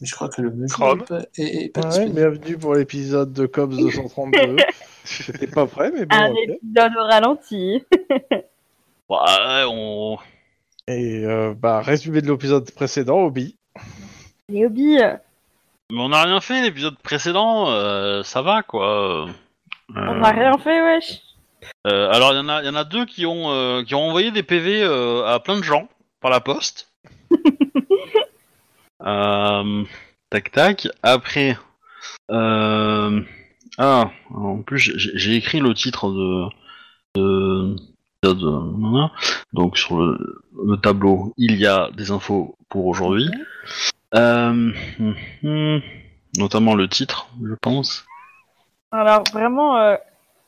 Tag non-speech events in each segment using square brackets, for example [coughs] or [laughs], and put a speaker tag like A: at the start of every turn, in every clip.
A: Mais je crois que le jeu
B: Chrome.
A: est pas, est- est pas
C: Ah Ouais,
A: disponible.
C: bienvenue pour l'épisode de Cops 232. [laughs] J'étais pas prêt, mais bon.
D: Un
C: ok.
D: épisode au ralenti.
B: Ouais, on...
C: Et euh, bah, résumé de l'épisode précédent, Obi.
D: [laughs] Les hobbies. euh,
B: Mais on n'a rien fait l'épisode précédent, euh, ça va quoi. Euh,
D: On n'a rien fait, wesh.
B: euh, alors il y, en a- y en a deux qui ont, euh, qui ont envoyé des PV euh, à plein de gens par la poste. Euh, tac tac. Après, euh, ah, en plus j'ai j'ai écrit le titre de, de, de- de- donc sur le, le tableau, il y a des infos pour aujourd'hui. Euh, hum, hum, notamment le titre, je pense.
D: Alors vraiment, euh,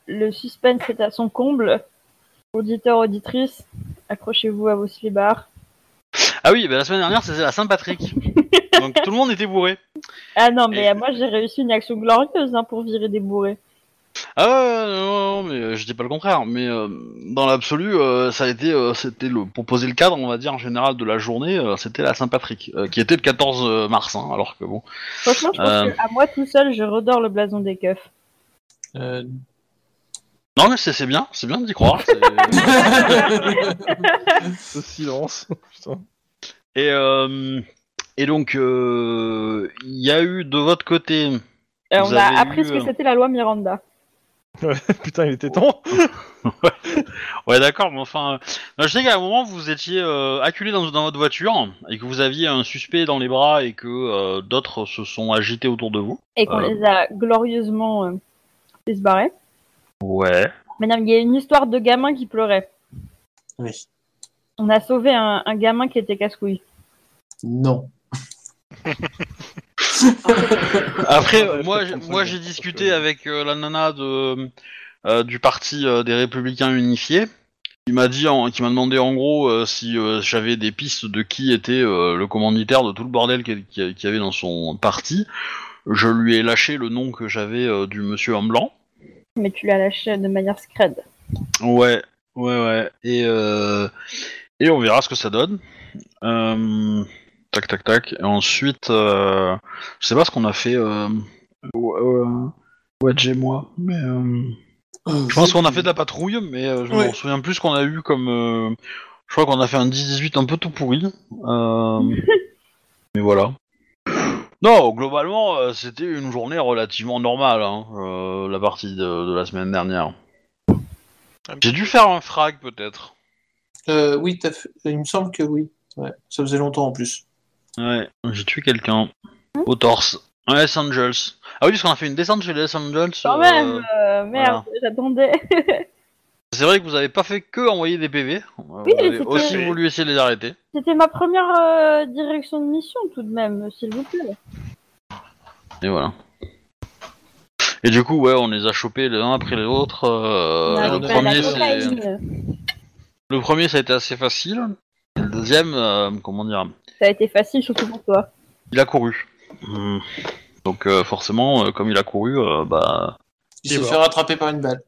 D: le suspense est à son comble. Auditeurs, auditrices, accrochez-vous à vos slibards.
B: Ah oui, bah, la semaine dernière, c'était la Saint-Patrick. [laughs] Donc tout le monde était bourré.
D: Ah non, mais
B: Et-
D: euh, moi j'ai réussi une action glorieuse hein, pour virer des bourrés.
B: Ah ouais, non, non, mais euh, je dis pas le contraire. Mais euh, dans l'absolu, euh, ça a été, euh, c'était le, pour poser le cadre, on va dire en général de la journée, euh, c'était la Saint-Patrick, euh, qui était le 14 mars. hein, alors que bon,
D: Franchement, je pense
B: Euh.
D: que à moi tout seul, je redors le blason des keufs.
A: Euh, [laughs]
B: non mais c'est c'est bien, c'est bien d'y croire. [laughs] c'est-
C: Ce silence. [laughs] Putain.
B: et euh, et donc euh, il y a eu de votre côté.
D: Euh,
B: Vous
D: on a
B: avez
D: appris
B: eu,
D: ce que
B: euh,
D: c'était la loi Miranda.
C: Putain, il était temps.
B: [laughs] Ouais, d'accord, mais enfin, euh, non, je sais qu'à un moment vous étiez euh, acculé dans, dans votre voiture et que vous aviez un suspect dans les bras et que euh, d'autres se sont agités autour de vous.
D: Et qu'on
B: Euh.
D: les a glorieusement euh, fait se barrer.
B: Ouais.
D: Mais non, il y a une histoire de gamin qui pleurait.
A: oui.
D: On a sauvé un, un gamin qui était casse-couille.
A: Non.
B: Après,
C: Ouais,
B: euh, moi,
C: je
B: j'ai-
C: comprends
B: moi,
C: ça,
B: j'ai
C: je
B: discuté
C: pense que-
B: avec euh, la nana de, euh, du parti euh, des Républicains Unifiés. Il m'a dit, en- qui m'a demandé en gros euh, si euh, j'avais des pistes de qui était euh, le commanditaire de tout le bordel qu'il qu'il y avait dans son parti. Je lui ai lâché le nom que j'avais euh, du monsieur en blanc.
D: Mais tu l'as lâché de manière scred.
B: Ouais, ouais, ouais. Et, euh, et on verra ce que ça donne. Euh, Tac, tac, tac. Et ensuite, euh, je sais pas ce qu'on a fait. Euh... Ouais, ouais, ouais, j'ai moi. Mais, euh, Je pense qu'on a fait de la patrouille, mais euh, je me
A: Ouais.
B: souviens plus qu'on a eu comme. euh, Je crois qu'on a fait un 10-18 un peu tout pourri.
D: [laughs]
B: Euh, mais voilà. Non, globalement, euh, c'était une journée relativement normale, hein, euh, la partie de- de la semaine dernière. J'ai dû faire un frag peut-être.
A: Euh, oui, t'as fait- il me semble que oui. Ouais, Ça faisait longtemps en plus.
B: Ouais, j'ai tué quelqu'un.
D: Hein
B: Au torse. À Los Angeles. Ah oui, parce qu'on a fait une descente chez les Los Angeles.
D: Quand
B: euh,
D: même, euh, merde, j'attendais.
B: C'est vrai que vous avez pas fait que envoyer des PV.
D: Oui,
B: vous avez
D: c'était-
B: aussi
D: Oui.
B: voulu essayer de les arrêter.
D: C'était ma première euh, direction de mission tout de même, s'il vous plaît.
B: Et voilà. Et du coup, ouais, on les a chopés les uns après les autres. euh,
D: On
A: Ouais,
B: le,
A: on
D: avait
A: a
D: pas la
B: premier,
A: fait la
B: c'est-
D: cocaïne.
B: le premier, ça a été assez facile. Et Le deuxième, euh, comment dire,
D: Ça a été facile, surtout pour toi.
B: il a couru. Hmm. Donc euh, forcément, euh, comme il a couru, euh, bah...
A: Il
C: Et
A: s'est
C: bah.
A: fait rattraper par une balle.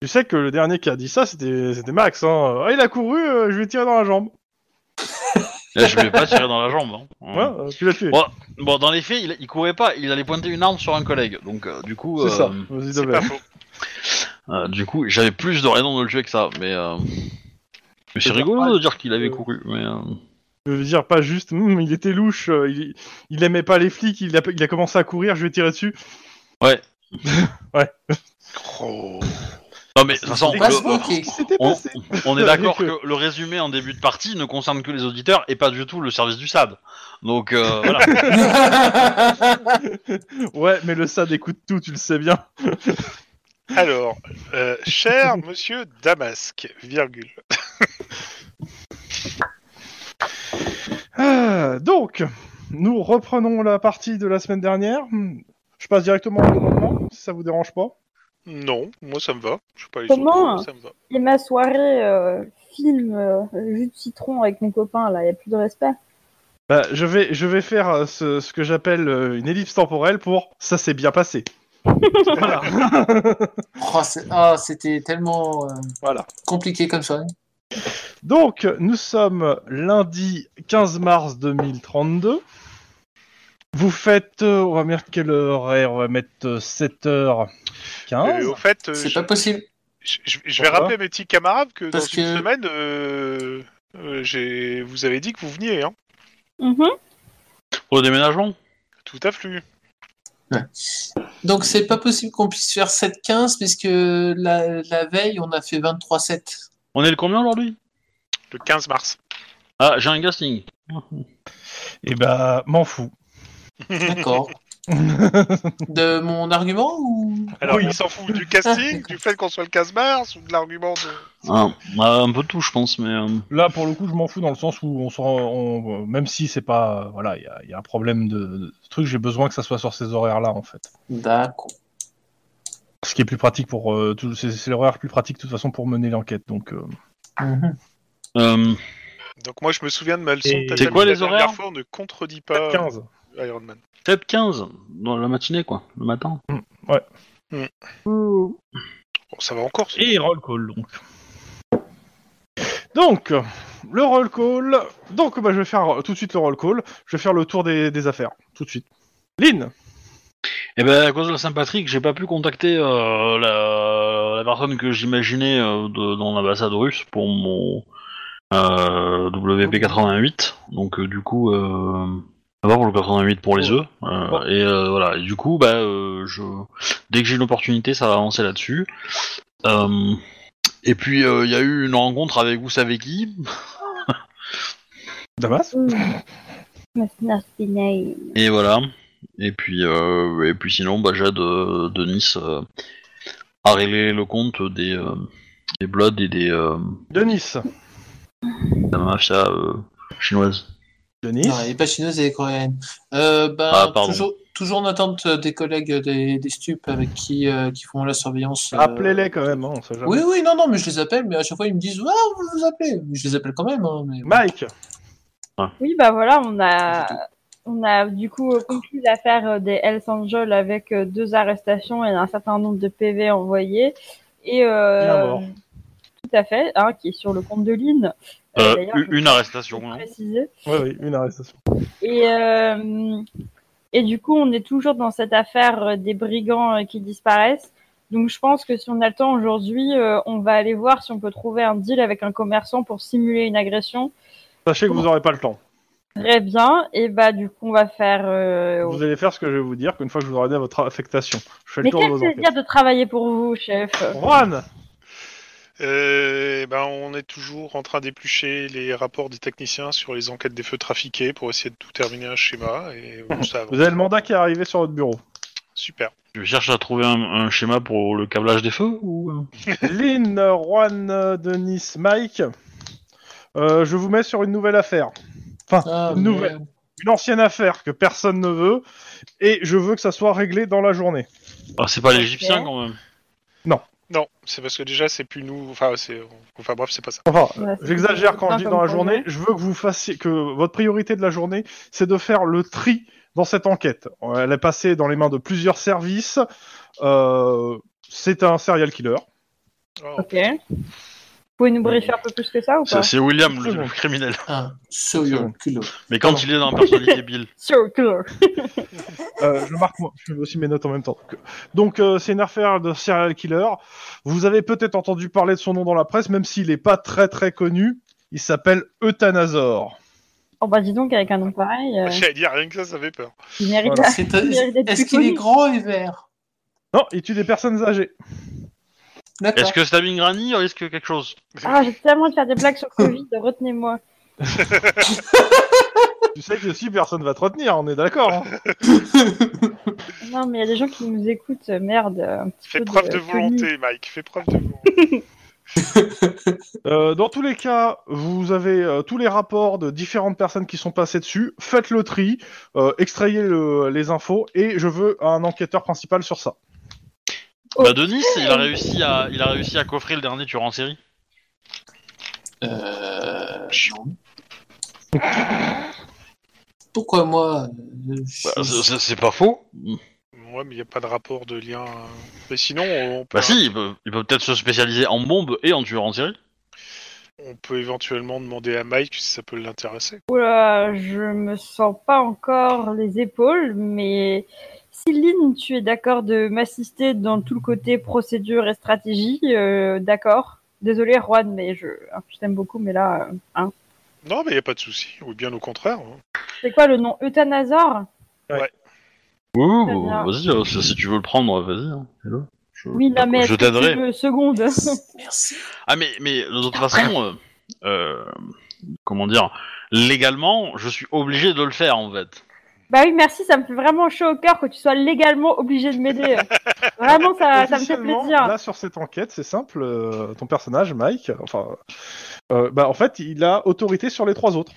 C: Tu sais que le dernier qui a dit ça, c'était c'était Max. Hein. Ah, il a couru, euh, je lui ai tiré dans la jambe.
B: Là, je lui ai pas tiré dans la jambe. hein.
C: Ouais, euh, tu l'as tué.
B: Ouais, Bon, dans les faits, il, il courait pas, il allait pointer une arme sur un collègue. Donc, euh, du coup,
C: C'est
B: euh,
C: ça. Vas-y,
B: c'est
C: Dobel.
B: pas faux. Euh, du coup, j'avais plus de raisons de le tuer que ça, mais. euh, Mais c'est
C: C'est
B: rigolo
C: normal.
B: de dire qu'il avait
C: Euh,
B: couru, mais. euh,
C: Je veux dire, pas juste, Hum, il était louche, euh, il, il aimait pas les flics, il a, il a commencé à courir, je lui ai tiré dessus.
E: Oh.
B: Non, mais de toute façon,
A: C'est
B: le-
A: pas ce mot
B: euh,
A: qui est-
C: C'était
B: on,
C: passé.
B: on est d'accord
C: Avec,
B: que le résumé en début de partie ne concerne que les auditeurs et pas du tout le service du SAD. Donc, euh, voilà.
C: Ouais, mais le SAD écoute tout, tu le sais bien.
E: Alors, euh, cher [laughs] monsieur Damasque, virgule.
C: Ah, donc, nous reprenons la partie de la semaine dernière. Hum, Je passe directement au commandement, si ça vous dérange pas.
E: Non, moi ça me va. Je sais pas les
D: Comment
E: autres, euh, ça me va.
D: Et ma soirée euh, film euh, jus de citron avec mes copains, là, y a plus de respect.
C: Bah, je vais, je vais faire euh, ce, ce que j'appelle euh, une ellipse temporelle pour ça s'est bien passé. voilà.
A: Oh, c'est- ah, c'était tellement euh,
C: Voilà.
A: compliqué comme ça.
C: Donc, nous sommes lundi 15 mars 2032. Vous faites, euh, on va mettre quelle heure est On va mettre euh, 7h15.
E: Euh, au fait, euh,
A: C'est
E: je,
A: pas possible.
E: je- je- je vais
C: Pourquoi
E: rappeler à mes petits camarades que
A: Parce
E: dans une
A: que-
E: semaine, euh, euh, j'ai- vous avez dit que vous veniez, hein.
D: Mhm.
B: Au déménagement
E: Tout afflue.
A: Donc c'est pas possible qu'on puisse faire 7-15 puisque la, la veille on a fait 23-7.
B: [laughs] On est le combien aujourd'hui
E: Le 15 mars.
B: Ah, j'ai un casting.
C: Et bah, m'en fous.
A: D'accord. de mon argument ou
E: Alors,
C: Oui.
E: il s'en fout du casting, du fait qu'on soit le 15 mars, ou de l'argument de...
B: Ah, bah, un peu de tout, je pense, mais... euh,
C: Là, pour le coup, je m'en fous dans le sens où on s'en, on- même si c'est pas, euh, voilà, il y a- il y, a un problème de, de truc, j'ai besoin que ça soit sur ces horaires-là en fait.
A: D'accord.
C: Ce qui est plus pratique pour, euh, tout- c'est, c'est l'horaire plus pratique de toute façon pour mener l'enquête. Donc, euh,
A: Mhm.
B: euh,
E: Donc moi, je me souviens de ma leçon.
C: Et-
E: de
B: C'est
E: tatami
B: quoi
E: la
B: les
E: dernière
B: horaires
E: fois, on ne contredit pas
C: 15.
E: Iron Man.
B: 7-15, dans la matinée, quoi, le matin.
D: Ouh.
E: Bon, ça va encore. ça.
C: Et roll call donc. Donc, le roll call. Donc, bah, je vais faire euh, tout de suite le roll call. Je vais faire le tour des, des affaires tout de suite. Lynn.
B: Eh ben, à cause de la Saint-Patrick, j'ai pas pu contacter euh, la, la personne que j'imaginais euh, de- dans l'ambassade russe pour mon euh, WP88. Donc, euh, du coup, euh, d'abord pour le 88 pour les œufs. euh,
C: Bon.
B: Et euh, voilà. Et du coup, bah, euh, je, dès que j'ai une opportunité, ça va avancer là-dessus. Euh, et puis, euh, il y a eu une rencontre avec vous savez qui,
C: Damas.
D: Ouh. [laughs] Must not be named.
B: Et voilà. Et puis, euh, et puis sinon, bah, j'aide euh, Denis euh, à régler le compte des, euh, des Bloods et des, euh,
C: Denis.
B: de la mafia euh, chinoise.
C: Denis.
A: Non, elle est pas chinoise, elle est coréenne. Euh, ben,
B: Ah, pardon.
A: toujours, toujours en attente euh, des collègues des, des stupes avec qui, euh, qui font la surveillance. euh,
C: Appelez-les quand même. hein, on sait jamais.
A: Oui, oui, non, non, mais je les appelle, mais à chaque fois ils me disent Ah, vous vous appelez. Je les appelle quand même. hein, mais...
C: Mike.
D: Oui, bah voilà, on
A: C'est
D: a, on a du coup euh, conclu l'affaire euh, des Hells Angels avec euh, deux arrestations et un certain nombre de PV envoyés. Et, euh,
C: Et un mort.
D: tout à fait, hein, qui est sur le compte de Lynn. Euh,
B: Euh,
D: d'ailleurs,
B: une- hein.
D: je-
B: une arrestation,
D: je
B: non
D: préciser.
C: Oui, oui, une arrestation.
D: Et, euh, et du coup, on est toujours dans cette affaire euh, des brigands euh, qui disparaissent. Donc je pense que si on a le temps aujourd'hui, euh, on va aller voir si on peut trouver un deal avec un commerçant pour simuler une agression.
C: Sachez que vous n'aurez pas le temps.
D: Très bien. Et bah du coup, on va faire... euh,
C: Vous allez faire ce que je vais vous dire qu'une fois que je vous aurai donné votre affectation. Je fais le
D: Mais
C: tour de
D: quel
C: vos
D: plaisir
C: enquêtes.
D: de travailler pour vous, chef.
C: Juan
E: Euh, eh ben, on est toujours en train d'éplucher les rapports des techniciens sur les enquêtes des feux trafiqués pour essayer de tout terminer un schéma. Et
C: [laughs]
E: bon, ça avance.
C: Vous avez le mandat qui est arrivé sur votre
D: [laughs]
C: bureau.
E: Super.
B: Je cherche à trouver un, un schéma pour le câblage des feux ou... euh
C: Lynn, Juan, euh, Denis, Mike. Euh, je vous mets sur une nouvelle affaire. Enfin,
A: Ah,
C: une
A: mais-
C: nouvelle. Une ancienne affaire que personne ne veut. Et je veux que ça soit réglé dans la journée.
B: Ah, c'est pas
D: Ok.
B: l'égyptien, quand même.
E: Non, c'est parce que déjà, c'est plus nous. Enfin, c'est. Enfin, bref, c'est pas ça.
C: Enfin,
D: Voilà, c'est
C: J'exagère quand je
D: bien
C: dis
D: comme
C: dans la
D: projet.
C: journée. Je veux que vous fassiez que votre priorité de la journée, c'est de faire le tri dans cette enquête. Euh, Elle est passée dans les mains de plusieurs services. Euh, c'est un serial killer.
E: Oh.
D: Ok. Vous pouvez nous briefer un peu plus que ça ou pas
B: C'est- C'est William,
C: C'est
B: le
C: bon.
D: [laughs]
B: criminel.
A: Un sérieux
C: Absolument.
A: culot.
B: Mais quand il est dans la personnalité
D: [laughs]
B: Bill.
D: Sure, cool.
C: Euh, je marque moi, je fais aussi mes notes en même temps. Donc, donc, euh, c'est une affaire de serial killer. Vous avez peut-être entendu parler de son nom dans la presse, même s'il n'est pas très très connu. Il s'appelle Euthanasor.
D: Oh bah dis donc, avec un nom pareil, euh,
E: [laughs] J'allais dire, rien que ça, ça fait peur.
D: il mérite
C: Voilà.
A: C'est-
D: Il mérite d'être
A: Est-ce
D: plus
A: qu'il est
D: connu.
A: grand et vert
C: Non, il tue des personnes âgées.
A: D'accord.
B: Est-ce que Stabbing Granny risque quelque chose
D: Ah, j'ai tellement de faire des blagues sur Covid, retenez-moi.
C: Tu sais que si personne va te retenir, on est d'accord. hein.
D: Non, mais il y a des gens qui nous écoutent, euh, merde. Un petit
E: Fais
D: peu
E: preuve de
D: tenue.
E: volonté, Mike. Fais preuve de volonté.
C: Euh, dans tous les cas, vous avez euh, tous les rapports de différentes personnes qui sont passées dessus. Faites le tri, euh, extrayez le- les infos et je veux un enquêteur principal sur ça.
D: Oh.
B: Bah, Denis, il a, réussi à, il a réussi à coffrer le dernier tueur en série.
A: Euh, non. Pourquoi moi euh, je-
B: Bah, c'est- c'est c'est pas faux.
E: Ouais, mais il n'y a pas de rapport de lien. euh. Mais sinon, on
D: Ah.
E: peut.
B: Bah si, il peut il peut peut-être se spécialiser en bombe et en tueur en série.
E: On peut éventuellement demander à Mike si ça peut l'intéresser.
D: Oula, je me sens pas encore les épaules, mais si Lynn, tu es d'accord de m'assister dans tout le côté procédure et stratégie, euh, d'accord. Désolé, Juan, mais je, hein, je t'aime beaucoup, mais là, euh, hein.
E: Non, mais il a pas de souci, ou bien au contraire. hein.
D: C'est quoi le nom Euthanasor
B: Oui,
D: Très bien.
B: vas-y, euh, si, si tu veux le prendre, vas-y. hein, fais-le. Je,
D: Oui, non, mais
B: je
D: est-ce que tu
B: t'aiderai.
D: veux- seconde.
A: [laughs] Merci.
B: Ah, mais, mais de toute façon, euh, euh, comment dire, légalement, je suis obligé de le faire en fait.
D: [laughs] Bah oui, merci, ça me fait vraiment chaud au cœur que tu sois légalement obligé de
B: [laughs]
D: m'aider. Vraiment, Euh, ça, ça me fait
C: Officiellement,
D: plaisir.
C: Là, sur cette enquête, c'est simple. euh, ton personnage, Mike, enfin, euh, bah, en fait, il a autorité sur les trois autres.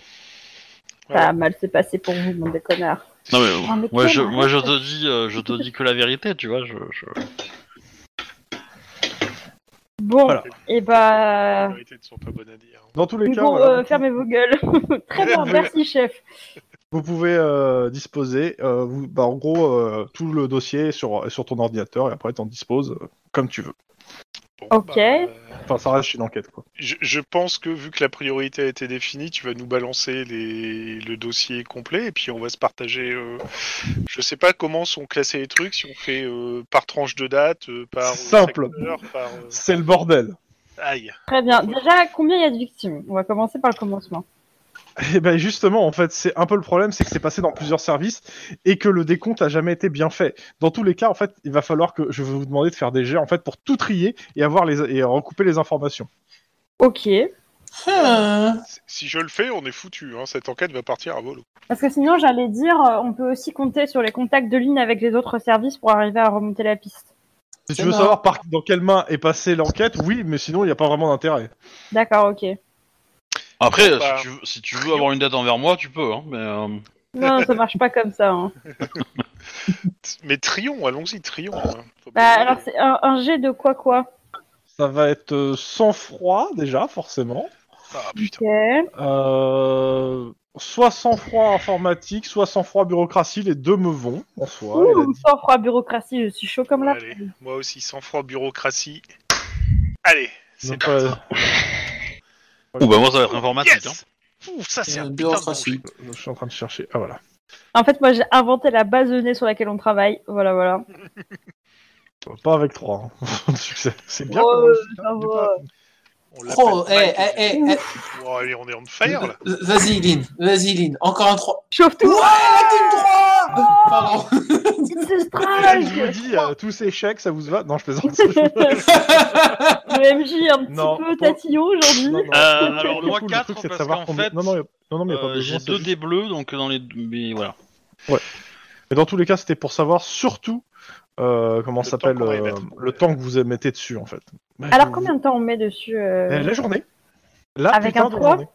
D: Ça a mal s'est passé pour vous, mon déconnard.
B: Non, mais,
D: Ah, mais
B: moi,
D: quel
B: je, moi, je
D: rêve.
B: te dis, euh, je te dis que la vérité, tu vois. Je, je-
D: Bon,
C: Voilà.
D: et
E: La
D: bah.
E: vérité ne sont pas bonnes à dire.
C: Dans tous les
D: Mais
C: cas,
D: bon,
C: voilà,
D: euh, fermez vos gueules. [laughs] Très bien, merci, chef.
C: vous pouvez euh, disposer. euh, vous- bah, en gros, euh, tout le dossier est sur, est sur ton ordinateur et après, t'en disposes euh, comme tu veux.
E: Bon,
D: Ok.
E: bah,
C: Enfin, ça reste une enquête, quoi.
E: je, je pense que vu que la priorité a été définie, tu vas nous balancer les, le dossier complet et puis on va se partager. euh, je sais pas comment sont classés les trucs, si on fait euh, par tranche de date, euh, par. euh,
C: Simple.
E: secteur, par, euh,
C: C'est le bordel. [laughs]
E: Aïe.
D: Très bien. Déjà, combien il y a de victimes On va commencer par le commencement.
C: Et ben justement, en fait, c'est un peu le problème, c'est que c'est passé dans plusieurs services et que le décompte a jamais été bien fait. Dans tous les cas, en fait, il va falloir que je vais vous demander de faire des jets en fait pour tout trier et avoir les et recouper les informations.
D: Ok.
A: Ah,
E: Si je le fais, on est foutu. Hein. Cette enquête va partir à volo.
D: Parce que sinon, j'allais dire, euh, on peut aussi compter sur les contacts de ligne avec les autres services pour arriver à remonter la piste.
C: Si
A: C'est
C: tu veux
A: marrant.
C: savoir par dans quelle main est passée l'enquête, oui, mais sinon il n'y a pas vraiment d'intérêt.
D: D'accord, ok.
B: Après,
E: Bon, bah,
B: si, tu, veux- si tu veux avoir une dette envers moi, tu peux. Hein, mais euh,
D: Non, ça marche pas comme ça. hein.
E: Mais Trion, allons-y, Trion. hein. Faut
D: Bah,
E: bien y
D: alors,
E: aller.
D: c'est un, un jet de quoi quoi.
C: Ça va être euh, sans froid déjà forcément,
E: Ah putain.
D: Ok.
C: Euh, soit sans froid informatique, soit sans froid bureaucratie, les deux me vont en soi. elle a
D: Ouh,
C: dit.
D: sans froid bureaucratie, je suis chaud comme la
E: Allez, moi aussi, sans froid bureaucratie. Allez, c'est
C: Donc,
E: parti.
C: euh,
B: ou bah moi, ça va être informatique.
E: Yes
B: hein.
E: Ouh, ça c'est
A: euh,
E: un putain de bon
A: bureaucratie.
C: je suis en train de chercher. Ah voilà.
D: En fait, moi, j'ai inventé la base de nez sur laquelle on travaille. Voilà, voilà.
C: Pas avec hein. 3. [laughs]
E: [laughs]
C: C'est bien.
D: Oh,
C: comment il fait, hein, il est
D: ça va.
C: pas-
E: On
A: Oh,
E: l'appelle Mike,
A: eh,
E: il
A: eh,
E: dit-
A: eh, eh.
E: Oh, allez, on est on fire là.
A: Euh, Vas-y, Lynn. Vas-y, Lyn. Encore un 3.
D: Chauffe tout
A: Pardon.
D: C'est
C: Je
D: Ah,
C: vous
D: strange
C: dis, euh, tous ces chèques, ça vous va Non, je
D: [laughs]
C: plaisante. Je-
D: Le MJ est un petit
C: Non,
D: peu
C: faut-
D: tatillon
C: Non,
D: aujourd'hui.
C: non.
D: [laughs]
B: Euh, alors,
C: Pour
B: moi,
C: coup, le
B: quatre,
C: truc, c'est de
B: parce
C: savoir
B: qu'en
C: combien-
B: fait,
C: Non, non, y a- non, non, mais y a pas
B: Euh,
C: besoin,
B: J'ai
C: c'est
B: deux
C: juste-
B: dés bleus, donc dans les deux- mais voilà.
C: Mais dans tous les cas, c'était pour savoir surtout euh, comment
E: Le
C: ça s'appelle
E: temps qu'on va y
C: euh,
E: mettre.
C: le temps que vous mettez dessus, en fait. Bah,
D: Alors,
C: vous-
D: combien de temps on met dessus euh,
C: Euh, La journée. La
D: Avec
C: putain
D: un
C: de
D: trois
C: journée.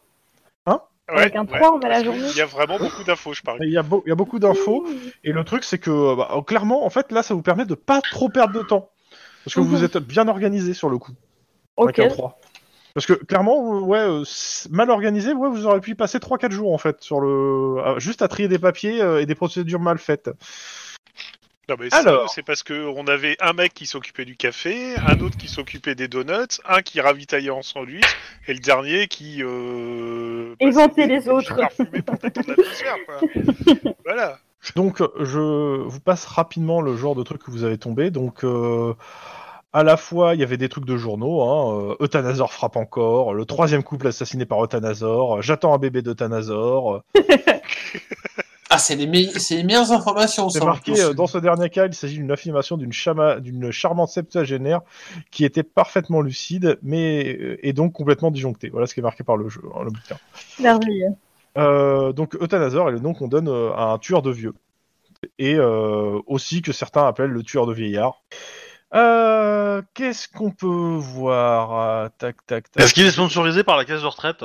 D: Avec un 3, on met la
E: parce
D: journée.
E: qu'il y a vraiment beaucoup d'infos, je parie.
C: Il y, a beau- il y a beaucoup d'infos. Et le truc, c'est que euh, bah, euh, clairement, en fait, là, ça vous permet de pas trop perdre de temps. Parce que vous
D: Mhm.
C: êtes bien organisé sur le coup. avec
D: Ok.
C: un 3. Parce que clairement, euh, ouais, euh, s- mal organisé, ouais, vous aurez pu y passer 3-4 jours en fait, sur le... à- juste à trier des papiers euh, et des procédures mal faites.
E: Non, mais
C: Alors.
E: Alors... c'est parce que on avait un mec qui s'occupait du café, un autre qui s'occupait des donuts, un qui ravitaillait en sandwich, et le dernier qui. Euh,
D: Éventait
E: passait
D: les
E: des-
D: autres.
E: des parfumés pour détendre l'atmosphère, quoi.
D: [laughs]
E: voilà.
C: Donc, euh, je vous passe rapidement le genre de truc que vous avez tombé. Donc, euh, à la fois, il y avait des trucs de journaux, hein, euh, Euthanasor frappe encore, le troisième couple assassiné par Euthanasor, euh, j'attends un bébé d'Euthanasor. euh,
A: Ah, c'est les, me- c'est les meilleures informations,
C: C'est
A: ça.
C: marqué, euh, dans ce dernier cas, il s'agit d'une affirmation d'une chama- d'une charmante septuagénaire qui était parfaitement lucide, mais euh, est donc complètement disjonctée. Voilà ce qui est marqué par le jeu, hein, le bouquin.
D: Merveilleux.
C: Euh, donc, Euthanasor est le nom qu'on donne euh, à un tueur de vieux. Et euh, aussi que certains appellent le tueur de vieillard. Euh, Qu'est-ce qu'on peut voir euh, Tac, tac, tac.
B: Est-ce qu'il est sponsorisé par la caisse de retraite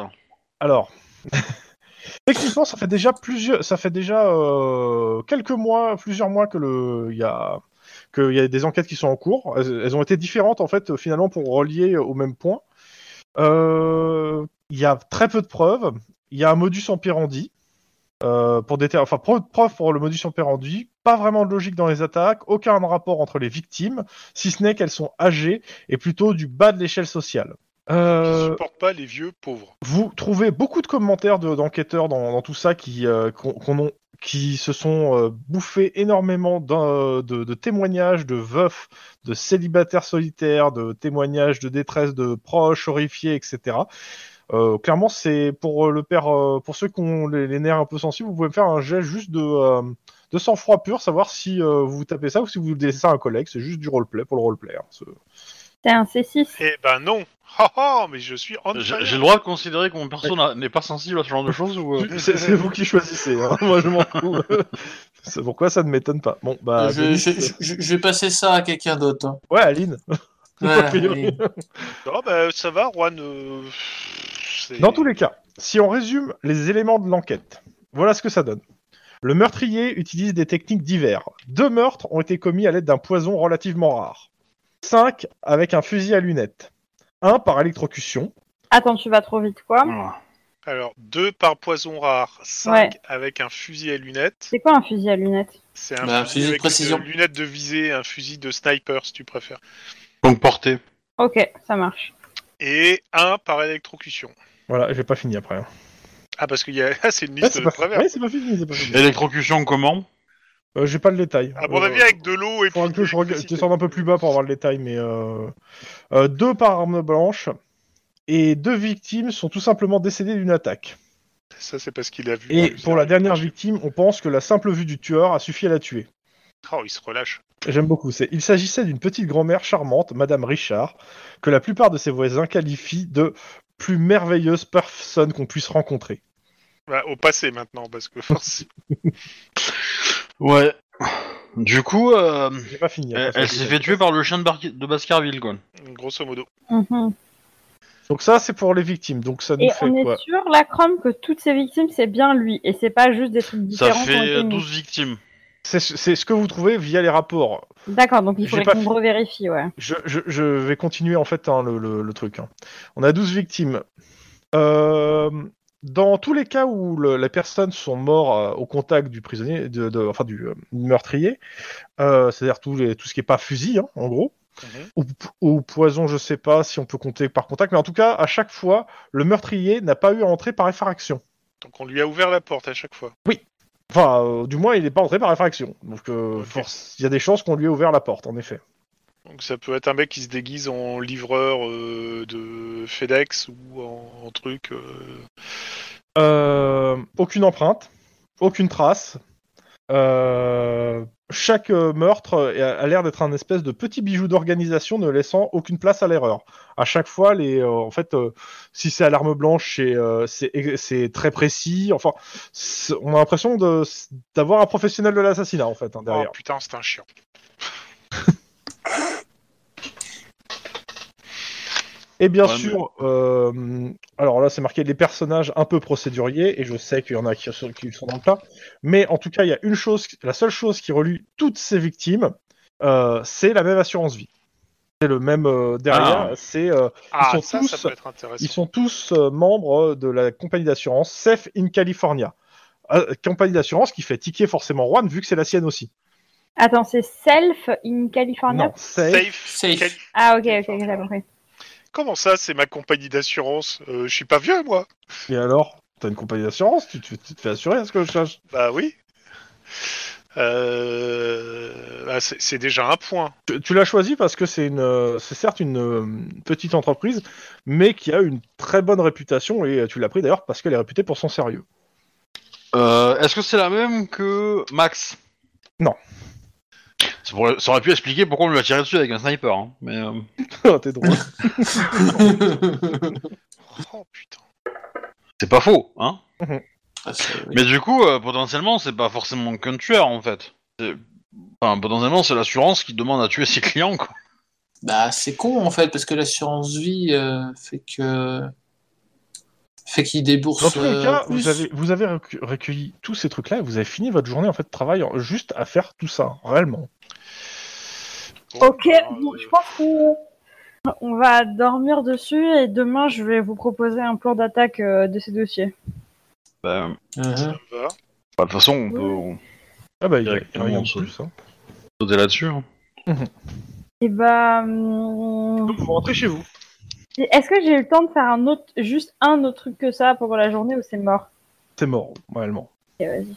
C: Alors, [laughs] techniquement, ça fait déjà plusieurs, ça fait déjà euh, quelques mois, plusieurs mois que le, il y a, qu'il y a des enquêtes qui sont en cours. Elles, elles ont été différentes en fait, finalement, pour relier au même point. Euh, Il y a très peu de preuves. Il y a un modus operandi. euh, pour déter... Enfin, peu de preuves pour le modus operandi, pas vraiment de logique dans les attaques, aucun rapport entre les victimes, si ce n'est qu'elles sont âgées et plutôt du bas de l'échelle sociale.
E: Je
C: Euh,
E: supporte pas les vieux pauvres.
C: vous trouvez beaucoup de commentaires de- d'enquêteurs dans, dans tout ça qui, euh, qu'on- qu'on ont- qui se sont euh, bouffés énormément d'un- de, de témoignages de veufs, de célibataires solitaires, de témoignages de détresse de proches horrifiés, etc. Euh, clairement, c'est pour euh, le père, euh, pour ceux qui ont les, les nerfs un peu sensibles, vous pouvez me faire un jet juste de, euh, de sang-froid pur, savoir si euh, vous tapez ça ou si vous laissez ça à un collègue. C'est juste du roleplay pour le roleplay. hein, ce-
D: C'est un C6.
E: Eh ben non Ah ah, mais je suis en
B: J'ai
C: hein.
B: j'ai le droit de considérer que mon perso n'a- n'est pas sensible à ce genre de choses ou... euh,
C: C'est c'est vous qui choisissez, hein. [laughs] moi je m'en fous. c'est pourquoi ça ne m'étonne pas. Bon, bah.
A: je,
C: Denis,
A: je- je- je- je vais passer ça à quelqu'un d'autre. hein.
C: [laughs] Ouais, Aline.
A: Voilà,
C: priori.
A: oui.
E: Ah bah ça va, Juan. euh, c'est-
C: Dans tous les cas, si on résume les éléments de l'enquête, voilà ce que ça donne. Le meurtrier utilise des techniques diverses. Deux meurtres ont été commis à l'aide d'un poison relativement rare. Cinq avec un fusil à lunettes. Un par électrocution.
D: Attends, tu vas trop vite, quoi.
B: voilà.
E: Alors, deux par poison rare, cinq avec un fusil à lunettes.
D: C'est quoi un fusil à lunettes
E: C'est un
A: Bah,
E: fusil,
A: fusil de
E: avec
A: précision.
E: une euh, lunette de visée, un fusil de sniper si tu préfères.
B: Donc porté.
D: Ok, ça marche.
E: Et un par électrocution.
C: Voilà, j'ai pas fini après. hein.
E: Ah, parce qu'il y a. [laughs] Ah, c'est une
C: Ouais,
E: liste
C: c'est
E: de
C: pas...
E: travers.
C: ouais, c'est pas fini. c'est pas fini.
B: Électrocution comment
C: Euh, j'ai pas le détail.
E: À mon
C: Euh,
E: avis, avec
C: [laughs]
E: de l'eau et puis.
C: Faudra que je
E: de
C: reg-
E: l'électricité.
C: descende un peu plus bas pour avoir le détail, mais euh, euh, deux par arme blanche et deux victimes sont tout simplement décédées d'une attaque.
E: Ça, c'est parce qu'il a vu.
C: Et
E: Ah,
C: pour la dernière victime, on pense que la simple vue du tueur a suffi à la tuer.
E: Oh, il se relâche.
C: J'aime beaucoup. C'est... Il s'agissait d'une petite grand-mère charmante, Madame Richard, que la plupart de ses voisins qualifient de plus merveilleuse personne qu'on puisse rencontrer.
E: Bah, au passé maintenant, parce que forcément. [laughs]
B: Ouais. Du coup, euh,
C: J'ai pas fini. après
B: elle,
C: ça,
B: elle
C: je
B: s'est
C: détaille.
B: fait tuer par le chien de, Bar- de Baskerville, quoi.
E: grosso modo.
D: Mhm.
C: Donc ça, c'est pour les victimes. Donc ça nous
D: Et
C: fait
D: on
C: quoi
D: est sûr, la Chrome, que toutes ces victimes, c'est bien lui. Et c'est pas juste des trucs
B: Ça
D: différents. qui ont été
C: euh,
B: fait
D: mis.
B: 12 victimes.
C: c'est, c'est ce que vous trouvez via les rapports.
D: D'accord, donc il
C: J'ai
D: faudrait
C: pas
D: qu'on
C: fait-
D: revérifie, ouais.
C: Je, je- je vais continuer en fait hein, le, le- le truc. hein. On a 12 victimes. Euh, dans tous les cas où le- les personnes sont mortes euh, au contact du prisonnier, de, de- enfin du euh, meurtrier, euh, c'est-à-dire tous les- tout ce qui est pas fusil hein, en gros,
E: Mhm.
C: ou, ou poison, je sais pas si on peut compter par contact, mais en tout cas à chaque fois le meurtrier n'a pas eu à entrer par effraction.
E: Donc, on lui a ouvert la porte à chaque fois.
C: Enfin, euh, du moins il n'est pas entré par effraction. Donc euh,
E: Ok.
C: force- il y a des chances qu'on lui ait ouvert la porte en effet.
E: Donc, ça peut être un mec qui se déguise en livreur euh, de FedEx ou en, en truc. euh,
C: Euh, aucune empreinte, aucune trace. Euh, chaque euh, meurtre a a l'air d'être un espèce de petit bijou d'organisation ne laissant aucune place à l'erreur. À chaque fois, les, euh, en fait, euh, si c'est à l'arme blanche, c'est, euh, c'est c'est très précis. Enfin, c'est- on a l'impression de- d'avoir un professionnel de l'assassinat en fait hein,
E: Oh
C: derrière.
E: putain, c'est un chien.
C: Et bien
B: Ouais,
C: sûr, euh, alors là c'est marqué les personnages un peu procéduriers, et je sais qu'il y en a qui sont, qui sont dans le plat, mais en tout cas il y a une chose, la seule chose qui relie toutes ces victimes, euh, c'est la même assurance vie. C'est le même euh, derrière, c'est euh,
E: Ah,
C: sont
E: ça, ça
C: tous-
E: peut être intéressant.
C: ils sont tous euh, membres de la compagnie d'assurance Safe in California. Euh, compagnie d'assurance qui fait tiquer forcément Juan vu que c'est la sienne aussi.
D: Attends, c'est Self in California
C: non, Safe,
A: Safe.
E: Quel-
D: Ah, ok, ok, j'ai compris.
E: Comment ça, c'est ma compagnie d'assurance Euh, Je suis pas vieux, moi.
C: et alors T'as une compagnie d'assurance, tu, tu- tu te fais assurer à ce que je cherche
E: Bah oui. Euh... ah, c'est c'est déjà un point.
C: Tu, tu l'as choisi parce que c'est une, euh, c'est certes une euh, petite entreprise, mais qui a une très bonne réputation et euh, tu l'as pris d'ailleurs parce qu'elle est réputée pour son sérieux. [laughs]
B: Euh, Est-ce que c'est la même que Max
C: Non.
B: Ça, pourrait- ça aurait pu expliquer pourquoi on lui a tiré dessus avec un sniper. hein, Mais, euh,
C: Ah, T'es drôle.
A: [laughs]
E: Oh putain.
B: c'est pas faux, hein
A: Ah, c'est- oui.
B: Mais du coup, euh, potentiellement, c'est pas forcément qu'un tueur, en fait. C'est- Enfin, potentiellement, c'est l'assurance qui demande à tuer ses clients, [laughs] quoi.
A: Bah, c'est con en fait, parce que l'assurance vie euh, fait que. fait qu'il débourse.
C: Dans tous les
A: euh,
C: cas,
A: plus.
C: vous avez, vous avez recu- recueilli tous ces trucs-là et vous avez fini votre journée en fait de travail en- juste à faire tout ça, réellement.
E: Bon,
D: Ok,
E: bah,
D: bon,
E: euh,
D: je pense qu'on on va dormir dessus et demain je vais vous proposer un plan d'attaque euh, de ces dossiers.
B: Bah, bah,
E: ça
A: Mhm.
E: me va.
B: de toute façon, on peut on
C: Ah bah, il y a, il y a
B: Directement,
C: rien de
B: ça.
C: plus. hein.
B: peut sauter là-dessus. hein.
D: Et bah. hum,
C: Donc vous rentrez chez vous.
D: Et Est-ce que j'ai eu le temps de faire un autre, juste un autre truc que ça pendant la journée ou c'est mort
C: T'es mort, réellement.
D: Ok, vas-y.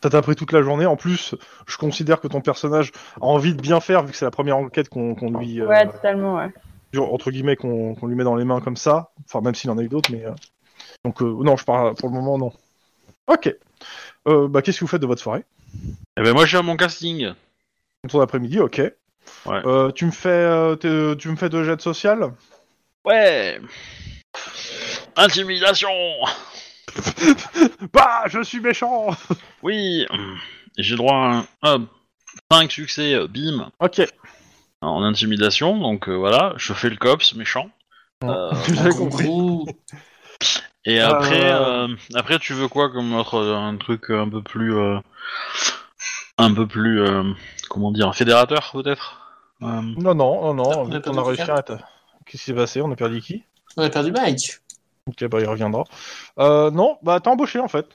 C: T'as tapé toute la journée. En plus, je considère que ton personnage a envie de bien faire, vu que c'est la première enquête qu'on qu'on lui, euh,
D: Ouais, totalement, ouais.
C: dur- entre guillemets, qu'on qu'on lui met dans les mains comme ça. Enfin, même s'il en a eu d'autres, mais. euh, Donc, euh, non, je pars pour le moment, non. Ok. Euh, bah, qu'est-ce que vous faites de votre soirée
B: Eh ben moi, j'ai à mon casting.
C: Ton après-midi, ok. Euh, tu me fais, euh, t'es- tu me fais deux jets sociales
B: Ouais. Intimidation.
C: Bah, je suis méchant.
B: Oui. J'ai droit à un... hop, cinq succès, euh, bim,
C: Ok.
B: en intimidation. Donc euh, voilà, je fais le cops, méchant. Euh,
C: J'avais
A: En
C: compris.
A: gros,
B: Et
C: Euh,
B: après, euh, après, tu veux quoi comme autre euh, un truc un peu plus, euh, un peu plus, euh, comment dire, fédérateur peut-être. Euh,
C: Non, non, non, non.
A: On a
C: vu qu'on
A: perdu
C: a réussi
A: quelqu'un.
C: à. atta- Qu'est-ce qui s'est passé On a perdu qui
A: on a perdu Mike.
C: Ok, bah il reviendra. Euh, non, bah t'es embauché en fait.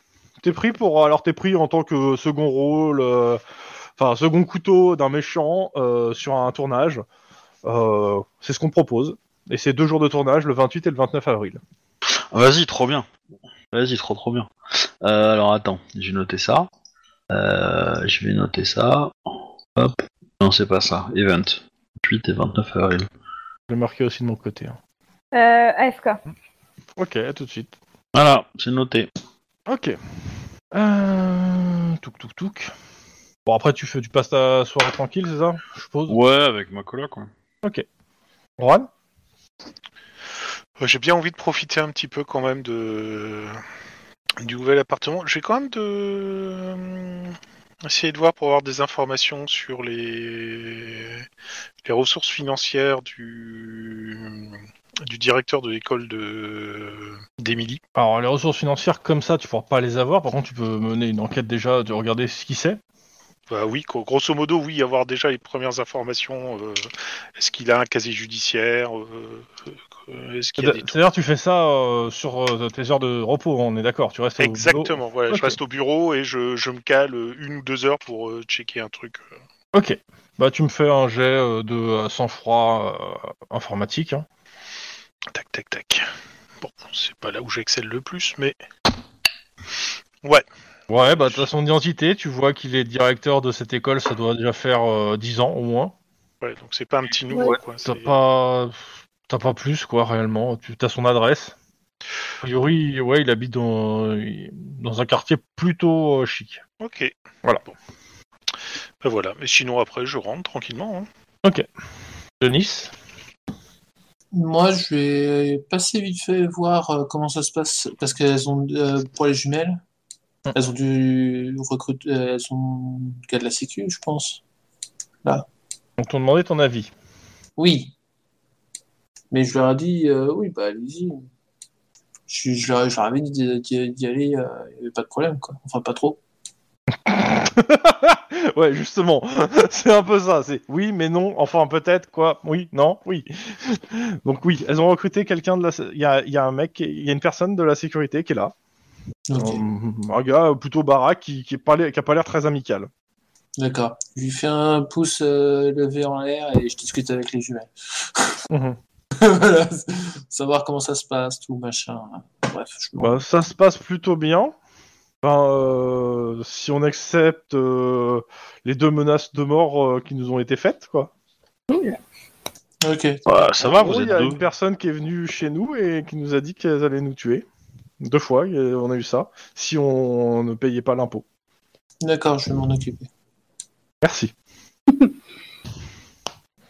C: T'es pris pour. Alors t'es pris en tant que second rôle, euh, enfin second couteau d'un méchant euh, sur un tournage. Euh, c'est ce qu'on propose. Et c'est deux jours de tournage, le 28 et le 29 avril.
B: Ah, Vas-y, trop bien. Vas-y, trop trop bien. Euh, alors attends, j'ai noté ça. Euh, je vais noter ça. Hop. Non, c'est pas ça. Event. 8 et 29 avril.
C: Je l'ai marqué aussi de mon côté. hein.
D: Euh, AFK.
C: Ok, à tout de suite.
B: Voilà, c'est noté.
C: Ok. Euh... Touk touk touk. Bon après tu fais, tu passes ta soirée tranquille, c'est ça Je suppose.
B: Ouais, avec ma coloc. ouais.
C: Juan
E: Ouais, J'ai bien envie de profiter un petit peu quand même de du nouvel appartement. Je vais quand même de euh, essayer de voir pour avoir des informations sur les les ressources financières du du directeur de l'école de d'Émilie.
C: Alors les ressources financières comme ça, tu pourras pas les avoir. Par contre, tu peux mener une enquête déjà, de regarder ce qui c'est.
E: Bah oui, quoi. grosso modo, oui, avoir déjà les premières informations. euh, est-ce qu'il a un casier judiciaire euh, euh, Est-ce qu'il y a des
C: C'est-à-dire, Bah, tu fais ça euh, sur euh, tes heures de repos, on est d'accord, tu restes au boulot.
E: Exactement, voilà,
C: Ok.
E: je reste au bureau et je, je me cale euh, une ou deux heures pour euh, checker un truc. euh.
C: Ok. Bah, tu me fais un jet euh, de euh, sang-froid euh, informatique. hein.
E: Tac, tac, tac. Bon, c'est pas là où j'excelle le plus, mais. Ouais,
C: Ouais, bah, tu as son identité, tu vois qu'il est directeur de cette école, ça doit déjà faire euh, 10 ans au moins.
E: ouais donc c'est pas un petit nouveau, quoi.
C: T'as
E: c'est-
C: pas... T'as pas plus, quoi, réellement. Tu as son adresse. A priori, ouais, il habite dans, dans un quartier plutôt euh, chic.
E: Ok.
C: Voilà.
E: Bon. Ben voilà, mais sinon après, je rentre tranquillement. hein.
C: De Nice
A: Moi, je vais passer vite fait voir euh, comment ça se passe parce qu'elles ont euh, pour les jumelles, elles ont dû recruter, euh, elles ont du gars de la sécu, je pense.
C: Donc, t'ont demandé ton avis.
A: Oui. Mais je leur ai dit, euh, oui, bah allez-y. Je, je leur, je leur avais dit d'y- d'y d'y aller, euh, il n'y avait pas de problème, quoi. Enfin, pas trop.
C: ouais, justement, [laughs] c'est un peu ça. C'est oui, mais non, enfin peut-être quoi. Oui, non, oui. [laughs] Donc oui, elles ont recruté quelqu'un de la. sé- Il y a, il y a un mec, il y a une personne de la sécurité qui est là.
A: Ok,
C: Mm. Un- Un gars plutôt baraque qui, qui, est pas l'air- qui a pas l'air très amical.
A: d'accord. Je lui fais un pouce euh, levé en l'air et je discute avec les jumelles. [laughs]
C: Mhm.
A: Voilà. Savoir comment ça se passe, tout, machin. Bref, je m'en
C: Bah, ça se passe plutôt bien. Ben, euh, si on accepte euh, les deux menaces de mort euh, qui nous ont été faites, quoi.
A: Ok.
B: Ouais, Ah, ça va,
C: En gros,
B: vous
C: il
B: êtes
C: y a
B: deux.
C: une personne qui est venue chez nous et qui nous a dit qu'elle allait nous tuer. Deux fois, et on a eu ça. Si on ne payait pas l'impôt.
A: D'accord, je vais m'en occuper.
C: Merci.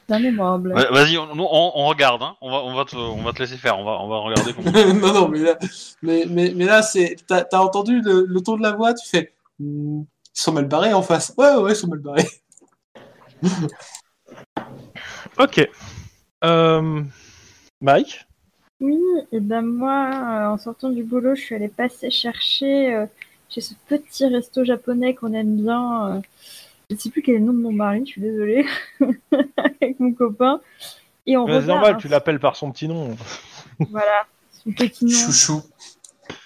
D: D'un mémorable.
B: Ouais, Vas-y, on, on- on regarde. hein. On va, on va te, on va te laisser faire. On va, on va regarder.
C: [laughs]
B: comment-
A: [laughs] non, non, mais là, mais, mais, mais là c'est, t'as, t'as entendu le, le ton de la voix, tu fais. Hmm, ils sont mal barrés en face. Ouais, ouais, ils sont mal barrés.
C: Ok. Euh, Mike
D: Oui, et ben moi, euh, en sortant du boulot, je suis allée passer chercher euh, chez ce petit resto japonais qu'on aime bien. euh, je ne sais plus quel est le nom de mon mari, je suis désolée, [laughs] avec mon copain. Et on
C: C'est
D: revient.
C: normal,
D: à-
C: tu l'appelles par son petit nom.
D: Voilà, son petit nom.
A: Chouchou.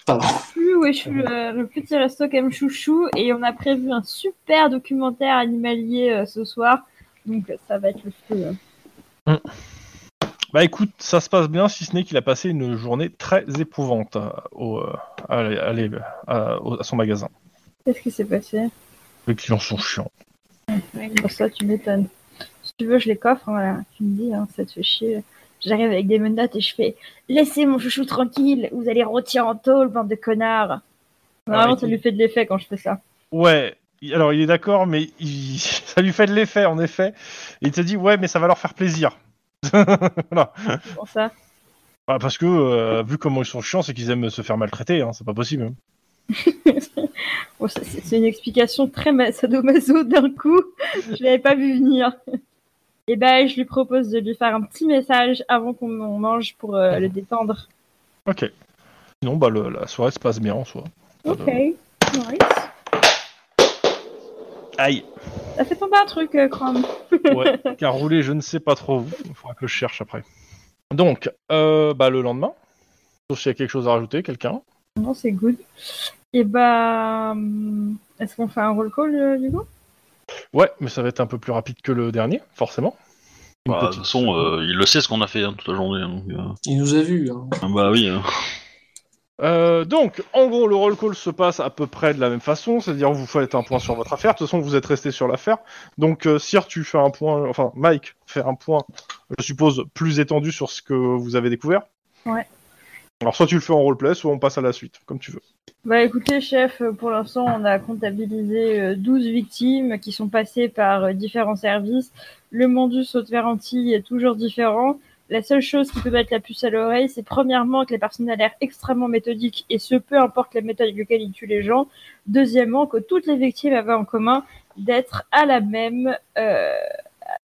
A: Pardon.
D: Chouchou, ouais, chou- le, le petit resto comme chouchou. Et on a prévu un super documentaire hein. animalier euh, ce soir. Donc ça va être le feu.
C: Bah écoute, ça se passe bien, si ce n'est qu'il a passé une journée très éprouvante euh, au, euh, à, l'é- à l'é- à- au- à son magasin.
D: Qu'est-ce qui s'est passé
C: Les clients sont chiants.
D: Bon, ça, tu m'étonnes. Si tu veux, je les coffre, hein, là. tu me dis, hein, ça te fait chier. J'arrive avec des menottes et je fais Laissez mon chouchou tranquille, vous allez rôtir en tôle, bande de connards. Vraiment,
C: oui.
D: ça lui fait de l'effet quand je fais ça.
C: Ouais, il- alors il est d'accord, mais il- [laughs] ça lui fait de l'effet, en effet. Et il te dit, ouais, mais ça va leur faire plaisir. voilà.
D: C'est pour ça. [laughs]
C: Bah, parce que, euh, vu comment ils sont chiants, c'est qu'ils aiment se faire maltraiter, hein, c'est pas possible. hein.
D: Bon, ça, c'est c'est une explication très ma- sadomaso d'un coup. je l'avais pas vu venir. [laughs] Et ben, je lui propose de lui faire un petit message avant qu'on on mange pour euh, le détendre.
C: Ok. Sinon, bah, le- la soirée se passe bien en soi. Pas de-
D: Ok, nice.
C: Aïe.
D: Ça fait tomber un truc, euh, Chrome.
C: Ouais, car roulé, je ne sais pas trop où. Il faudra que je cherche après. Donc, euh, bah, le lendemain, sauf s'il y a quelque chose à rajouter, quelqu'un.
D: Non, c'est good. Et bah. hum, Est-ce qu'on fait un roll call, euh, du coup
C: Ouais, mais ça va être un peu plus rapide que le dernier, forcément. Une
B: Bah, de toute
C: petite-
B: façon, euh, il le sait ce qu'on a fait hein, toute la journée. donc, euh,
A: Il nous a vus. hein.
B: Bah oui. hein.
C: Euh, donc, en gros, le roll call se passe à peu près de la même façon, c'est-à-dire vous faites un point sur votre affaire. De toute façon, vous êtes resté sur l'affaire. Donc, euh, Sir, tu fais un point, enfin Mike fait un point, je suppose, plus étendu sur ce que vous avez découvert.
D: Ouais.
C: Alors, soit tu le fais en roleplay, soit on passe à la suite, comme tu veux.
D: Bah écoutez, chef, euh, pour l'instant, on a comptabilisé euh, 12 victimes qui sont passées par euh, différents services. Le Mandus Haute-Ferranti est toujours différent. La seule chose qui peut mettre la puce à l'oreille, c'est premièrement que les personnes a l'air extrêmement méthodiques et ce, peu importe la méthode avec laquelle ils tuent les gens. Deuxièmement, que toutes les victimes avaient en commun d'être à la même euh,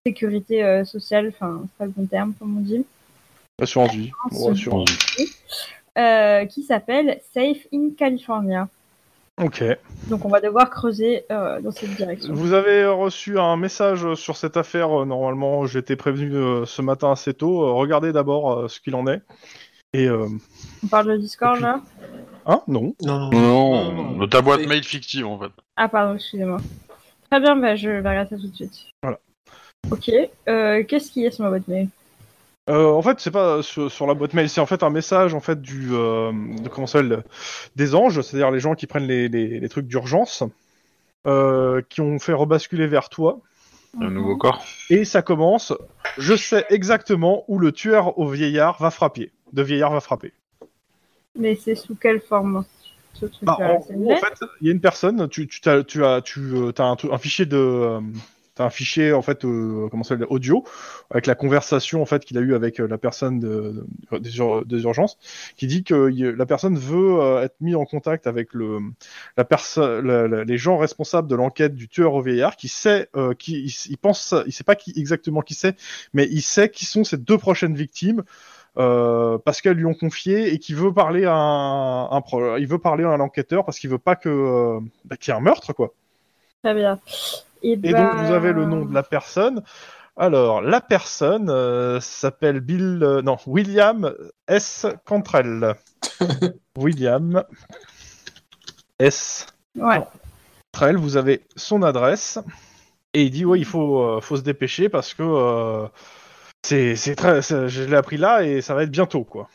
D: sécurité euh, sociale, enfin, c'est pas le bon terme, comme on dit.
C: Assurance vie. Bon, assurance.
D: euh, qui s'appelle Safe in California.
C: Ok.
D: Donc on va devoir creuser euh, dans cette direction.
C: Vous avez euh, reçu un message euh, sur cette affaire. euh, Normalement, j'étais prévenu euh, ce matin assez tôt. Euh, Regardez d'abord euh, ce qu'il en est. Et euh...
D: On parle de Discord là
C: hein Non.
A: Non, non, non.
B: Non,
A: Non,
B: non,
A: non.
B: ta boîte
A: Oui.
B: mail fictive en fait.
D: Ah pardon, excusez-moi. Très bien, bah, je vais regarder ça tout de suite.
C: Voilà.
D: Ok, euh, qu'est-ce qui est sur ma boîte mail
C: Euh, en fait, c'est pas sur, sur la boîte mail, c'est en fait un message en fait du euh, de comment ça s'appelle, euh, des anges, c'est-à-dire les gens qui prennent les, les- les trucs d'urgence, euh, qui ont fait rebasculer vers toi.
B: Un nouveau corps.
C: Et ça commence. Je sais exactement où le tueur au vieillard va frapper. De vieillard va frapper.
D: Mais c'est sous quelle forme ce
C: Bah,
D: truc-là
C: en,
D: C'est
C: gros,
D: net
C: en fait, il y a une personne, tu, tu, as, tu, as, tu euh, t'as un, truc- un fichier de. euh, t'as un fichier, en fait, euh, comment ça s'appelle, audio, avec la conversation, en fait, qu'il a eue avec euh, la personne de, de- des, ur- des urgences, qui dit que y- la personne veut euh, être mise en contact avec le, la perso- la- la- les gens responsables de l'enquête du tueur au vieillard, qui sait, euh, qui, il, il pense, il sait pas qui, exactement qui c'est, mais il sait qui sont ces deux prochaines victimes, euh, parce qu'elles lui ont confié et qu'il veut parler à un, un pro- il veut parler à un enquêteur parce qu'il veut pas que euh, bah, qu'il y ait un meurtre quoi.
D: Très bien. Et,
C: Et
D: bah,
C: donc vous avez le nom de la personne. Alors la personne euh, s'appelle Bill euh, non William S Cantrell. William S
D: Ouais,
C: Trail, vous avez son adresse. Et il dit ouais, il faut, euh, faut se dépêcher parce que euh, c'est c'est très, c'est- je l'ai appris là et ça va être bientôt quoi.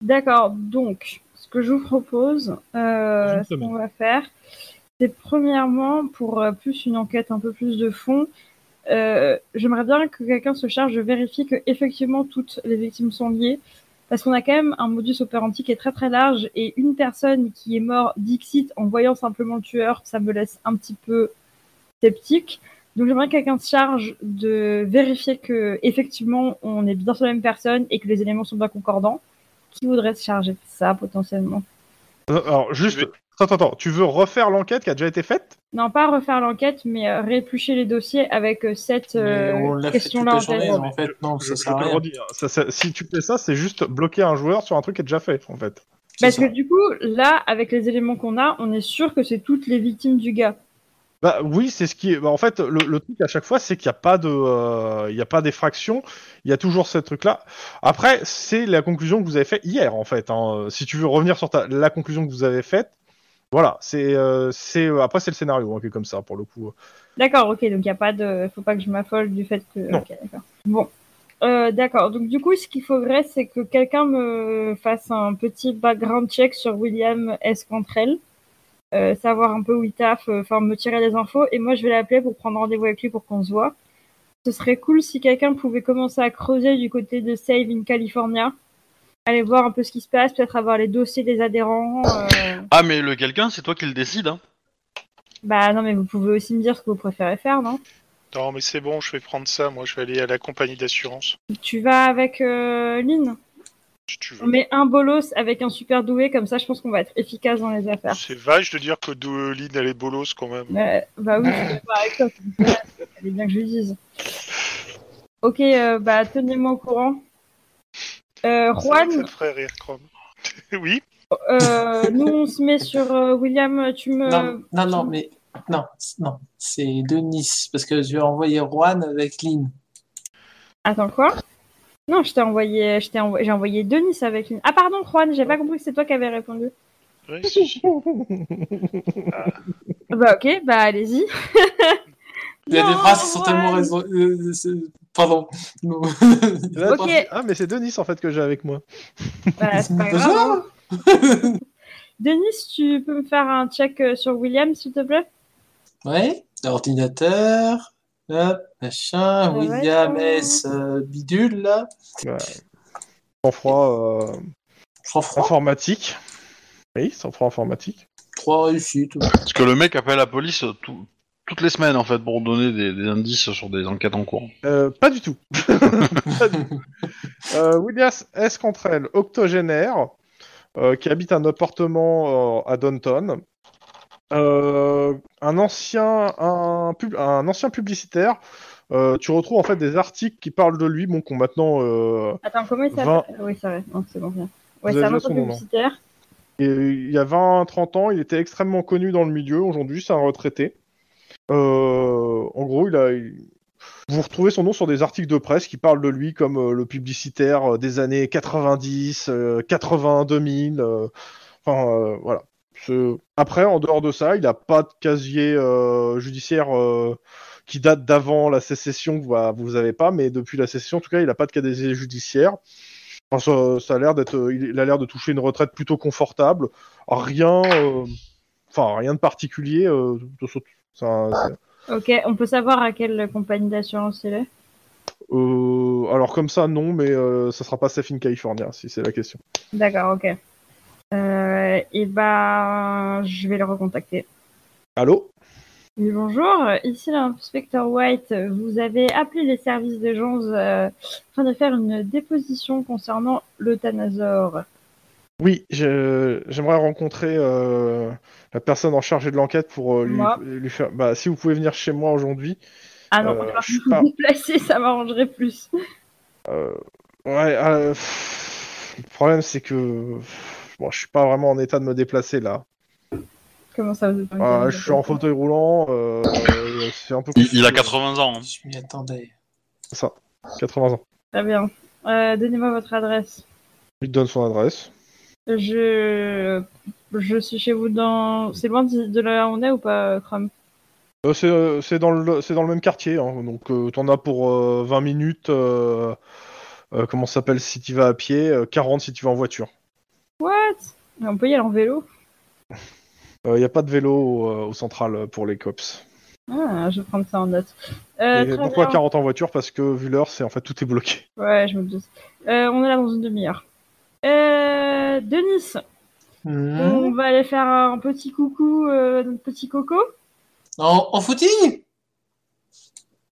D: d'accord. Donc, ce que je vous propose, euh,
C: Une
D: ce
C: semaine.
D: qu'on va faire, c'est premièrement, pour euh, plus une enquête un peu plus de fond, euh, j'aimerais bien que quelqu'un se charge de vérifier que effectivement toutes les victimes sont liées, parce qu'on a quand même un modus operandi qui est très très large et une personne qui est morte d'ixit en voyant simplement le tueur, ça me laisse un petit peu sceptique. Donc j'aimerais que quelqu'un se charge de vérifier que effectivement on est bien sur la même personne et que les éléments sont bien concordants. Qui voudrait se charger de ça potentiellement
C: Euh, Alors juste,
E: Je vais-
C: attends, attends, tu veux refaire l'enquête qui a déjà été faite
D: Non, pas refaire l'enquête, mais euh, rééplucher les dossiers avec euh, cette
A: Mais
D: euh,
A: on l'a fait toute
D: question-là en
A: la journée, hein.
D: tête.
A: en fait. Non,
C: Je-
A: ça
C: je
A: sert à
C: te le
A: rien.
C: redis, hein. Ça, ça- si tu fais ça, c'est juste bloquer un joueur sur un truc qui est déjà fait en fait.
A: C'est
D: Parce
A: ça.
D: que du coup, là, avec les éléments qu'on a, on est sûr que c'est toutes les victimes du gars.
C: Bah oui, c'est ce qui est. bah, en fait, le, le truc à chaque fois, c'est qu'il n'y a pas de, euh, il y a pas d'effraction. Il y a toujours ce truc-là. Après, c'est la conclusion que vous avez faite hier, en fait. hein. Euh, Si tu veux revenir sur ta- la conclusion que vous avez faite, voilà. C'est, euh, c'est euh, après, c'est le scénario hein, qui est comme ça pour le coup.
D: D'accord, ok, donc il n'y a pas de. Faut pas que je m'affole du fait que.
C: Non.
D: ok, d'accord. Bon. Euh, D'accord. Donc du coup, ce qu'il faudrait, c'est que quelqu'un me fasse un petit background check sur William S. Cantrell, euh, savoir un peu où il taffe, euh, enfin me tirer des infos, et moi je vais l'appeler pour prendre rendez-vous avec lui pour qu'on se voit. Ce serait cool si quelqu'un pouvait commencer à creuser du côté de Save in California, aller voir un peu ce qui se passe, peut-être avoir les dossiers des adhérents. euh,
B: Ah, mais le quelqu'un, c'est toi qui le décide. Hein.
D: Bah non, mais vous pouvez aussi me dire ce que vous préférez faire, non
E: Non, mais c'est bon, je vais prendre ça. Moi, je vais aller à la compagnie d'assurance.
D: Tu vas avec euh, Lynn
E: Si tu
D: On
E: veux.
D: met un bolos avec un super doué, comme ça je pense qu'on va être efficace dans les affaires.
E: C'est vache de dire que Dolin, elle est bolos quand même.
D: Euh, bah oui, je suis d'accord avec toi. c'est vrai, fallait bien que je le dise. Ok, euh, bah tenez-moi au courant. Euh,
E: Ça
D: Juan,
E: me ferait rire, Chrome. [laughs] oui,
D: euh, nous on se met sur euh, William, tu me...
A: Non, non, non, mais non, c- non, c'est Denis, parce que je vais envoyer Juan avec Lynn.
D: Attends quoi Non, je t'ai envoyé, je t'ai envoyé, j'ai envoyé Denis avec une... Ah pardon Juan, j'ai pas compris que c'est toi qui avais répondu.
E: oui si, si.
D: Bah ok, bah allez-y.
A: Il y a des
D: Non,
A: phrases qui sont
D: Juan. Bah,
A: tellement raison. euh, c'est- Pardon. Non.
C: Et là,
D: Ok.
C: tu dis, Ah, mais c'est Denis en fait que j'ai avec moi.
D: Bah, c'est pas grave. hein. Denis, tu peux me faire un check euh, sur William, s'il te plaît
A: Ouais, l'ordinateur, hop, machin,
D: Ouais,
A: William
D: ouais.
A: S. euh, bidule, là.
C: Sans froid euh,
A: Sans froid,
C: informatique. Oui, sans froid informatique.
A: trois réussites.
B: Parce que le mec appelle la police euh, tout- toutes les semaines, en fait, pour donner des, des indices sur des enquêtes en cours.
C: Euh, pas du tout. [laughs] Pas du tout. Euh, Williams S. Cantrell, octogénaire, euh, qui habite un appartement euh, à Downton. Euh, un ancien, un, pub- un ancien publicitaire. Euh, tu retrouves en fait des articles qui parlent de lui, bon, qu'on maintenant euh,
D: Attends, comment il
C: Vingt.
D: s'appelle Ah Oui, c'est vrai. Non, c'est bon, bien. Ouais,
C: Vous avez
D: c'est un
C: déjà
D: autre
C: son nom, non
D: publicitaire.
C: Et euh, il y a 20-30 ans, il était extrêmement connu dans le milieu. Aujourd'hui, c'est un retraité. Euh, en gros, il a. il- Vous retrouvez son nom sur des articles de presse qui parlent de lui comme euh, le publicitaire euh, des années 90, euh, 80, 2000. euh, Enfin, euh, voilà. Ce- Après, en dehors de ça, il n'a pas de casier euh, judiciaire euh, qui date d'avant la sécession. Vous, vous avez pas, mais depuis la sécession, en tout cas, il n'a pas de casier judiciaire. Enfin, ça, ça a l'air d'être, euh, il il a l'air de toucher une retraite plutôt confortable. Rien, euh, enfin rien de particulier. euh, de ce- ça- c'est-
D: Ok, on peut savoir à quelle compagnie d'assurance il est
C: euh, alors comme ça, non, mais euh, ça sera pas Safe in California si c'est la question.
D: D'accord, ok. Euh, et ben, je vais le recontacter.
C: Allô
D: Oui, bonjour, ici l'inspecteur White. Vous avez appelé les services de gens euh, afin de faire une déposition concernant l'euthanasaure.
C: Oui, je- j'aimerais rencontrer euh, la personne en charge de l'enquête pour euh, lui,
D: Moi.
C: lui faire. Bah, si vous pouvez venir chez moi aujourd'hui.
D: Ah non,
C: Euh,
D: on va
C: je
D: vous
C: pars.
D: [laughs] déplacer, ça m'arrangerait plus.
C: Ouais. euh, pff, le problème, c'est que pff, bon, je suis pas vraiment en état de me déplacer là.
D: Comment ça vous
C: Ah, je suis en fauteuil roulant. euh, euh, c'est un peu.
B: Il, il a
C: compliqué.
B: 80 ans. hein.
A: Je m'y attendais.
C: 80 ans.
D: Très bien. Euh, Donnez-moi votre adresse.
C: Il te donne son adresse.
D: Je... je suis chez vous dans. C'est loin d'i- de là où on est ou pas, Chrome
C: Euh, c'est, euh, c'est dans le, c'est dans le même quartier, hein, donc euh, t'en as pour euh, 20 minutes. euh, euh, comment ça s'appelle si tu vas à pied, euh, 40 si tu vas en voiture.
D: Mais On peut y aller en vélo
C: Il n'y a pas de vélo au, euh, au central pour les cops.
D: Ah, je vais prendre ça en note. Euh,
C: Et
D: très
C: pourquoi
D: bien.
C: 40 en voiture Parce que vu l'heure, c'est en fait tout est bloqué. [laughs]
D: Ouais, je me doute. Euh, on est là dans une demi-heure. Euh, Denis,
A: Hmm.
D: on va aller faire un petit coucou, euh, notre petit coco
A: En, en footing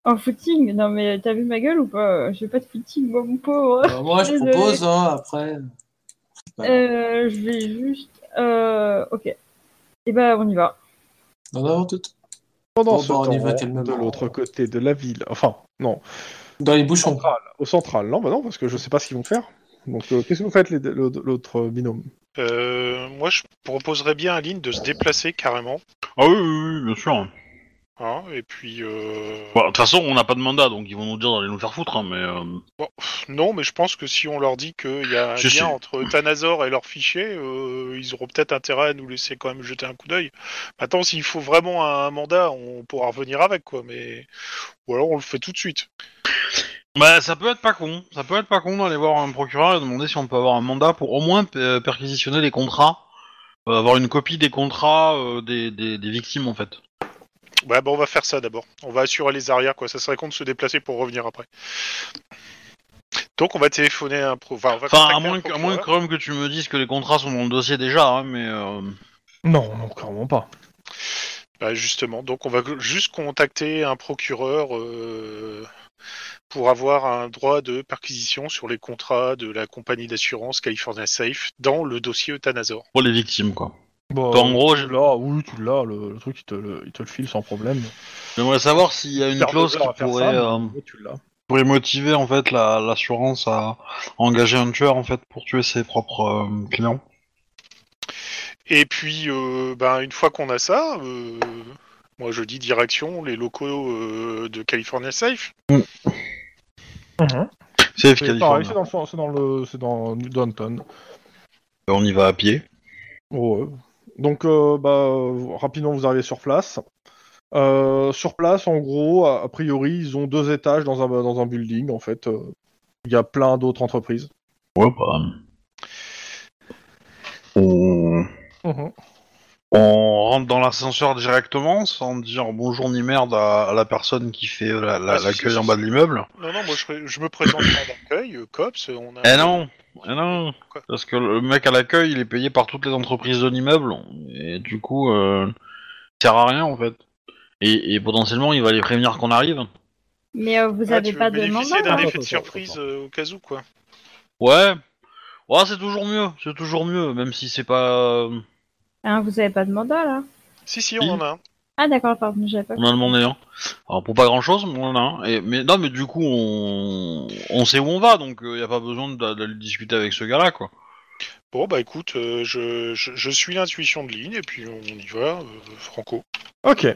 D: En footing Non, mais t'as vu ma gueule ou pas Je fais pas de footing, moi, mon pauvre.
A: Bah, Moi, je
D: Désolée.
A: propose, hein, après. Voilà.
D: Euh, je vais juste. Euh, ok. Et eh ben, on y va.
A: Non, non, tout.
C: Pendant
A: Bon,
C: ce
A: bah, on y va
C: temps,
A: calmement.
C: de l'autre côté de la ville, enfin, non,
A: Dans les bouchons.
C: au central, non, bah non, parce que je sais pas ce qu'ils vont faire. Donc, euh, qu'est-ce que vous faites, les deux- l'autre l'autre binôme
E: Euh, moi, je proposerais bien à Lynn de se déplacer carrément.
B: Ah oui, oui, oui, bien sûr.
E: hein, et puis. euh,
B: Bah, De toute façon, on n'a pas de mandat, donc ils vont nous dire d'aller nous faire foutre. hein, mais euh,
E: Non, mais je pense que si on leur dit qu'il y a un
B: Si, si.
E: lien entre Thanazor et leur fichier, euh, ils auront peut-être intérêt à nous laisser quand même jeter un coup d'œil. Maintenant, s'il faut vraiment un mandat, on pourra revenir avec, quoi. Mais ou alors on le fait tout de suite.
B: Bah, ça peut être pas con. Ça peut être pas con d'aller voir un procureur et demander si on peut avoir un mandat pour au moins euh, perquisitionner les contrats, euh, avoir une copie des contrats euh, des, des- des victimes en fait.
E: Bah, bah, on va faire ça d'abord. On va assurer les arrières, quoi. Ça serait con de se déplacer pour revenir après. Donc, on va téléphoner à un pro. Enfin, on va
B: Enfin,
E: contacter
B: à
E: un
B: moins, que, à
E: procureur.
B: moins que, quand même que tu me dises que les contrats sont dans le dossier déjà, hein, mais euh,
C: Non, non, clairement pas.
E: Bah, justement. Donc, on va juste contacter un procureur euh, pour avoir un droit de perquisition sur les contrats de la compagnie d'assurance California Safe dans le dossier Eutanazor.
B: pour les victimes quoi.
C: Bon,
B: Bah, en gros, j'ai-
C: tu l'as, oui, tu l'as, le, le truc, il te le, il te le file sans problème.
B: j'aimerais savoir s'il y a une
C: Faire
B: clause
C: deux
B: qui
C: heures à faire
B: pourrait,
C: ça,
B: euh,
C: mais tu l'as.
B: pourrait motiver en fait la- l'assurance à engager un tueur en fait pour tuer ses propres euh, clients.
E: Et puis, euh, ben, une fois qu'on a ça, euh, moi je dis direction les locaux euh, de California Safe.
B: C'est
C: C'est
B: efficace.
C: pareil, c'est dans le, fond- c'est dans le, c'est dans New Downton.
B: On y va à pied.
C: Ouais. Donc, euh, bah, euh, rapidement, vous arrivez sur place. Euh, sur place, en gros, a, a priori, ils ont deux étages dans un, dans un building, en fait. Euh, Il y a plein d'autres entreprises.
B: Ouais, bah, On...
C: Mhm.
B: on rentre dans l'ascenseur directement sans dire bonjour ni merde à, à la personne qui fait euh, la- la-
E: Ah, si,
B: l'accueil
E: si,
B: en
E: si,
B: bas
E: si.
B: de l'immeuble.
E: Non, non, moi je, je me présente à l'accueil, euh, COPS. On a...
B: Eh non, eh non,
E: Quoi
B: parce que le mec à l'accueil il est payé par toutes les entreprises de l'immeuble et du coup euh, il sert à rien en fait. Et, et potentiellement il va les prévenir qu'on arrive.
D: Mais euh, vous
E: Ah,
D: avez
E: tu veux
D: pas de
E: bénéficier
D: mandat
E: d'un
D: hein
E: effet de
C: Attends,
E: surprise euh, au cas où, quoi.
B: Ouais, ouais c'est toujours mieux, c'est toujours mieux, même si c'est pas.
D: Hein, Vous avez pas de mandat là
E: Si,
B: Si.
E: si, on en a un.
D: Ah d'accord, pardon, j'avais pas.
B: On en a demandé un. Alors pour pas grand chose, mais on en a un. Et, mais non, mais du coup, on, on sait où on va, donc il n'y a pas besoin de- d'aller discuter avec ce gars-là, quoi.
E: Bon, bah écoute, euh, je, je, je suis l'intuition de ligne et puis on y va, euh, Franco.
C: Ok. Euh,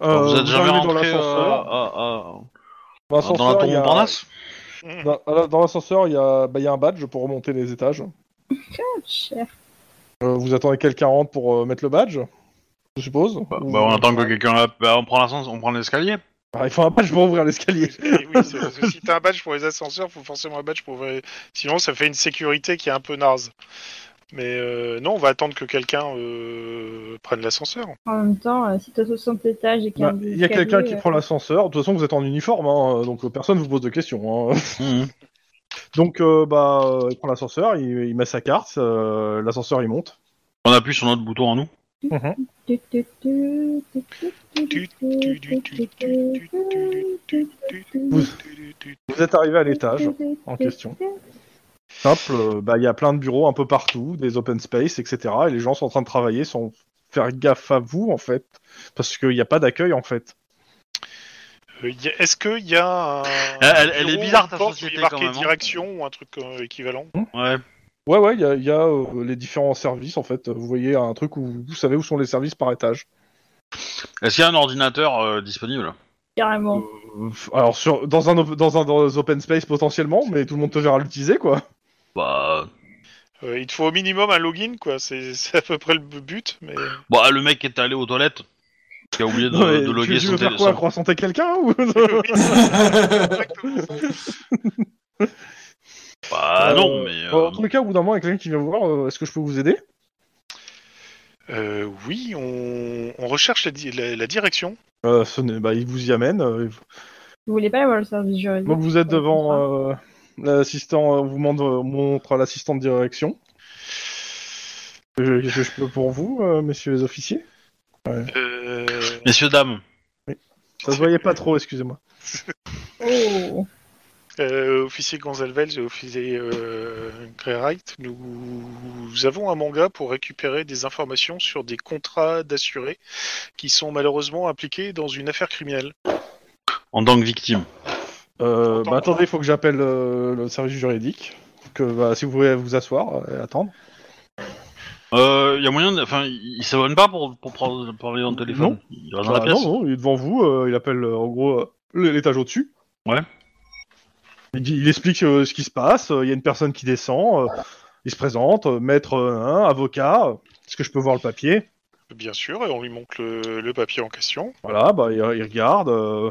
B: Alors, vous êtes jamais
C: arrivez dans
B: rentré euh,
C: l'ascenseur.
B: à-
C: Dans
B: à- à- dans la
C: l'ascenseur,
B: tour
C: il y a-
B: Montparnasse
E: Mm.
C: Dans dans- dans l'ascenseur, il y, a- bah, il y a un badge pour remonter les étages.
D: Ah, Cher.
C: Euh, vous attendez quelqu'un rentre pour euh, mettre le badge Je suppose
B: bah,
C: Ou-
B: bah, on attend que quelqu'un. a- bah, on prend l'ascenseur, on prend l'escalier.
C: Ah, il faut un badge pour ouvrir l'escalier.
E: Et Eh oui, c'est- parce que si t'as un badge pour les ascenseurs, faut forcément un badge pour. ouvrir- Sinon, ça fait une sécurité qui est un peu naze. Mais euh, non, on va attendre que quelqu'un euh, prenne l'ascenseur.
D: En même temps, euh, si t'as 60 étages et qu'il y a
C: Bah,
D: un euh,
C: Il y a quelqu'un qui
D: escalier,
C: prend l'ascenseur. De toute façon, vous êtes en uniforme, hein, donc euh, personne vous pose de questions. hein. [laughs]
B: Mhm.
C: Donc, euh, bah, euh, il prend l'ascenseur, il, il met sa carte, euh, l'ascenseur il monte.
B: On appuie sur notre bouton à nous.
D: Tu, tu, tu, tu, tu, tu, tu, tu, tu, tu, tu, tu, tu,
C: Vous- Vous êtes arrivé à l'étage en question. Simple, euh, bah, il y a plein de bureaux un peu partout, des open space, etc. Et les gens sont en train de travailler sans faire gaffe à vous, en fait, parce qu'il n'y a pas d'accueil, en fait.
E: Euh, y a- Est-ce qu'il y a un.
B: Elle- elle est
E: bureau
B: bizarre,
E: ou
B: ta
E: porte où
B: société,
E: il est marqué
B: quand même, hein.
E: direction ou un truc euh, équivalent.
B: Ouais.
C: Ouais, ouais, il y a, il y a, euh, les différents services en fait. Vous voyez un truc où vous savez où sont les services par étage.
B: Est-ce qu'il y a un ordinateur euh, disponible
D: Carrément.
C: Euh, alors, sur, dans, un, op- dans un dans un open space potentiellement, mais tout le monde te verra l'utiliser quoi.
B: Bah,
E: Euh, il te faut au minimum un login, quoi. C'est c'est à peu près le but, mais.
B: bah, le mec qui est allé aux toilettes, qui a oublié de,
C: Non, mais
B: de
C: tu,
B: loguer
C: tu
B: son
C: veux faire
B: téléphone.
C: quoi Croissenter quelqu'un ou... [laughs]
B: Bah, non,
C: Euh,
B: mais. euh,
C: En tous les cas, au bout d'un moment, il y a quelqu'un qui vient vous voir, euh, est-ce que je peux vous aider
E: Euh, oui, on, on recherche la, di- la- la direction.
C: euh, ce n'est- bah, Il vous y amène. euh,
D: Vous voulez pas avoir le service juridique
C: donc vous êtes devant euh, l'assistant, euh, vous montre, euh, montre à l'assistant de direction. Euh, Qu'est-ce que je peux pour vous, euh, messieurs les officiers
E: Euh,
B: Messieurs, dames.
C: Ça se voyait pas trop, excusez-moi.
D: Oh.
E: euh, officier Gonzalvez et officier euh, Greyright, nous, nous avons un manga pour récupérer des informations sur des contrats d'assurés qui sont malheureusement impliqués dans une affaire criminelle.
B: en tant que victime.
C: Euh,
E: J'entends.
C: bah, attendez, il faut que j'appelle euh, le service juridique. Que, bah, si vous voulez vous asseoir et attendre.
B: Euh, y a moyen de... Enfin, il il s'abonne pas pour, pour prendre- parler dans le téléphone Il reste dans la
C: Bah,
B: pièce
C: non, non, il est devant vous, euh, il appelle euh, en gros euh, l'étage au-dessus.
B: Ouais.
C: Il, dit- il explique euh, ce qui se passe, euh, il y a une personne qui descend, euh, il se présente, euh, maître euh, un, avocat, euh, est-ce que je peux voir le papier
E: Bien sûr, et on lui montre le, le papier en question.
C: Voilà, bah, il, il regarde. euh,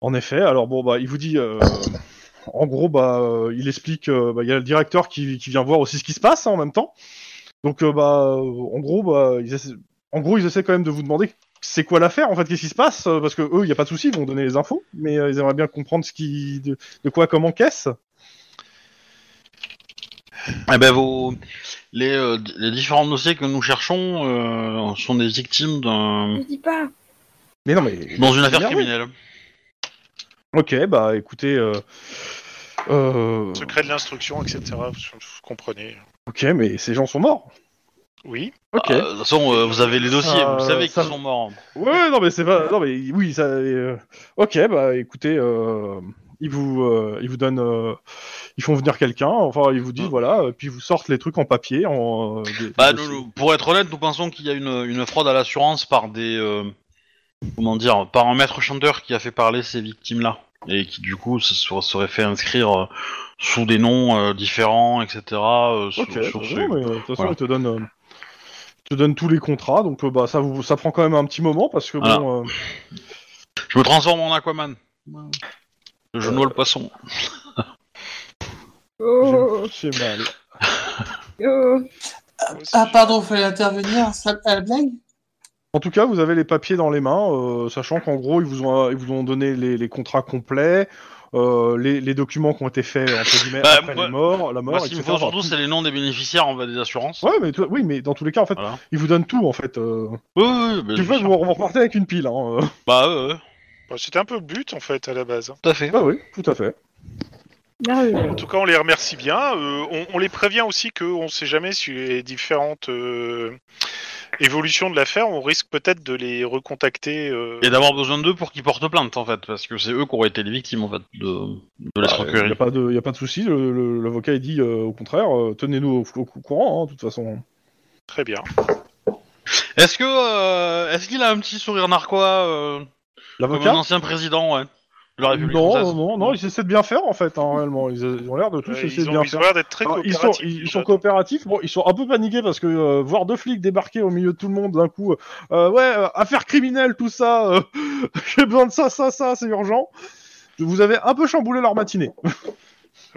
C: en effet, alors bon, bah, il vous dit euh, en gros, bah, euh, il explique, euh, bah, il y a le directeur qui, qui vient voir aussi ce qui se passe hein, en même temps. Donc, euh, bah, euh, en gros, bah, ils essaient, en gros, ils essaient quand même de vous demander c'est quoi l'affaire, en fait, qu'est-ce qui se passe, euh, parce que eux, il n'y a pas de souci, ils vont donner les infos, mais euh, ils aimeraient bien comprendre ce qui, de, de quoi, comment, qu'est-ce.
B: Eh ben, vos... les, euh, d- les différents dossiers que nous cherchons euh, sont des victimes d'un...
D: Je dis pas.
C: Mais non, mais
B: dans une affaire
C: Merde.
B: criminelle.
C: Ok, bah écoutez. Euh... euh,
E: Secret de l'instruction, etc. Vous vous comprenez.
C: Ok, mais ces gens sont morts.
E: Oui.
C: Ok.
B: Ah, de toute façon, euh, vous avez les dossiers,
C: Ça-
B: vous savez
C: ça-
B: qu'ils sont morts.
C: Ouais, non, mais c'est pas. Non, mais oui, ça. euh, Ok, bah écoutez, euh, ils vous, euh, ils vous donnent, euh, ils font venir quelqu'un. Enfin, ils vous disent voilà, euh, puis ils vous sortent les trucs en papier. En, euh, des-
B: Bah,
C: des
B: nous-
C: dossiers.
B: nous- pour être honnête, nous pensons qu'il y a une, une fraude à l'assurance par des. euh, comment dire Par un maître chanteur qui a fait parler ces victimes-là. Et qui, du coup, se se serait fait inscrire euh, sous des noms euh, différents, etc. euh, sur-
C: Ok.
B: sur
C: bah,
B: ces-
C: non, mais, euh, de toute façon,
B: voilà.
C: ils te donnent, euh, ils te donnent tous les contrats. Donc, euh, bah, ça vous, ça prend quand même un petit moment parce que
B: Voilà.
C: bon. euh,
B: Je me transforme en Aquaman. Je noie le poisson.
D: Oh,
C: je- j'ai mal.
D: oh.
A: [laughs] Ah, pardon, fallait intervenir ça- à la blague
C: En tout cas, vous avez les papiers dans les mains, euh, sachant qu'en gros, ils vous ont, ils vous ont donné les, les contrats complets, euh, les, les documents qui ont été faits entre guillemets
B: Bah,
C: après
B: moi-
C: les morts, la mort,
B: Moi, ce qu'il me
C: etc.
B: faut surtout, c'est les noms des bénéficiaires en bas des assurances.
C: Ouais, mais toi- oui, mais dans tous les cas, en fait,
B: Voilà.
C: ils vous donnent tout, en fait. euh.
B: Oui, oui, oui, bah,
C: tu
B: je
C: vois,
B: sais.
C: vous, vous repartez avec une pile. Hein. euh.
B: Bah, ouais, ouais,
E: Bah, C'était un peu le but en fait à la base.
B: tout à fait.
C: Bah oui, tout à fait.
D: Merveilleux.
E: En tout cas, on les remercie bien. Euh, on, on les prévient aussi qu'on ne sait jamais si les différentes euh, évolutions de l'affaire, on risque peut-être de les recontacter. euh,
B: Et d'avoir besoin d'eux pour qu'ils portent plainte, en fait, parce que c'est eux qui auraient été les victimes, en fait, de, de
C: Il
B: l'escroquerie.
C: n'y a pas de, y a pas de souci. le- le- L'avocat il dit euh, au contraire, euh, tenez-nous au, au courant, hein, de toute façon.
E: Très bien.
B: Est-ce que euh, est-ce qu'il a un petit sourire narquois euh, comme un
C: L'avocat
B: ancien président ouais, de la
C: non,
B: République
C: non,
B: française
C: non, non, ils essaient de bien faire en fait, hein, réellement. Ils, ils ont l'air de tous
E: Euh,
C: essayer
E: ils
C: de
E: ont
C: bien
E: ils ont
C: faire.
E: l'air d'être très
C: Alors, ils, sont,
E: coopératifs.
C: ils, ils
E: déjà.
C: sont coopératifs. Bon, ils sont un peu paniqués parce que euh, voir deux flics débarquer au milieu de tout le monde d'un coup, euh, ouais, euh, affaire criminelle, tout ça, euh, [laughs] j'ai besoin de ça, ça, ça, c'est urgent. Vous avez un peu chamboulé leur matinée.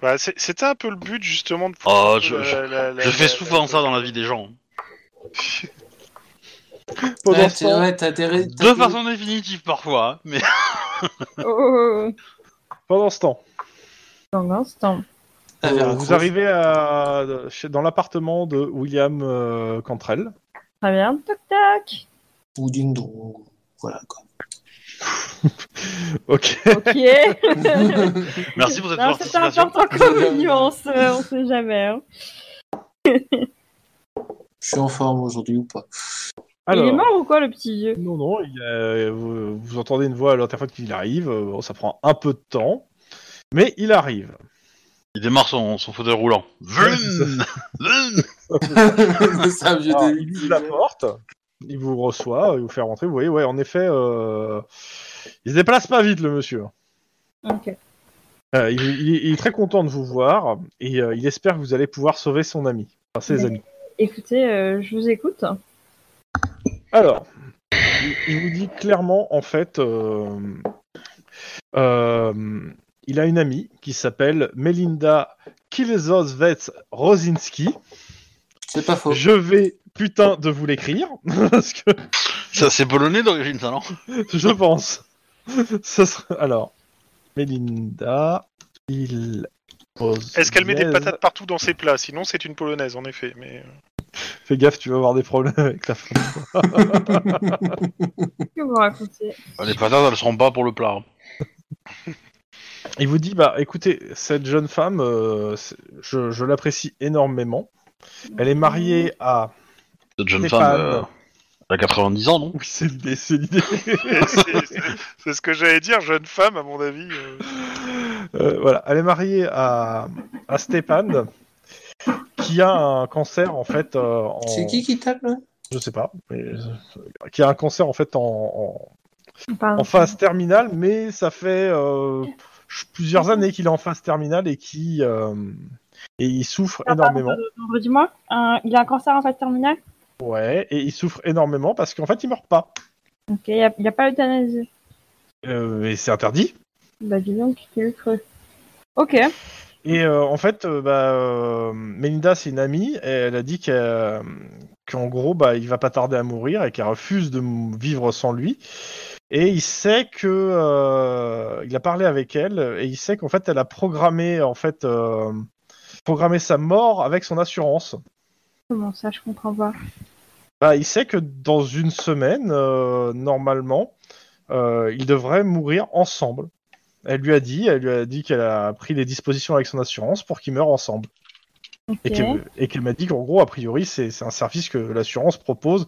E: Bah, c'est- C'était un peu le but justement de.
B: Oh, je, je-
E: la- la-
B: je fais
E: la-
B: souvent ça dans la vie des gens.
C: Pendant
A: Ouais,
C: ce
A: t'es-
C: temps-
A: ouais, t'as des ré- t'as
B: De
A: des-
B: façon définitive parfois, hein, mais [laughs]
D: Oh, oh, oh.
C: pendant ce temps.
D: Dans l'instant.
A: t'as des
C: Euh,
A: raccroches.
C: vous arrivez à, chez- dans l'appartement de William euh, Cantrell. [laughs]
D: Très bien. Toc tac.
A: Ou ding dong. Voilà quoi.
C: Ok.
D: [laughs] Ok.
B: merci pour cette
D: Non, c'est
B: participation.
D: important comme nuance. euh, On sait jamais. hein.
A: Je suis en forme aujourd'hui ou pas [laughs]
D: Il est mort ou quoi le petit vieux
C: non, non, il y a- vous, vous entendez une voix à l'interphone qui arrive. euh, bon, ça prend un peu de temps, mais il arrive.
B: Il démarre son, son fauteuil roulant. Vroom Vroom
A: C'est un vieux
C: Alors, Ah, il
A: débile.
C: ouvre la porte, il vous reçoit, il vous fait rentrer. Vous voyez, ouais, en effet, euh, il se déplace pas vite, le monsieur.
D: Ok.
C: Euh, il, il- il est très content de vous voir et euh, il espère que vous allez pouvoir sauver son ami, enfin, ses amis.
D: Écoutez, euh, je vous écoute.
C: Alors, il- il vous dit clairement, en fait, euh, euh, il a une amie qui s'appelle Melinda Kilzosvets Rosinski.
A: C'est pas faux.
C: Je vais putain de vous l'écrire, [laughs] parce que
B: Ça, c'est polonais d'origine, ça, non
C: je pense. Ce sera- Alors, Melinda il
E: Est-ce qu'elle met
C: euh,
E: des patates partout dans ses plats Sinon, c'est une polonaise en effet. Mais euh,
C: Fais gaffe, tu vas avoir des problèmes avec la femme.
D: Qu'est-ce que vous racontez
B: Les patates, elles seront pas pour le plat. hein.
C: Il vous dit, bah écoutez, cette jeune femme, euh, c'est- je, je l'apprécie énormément. Elle est mariée à...
B: Cette jeune
C: Stéphane.
B: femme, euh, elle a 90 ans, non
C: [laughs] Oui, c'est l'idée, c'est l'idée.
E: c'est- c'est- c'est ce que j'allais dire, jeune femme, à mon avis. euh.
C: Euh, voilà, elle est mariée à, à Stéphane, qui a un cancer en fait. euh, en...
A: C'est qui qui tape là
C: Je sais pas. mais, euh, Qui a un cancer en fait en, en-
D: Pardon.
C: en phase terminale, mais ça fait euh, ch- plusieurs années qu'il est en phase terminale et qui euh, et il souffre
D: Ah, pardon,
C: énormément.
D: pardon, Redis-moi, Un- il a un cancer en phase terminale
C: Ouais, et il souffre énormément parce qu'en fait il meurt pas.
D: Ok, il n'y a, pas l'euthanasie.
C: Euh, et c'est interdit.
D: Bah dis donc, c'est le creux. Ok.
C: Et euh, en fait, euh, bah, euh, Melinda, c'est une amie, et elle a dit qu'elle, euh, qu'en gros, bah, il va pas tarder à mourir et qu'elle refuse de m- vivre sans lui. Et il sait que euh, il a parlé avec elle et il sait qu'en fait, elle a programmé en fait euh, programmé sa mort avec son assurance.
D: Comment ça, je comprends pas.
C: Bah, il sait que dans une semaine, euh, normalement, euh, ils devraient mourir ensemble. Elle lui a dit, elle lui a dit qu'elle a pris les dispositions avec son assurance pour qu'ils meurent ensemble.
D: Ok.
C: Et qu'elle et qu'elle m'a dit qu'en gros, a priori, c'est c'est un service que l'assurance propose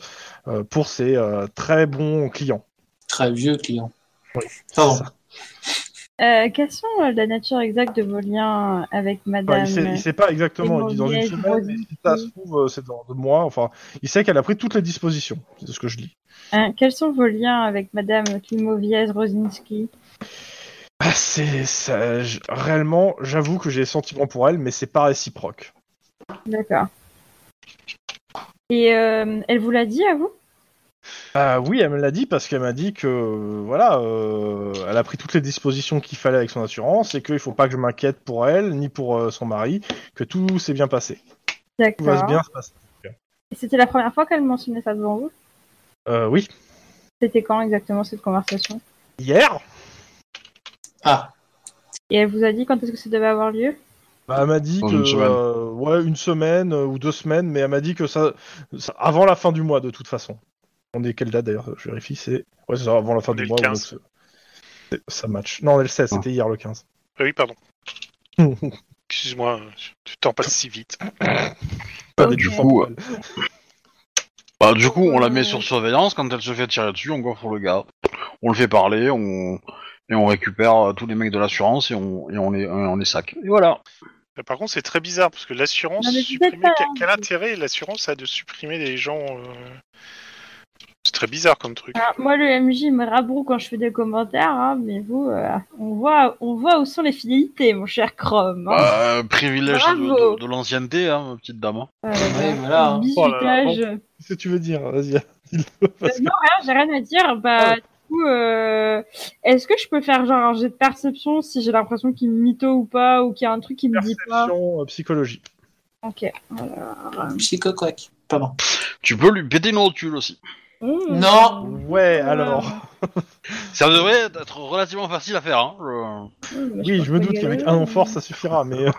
C: euh, pour ses euh, très bons clients.
A: Très vieux client.
C: Oui.
A: Pardon.
D: Euh, quelles sont euh, la nature exacte de vos liens avec
C: Enfin,
D: Madame
C: Bah, il, sait, il sait pas exactement, il dit dans une
D: Emmanuel
C: semaine, mais si ça se trouve, euh, c'est dans deux mois. Enfin, il sait qu'elle a pris toutes les dispositions, c'est ce que je dis.
D: Hein, Quels sont vos liens avec Madame Klimoviez Rosinski
C: Ah, c'est ça, j- réellement, j'avoue que j'ai des sentiments pour elle, mais c'est pas réciproque.
D: D'accord. Et euh, elle vous l'a dit à vous
C: Ah oui, elle me l'a dit parce qu'elle m'a dit que euh, voilà, euh, elle a pris toutes les dispositions qu'il fallait avec son assurance et qu'il faut pas que je m'inquiète pour elle ni pour euh, son mari, que tout s'est bien passé, tout va
D: D'accord.
C: bien se passer.
D: Et C'était la première fois qu'elle mentionnait ça devant vous
C: Euh, oui.
D: C'était quand exactement cette conversation
C: Hier
A: Ah,
D: Et elle vous a dit quand est-ce que ça devait avoir lieu
C: bah, Elle m'a dit
B: Dans
C: que.
B: une semaine.
C: euh, ouais, une semaine euh, ou deux semaines, mais elle m'a dit que ça, ça- Avant la fin du mois, de toute façon. On est quelle date d'ailleurs Je vérifie, c'est. Ouais, c'est ça, avant la fin
E: On
C: du
E: est le
C: mois.
E: 15.
C: donc c'est- ça match. Non, on est le 16,
B: Ah.
C: c'était hier le 15.
E: Ah oui,
C: [laughs]
E: pardon. Excuse-moi, je- tu t'en passes si vite.
C: Pas
D: Ok.
C: des
D: Du
B: coup, euh,
C: trucs.
B: Bah, du coup, on la met sur surveillance. Quand elle se fait tirer dessus, on gonfle le gars. On le fait parler, on... et on récupère euh, tous les mecs de l'assurance et on, et on, les... et on les sac. Et voilà.
E: Mais Par contre, c'est très bizarre parce que l'assurance
D: Non, mais vous
E: supprimer
D: êtes pas-
E: quel, quel intérêt l'assurance a de supprimer des gens euh, C'est très bizarre comme truc.
D: Ah, Moi, le MJ me rabroue quand je fais des commentaires, hein, mais vous, euh, on, voit, on voit où sont les fidélités, mon cher Chrome. hein.
B: Bah, privilège de,
D: Bravo.
B: de- de l'ancienneté, hein, ma petite dame.
D: Euh,
A: ouais, voilà. hein.
D: bisutage.
C: Oh Qu'est-ce que tu veux dire Vas-y. dis-le,
D: Euh,
C: parce que-
D: non, rien, j'ai rien à dire. Bah, du coup, euh, est-ce que je peux faire genre un jet de perception si j'ai l'impression qu'il me mytho ou pas, ou qu'il y a un truc qui me dit
E: Ah.
D: pas
C: Perception, euh, psychologie.
D: Ok.
A: psychoquac. Pardon.
B: Tu peux lui péter une rotule aussi.
D: Mmh.
A: Non.
C: Ouais,
E: Ah.
D: Voilà.
C: alors.
B: Ça devrait être relativement facile à faire. Hein.
D: Mmh, bah,
C: Oui,
D: pense
C: je me
D: pas
C: doute
D: galérer.
C: qu'avec un enfant, ça suffira, mais. euh,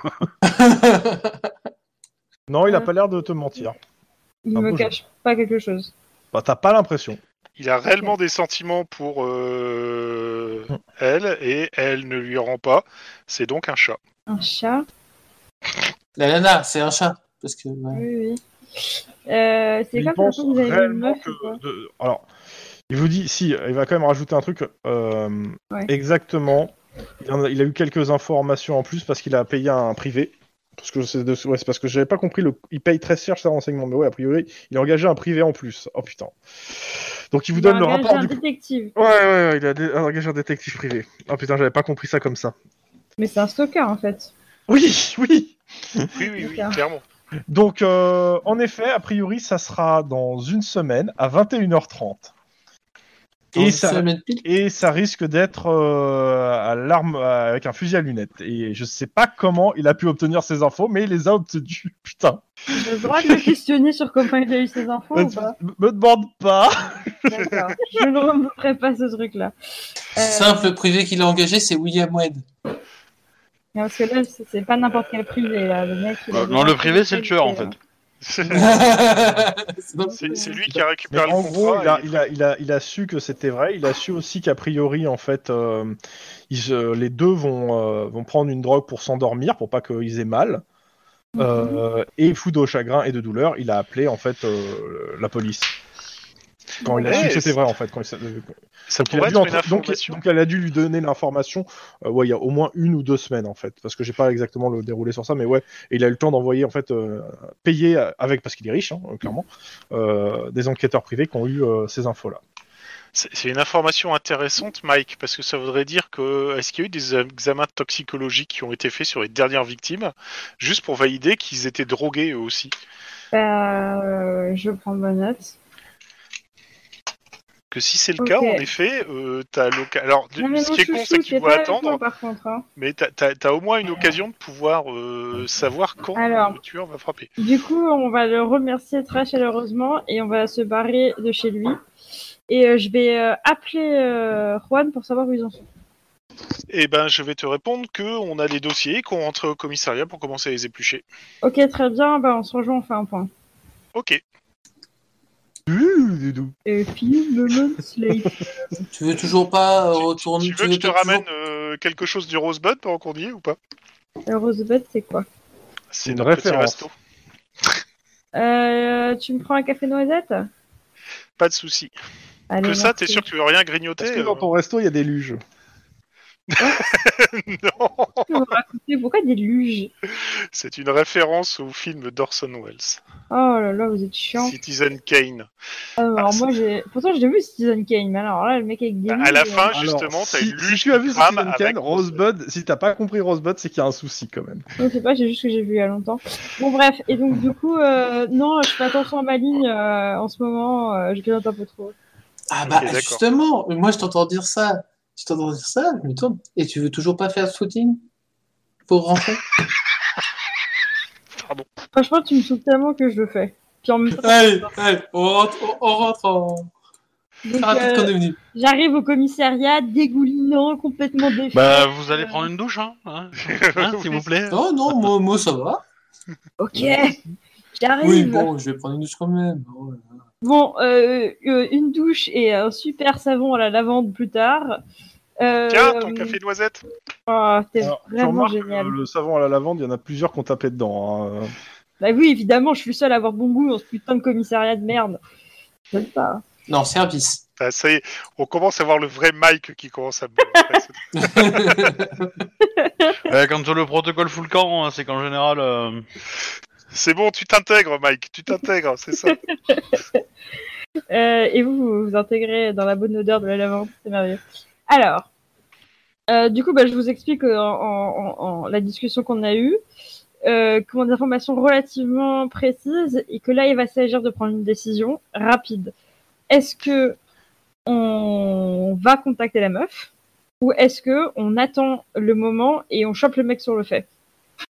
C: Non, il a pas l'air de te mentir.
D: Il
C: Ah,
D: me
C: bonjour.
D: cache pas quelque chose.
C: Bah, t'as pas l'impression.
E: Il a réellement des sentiments pour euh,
D: Mm.
E: elle et elle ne lui rend pas. C'est donc un chat.
D: Un chat
A: La nana, c'est un chat. Parce que. ouais.
D: Oui, oui. Euh, c'est
C: Il
D: comme
C: pense
D: quand vous avez une
C: réellement
D: meuf
C: que.
D: ou quoi
C: de- Alors, il vous dit, si, il va quand même rajouter un truc euh,
D: Ouais.
C: exactement. Il, en a, il a eu quelques informations en plus parce qu'il a payé un privé. Parce que c'est de... ouais, c'est parce que j'avais pas compris, le... il paye très cher ces renseignements, mais ouais, a priori, il a engagé un privé en plus. Oh putain. Donc il vous
D: Il
C: donne le
D: engage
C: rapport
D: un
C: du.
D: détective.
C: Ouais, ouais, ouais, il a dé- engagé un détective privé. Oh putain, j'avais pas compris ça comme ça.
D: Mais c'est un stalker en fait.
C: Oui, [laughs] oui,
E: Oui, oui, oui,
D: D'accord.
E: clairement.
C: Donc, euh, en effet, a priori, ça sera dans une semaine à 21h30.
A: Dans
C: Et
A: une
C: ça-
A: semaine pile.
C: Et ça risque d'être euh, à l'arme euh, avec un fusil à lunettes. Et je sais pas comment il a pu obtenir ces infos, mais il les a obtenues. [laughs] Putain.
D: J'ai le
C: [laughs]
D: droit de le questionner sur comment il a eu ses infos ou pas
C: Me- me demande
E: [laughs]
C: pas.
D: D'accord. Je ne remonterai pas ce truc-là. Euh,
A: Simple privé qu'il a engagé, c'est William
C: [laughs]
A: Wade. [laughs]
D: Non, Parce que là, c'est c'est pas n'importe quel privé. Là. Le mec, il a
B: Euh,
D: des
B: non, le
D: infos
B: privé, c'est le tueur, en
D: qualité,
B: fait.
E: C'est
A: C'est bon.
E: c'est- c'est lui qui a
C: Mais
E: récupéré le
C: en gros, il a,
E: contrat. et-
C: il, a, il, a, il a su que c'était vrai. Il a su aussi qu'a priori, en fait, euh, ils se- les deux vont, euh, vont prendre une drogue pour s'endormir, pour pas qu'ils aient mal.
D: hein.
C: Euh, et fou de chagrin et de douleur, il a appelé en fait euh, la police. Quand il a
E: Ouais,
C: su que
E: c'est-
C: c'était vrai en fait. Quand il s'a- euh,
E: Ça
C: il a
E: pourrait
C: dû
E: être une
C: entre- donc,
E: information.
C: donc elle a dû lui donner l'information euh, ouais, il y a au moins une ou deux semaines en fait. Parce que j'ai pas exactement le déroulé sur ça, mais ouais, et il a eu le temps d'envoyer en fait euh, payer avec, parce qu'il est riche, hein, euh, clairement, euh, des enquêteurs privés qui ont eu euh, ces infos-là.
E: C'est c'est une information intéressante, Mike, parce que ça voudrait dire que est-ce qu'il y a eu des examens toxicologiques qui ont été faits sur les dernières victimes, juste pour valider qu'ils étaient drogués eux aussi,
D: Bah, euh, je prends ma note.
E: que que si c'est le
D: Ok.
E: cas, en effet, euh, t'as l'oca- Alors,
D: Non, mais
E: ce
D: mon
E: qui est con,
D: chouchou,
E: c'est que tu
D: c'est
E: dois
D: pas avec
E: attendre,
D: moi, par contre. hein.
E: mais t'as t'as- t'as au moins une occasion de pouvoir euh, savoir quand
D: Alors.
E: le tueur va frapper.
D: Du coup, on va le remercier très chaleureusement et on va se barrer de chez lui. Et euh, je vais euh, appeler euh, Juan pour savoir où ils en sont.
E: Eh ben, je vais te répondre que on a des dossiers qu'on rentre au commissariat pour commencer à les éplucher.
D: Ok, très bien, bah, on se rejoint, on fait un point.
E: Ok.
D: Et film
A: [laughs]
D: Slate.
A: Tu veux toujours pas euh,
E: Tu-
A: retourner
E: tu veux que je te
A: pas toujours-
E: ramène euh, quelque chose du Rosebud pendant qu'on y est ou pas
D: Euh, Rosebud, c'est quoi
E: C'est
C: une
E: notre petit
C: référence.
E: resto.
D: euh, Tu me prends un café noisette
E: Pas de souci.
D: Allez,
E: Que ça,
D: Ah, merci.
E: t'es sûr que tu veux rien grignoter
C: Est-ce que
E: euh,
C: dans ton resto, il y a des luges
E: Non.
D: Qu'est-ce que vous racontez Pourquoi des luges
E: C'est une référence au film d'Orson Welles,
D: Oh là là, vous êtes chiant.
E: Citizen Kane.
D: Alors,
E: Ah,
D: moi, j'ai. Pourtant, je l'ai vu Citizen Kane, mais alors là, le mec avec des.
E: À la
D: luges,
E: fin,
D: euh,
C: Alors,
E: justement, t'as
C: si,
E: une luge
C: si tu as vu
E: qui crame
C: Citizen
E: avec euh,
C: Kane, Rosebud, si t'as pas compris Rosebud, c'est qu'il y a un souci quand même.
D: Je sais pas, j'ai juste que j'ai vu il y a longtemps. Bon, bref, et donc du coup, euh, non, je fais attention à ma ligne euh, en ce moment, euh, je pilote un peu trop.
A: Ah bah
E: Ok, d'accord.
A: justement, moi je t'entends dire ça. Je t'entends dire ça, je me tourne. Et tu veux toujours pas faire footing pour
C: [laughs]
A: rentrer
E: Pardon.
D: Franchement, tu me souffles tellement que je le fais. Puis en même temps,
A: Allez, allez, on rentre, on, on rentre en...
D: donc,
A: Ah,
D: euh,
A: peut-être qu'on est venu.
D: j'arrive au commissariat dégoulinant, complètement défait.
B: Bah, vous allez prendre une douche, hein, [laughs] hein, hein, S'il vous plaît.
A: Non, Oh, non, moi, moi ça va.
D: Ok,
C: Ah,
A: Oui,
D: j'arrive. bon,
A: bon, je vais prendre une douche quand même. Oh là là.
D: euh, euh, une douche et un super savon à la lavande plus tard. Euh,
E: Tiens, ton café noisette.
D: Oh, t'es
C: Alors, tu
D: vraiment
C: remarques,
D: génial.
C: euh, le savon à la lavande, il y en a plusieurs qui ont tapé dedans. hein.
D: Bah oui, évidemment, je suis seule à avoir bon goût dans ce putain de commissariat de merde. Je sais pas.
A: Non, service. [laughs]
E: Ah, ça y est, on commence à voir le vrai Mike qui commence à. me-
B: Euh, quand le protocole fout le camp, hein, c'est qu'en général. euh,
E: [laughs] c'est bon, tu t'intègres, Mike. Tu t'intègres, c'est ça.
D: Euh, et vous, vous vous intégrez dans la bonne odeur de la lavande, c'est merveilleux. Alors, euh, du coup, bah, je vous explique euh, en, en- en- la discussion qu'on a eue, euh, qu'on a des informations relativement précises et que là, il va s'agir de prendre une décision rapide. Est-ce que on va contacter la meuf ou est-ce que on attend le moment et on chope le mec sur le fait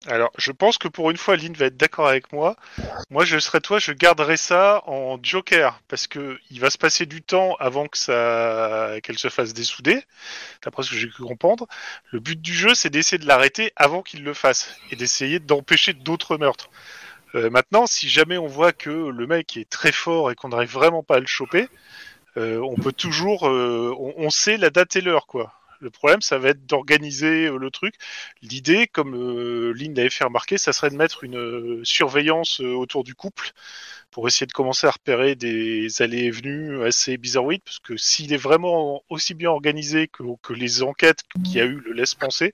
E: Alors, je pense que pour une fois, Lynn va être d'accord avec moi. Moi, je serais toi, je garderais ça en joker, parce que il va se passer du temps avant que ça, qu'elle se fasse dessouder. D'après ce que j'ai pu comprendre, le but du jeu, c'est d'essayer de l'arrêter avant qu'il le fasse et d'essayer d'empêcher d'autres meurtres. Euh, maintenant, si jamais on voit que le mec est très fort et qu'on n'arrive vraiment pas à le choper, euh, on peut toujours, euh, on, on sait la date et l'heure, quoi. Le problème, ça va être d'organiser euh, le truc. L'idée, comme euh, Lynn l'avait fait remarquer, ça serait de mettre une euh, surveillance euh, autour du couple pour essayer de commencer à repérer des allées et venues assez bizarroïdes, parce que s'il est vraiment aussi bien organisé que, que les enquêtes qu'il y a eu le laissent penser,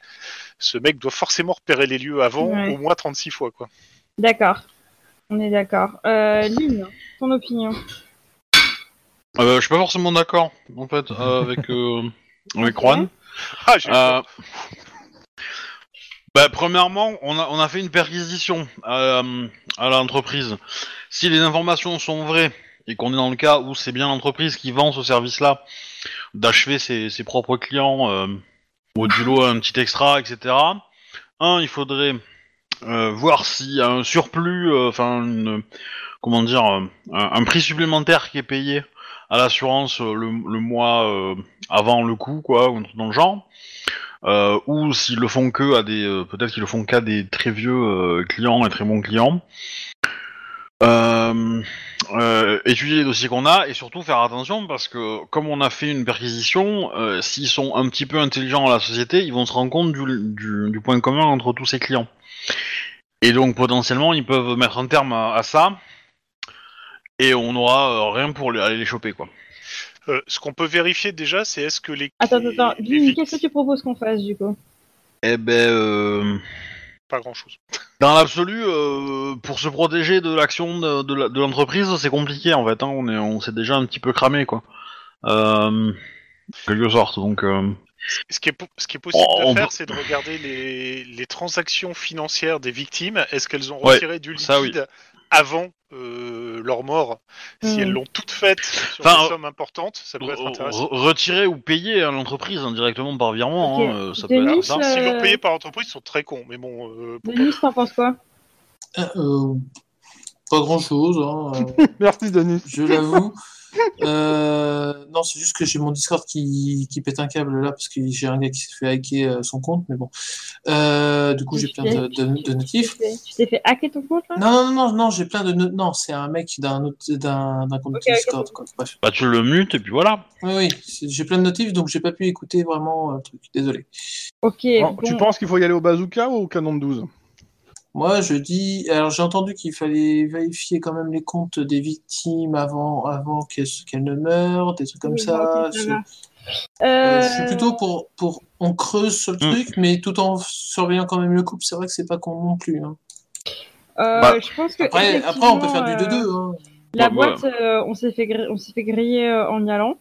E: ce mec doit forcément repérer les lieux avant
D: Ouais.
E: au moins 36 fois. quoi. [laughs]
D: D'accord, on est d'accord. Euh, Lynn, ton opinion
B: euh, je suis pas forcément d'accord, en fait, euh, avec, euh, avec Juan.
E: Ah, j'ai
B: Euh, bah, premièrement, on a, on a fait une perquisition à, à l'entreprise. Si les informations sont vraies et qu'on est dans le cas où c'est bien l'entreprise qui vend ce service-là, d'achever ses, ses propres clients euh, au du lot un petit extra, etc. Un, il faudrait euh, voir s'il y a un surplus, euh, enfin, une- comment dire, euh, un, un prix supplémentaire qui est payé à l'assurance euh, le, le mois euh, avant le coup, quoi, ou un truc dans le genre. Euh, ou s'ils le font que à des, euh, peut-être qu'ils le font qu'à des très vieux euh, clients et très bons clients. Euh, euh, étudier les dossiers qu'on a et surtout faire attention parce que comme on a fait une perquisition, euh, s'ils sont un petit peu intelligents à la société, ils vont se rendre compte du, du- du point commun entre tous ces clients. Et donc potentiellement ils peuvent mettre un terme à, à ça et on n'aura euh, rien pour les- aller les choper quoi.
E: Euh, ce qu'on peut vérifier déjà, c'est est-ce que les.
D: Attends, attends,
E: les
D: Lynn,
E: vic-
D: qu'est-ce que tu proposes qu'on fasse du coup
B: Eh ben euh,
E: Pas grand-chose.
B: Dans l'absolu, euh, pour se protéger de l'action de, de la- de l'entreprise, c'est compliqué en fait. hein. On est, on s'est déjà un petit peu cramé quoi. Euh, quelque sorte. Donc, euh,
E: Ce qui est, po- ce qui est possible
B: Oh, on
E: de faire,
B: peut-
E: c'est de regarder les, les transactions financières des victimes. Est-ce qu'elles ont
B: Ouais,
E: retiré du liquide
B: ça, oui.
E: avant euh, leur mort. Si
D: Mm.
E: elles l'ont toutes faites sur
B: Enfin, euh, oh,
E: des sommes importantes, ça peut être
B: Re-
E: intéressant.
B: re- Retirer ou payer à l'entreprise hein, directement par virement,
D: Ok.
B: hein, euh, ça
D: Denis,
B: peut être
E: Alors,
B: ça.
D: euh,
E: S'ils l'ont payé par entreprise, ils sont très cons. Mais bon, euh, pour-
D: Denis, t'en penses quoi
A: Ah, euh, pas grand chose,
C: Merci Denis.
A: je l'avoue. Euh, non, c'est juste que j'ai mon Discord qui, qui pète un câble là parce que j'ai un gars qui s'est fait hacker euh, son compte, mais bon. Euh, du coup, j'ai plein de, de- de
D: Tu
A: notifs.
D: t'es tu t'es fait hacker ton compte là
A: Non, non, non, non, j'ai plein de no- Non, c'est un mec d'un autre- d'un d'un compte
D: Ok, ok.
A: Discord. Quoi. Bref.
B: Bah, tu le mutes et puis voilà.
A: Oui, oui, c'est- j'ai plein de notifs, donc j'ai pas pu écouter vraiment euh, le truc. Désolé.
D: Ok.
C: Hein,
D: bon.
C: Tu penses qu'il faut y aller au bazooka ou au canon de 12
A: Moi, je dis. Alors, j'ai entendu qu'il fallait vérifier quand même les comptes des victimes avant, avant qu'elles qu'elles ne meurent, des trucs comme
D: Oui,
A: ça.
D: ok, ça
A: ce-
D: va.
A: Euh, Je
D: Euh,
A: suis plutôt pour, pour on creuse sur le
B: Mm.
A: truc, mais tout en surveillant quand même le couple. C'est vrai que c'est pas con non plus. hein.
D: euh,
B: Bah,
D: je pense que
A: Après, après, on peut faire du
D: effectivement, euh,
A: 2-2. hein.
D: La
B: Bah,
D: boîte, euh, on s'est fait, gri- on s'est fait griller euh, en y allant.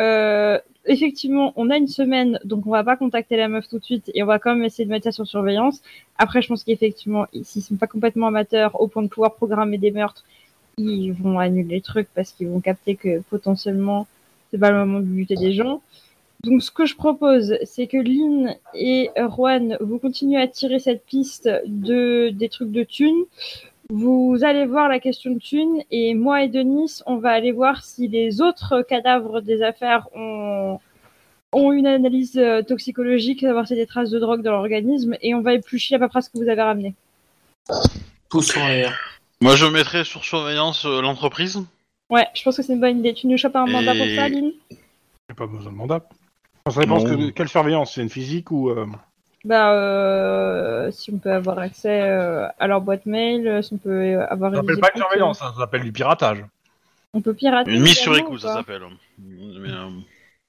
D: Euh, effectivement, on a une semaine, donc on va pas contacter la meuf tout de suite et on va quand même essayer de mettre ça sur surveillance. Après, je pense qu'effectivement, ils- s'ils sont pas complètement amateurs au point de pouvoir programmer des meurtres, ils vont annuler le truc parce qu'ils vont capter que potentiellement c'est pas le moment de buter des gens. Donc, ce que je propose, c'est que Lynn et euh, Juan, vous continuez à tirer cette piste de, des trucs de thunes. Vous allez voir la question de thunes et moi et Denis, on va aller voir si les autres cadavres des affaires ont, ont une analyse euh, toxicologique, savoir s'il y a des traces de drogue dans l'organisme et on va éplucher la paperasse que vous avez ramenée.
A: Pouce en l'air.
B: Moi, je mettrais sur surveillance euh, l'entreprise.
D: Ouais, je pense que c'est une bonne idée. Tu nous chopes un mandat pour
B: Et-
D: ça, Lynn
C: J'ai pas besoin de mandat. Ça dépend
B: Non.
C: ce que, quelle surveillance, c'est une physique ou... euh,
D: Bah, euh, si on peut avoir accès euh, à leur boîte mail, euh, si on peut avoir...
C: Ça s'appelle
D: des
C: pas une
D: écoutes,
C: surveillance, hein, ça s'appelle du piratage.
D: euh, On peut pirater.
B: Une mise sur
D: également
B: écoute,
D: ou pas
B: ça s'appelle. Mais, euh,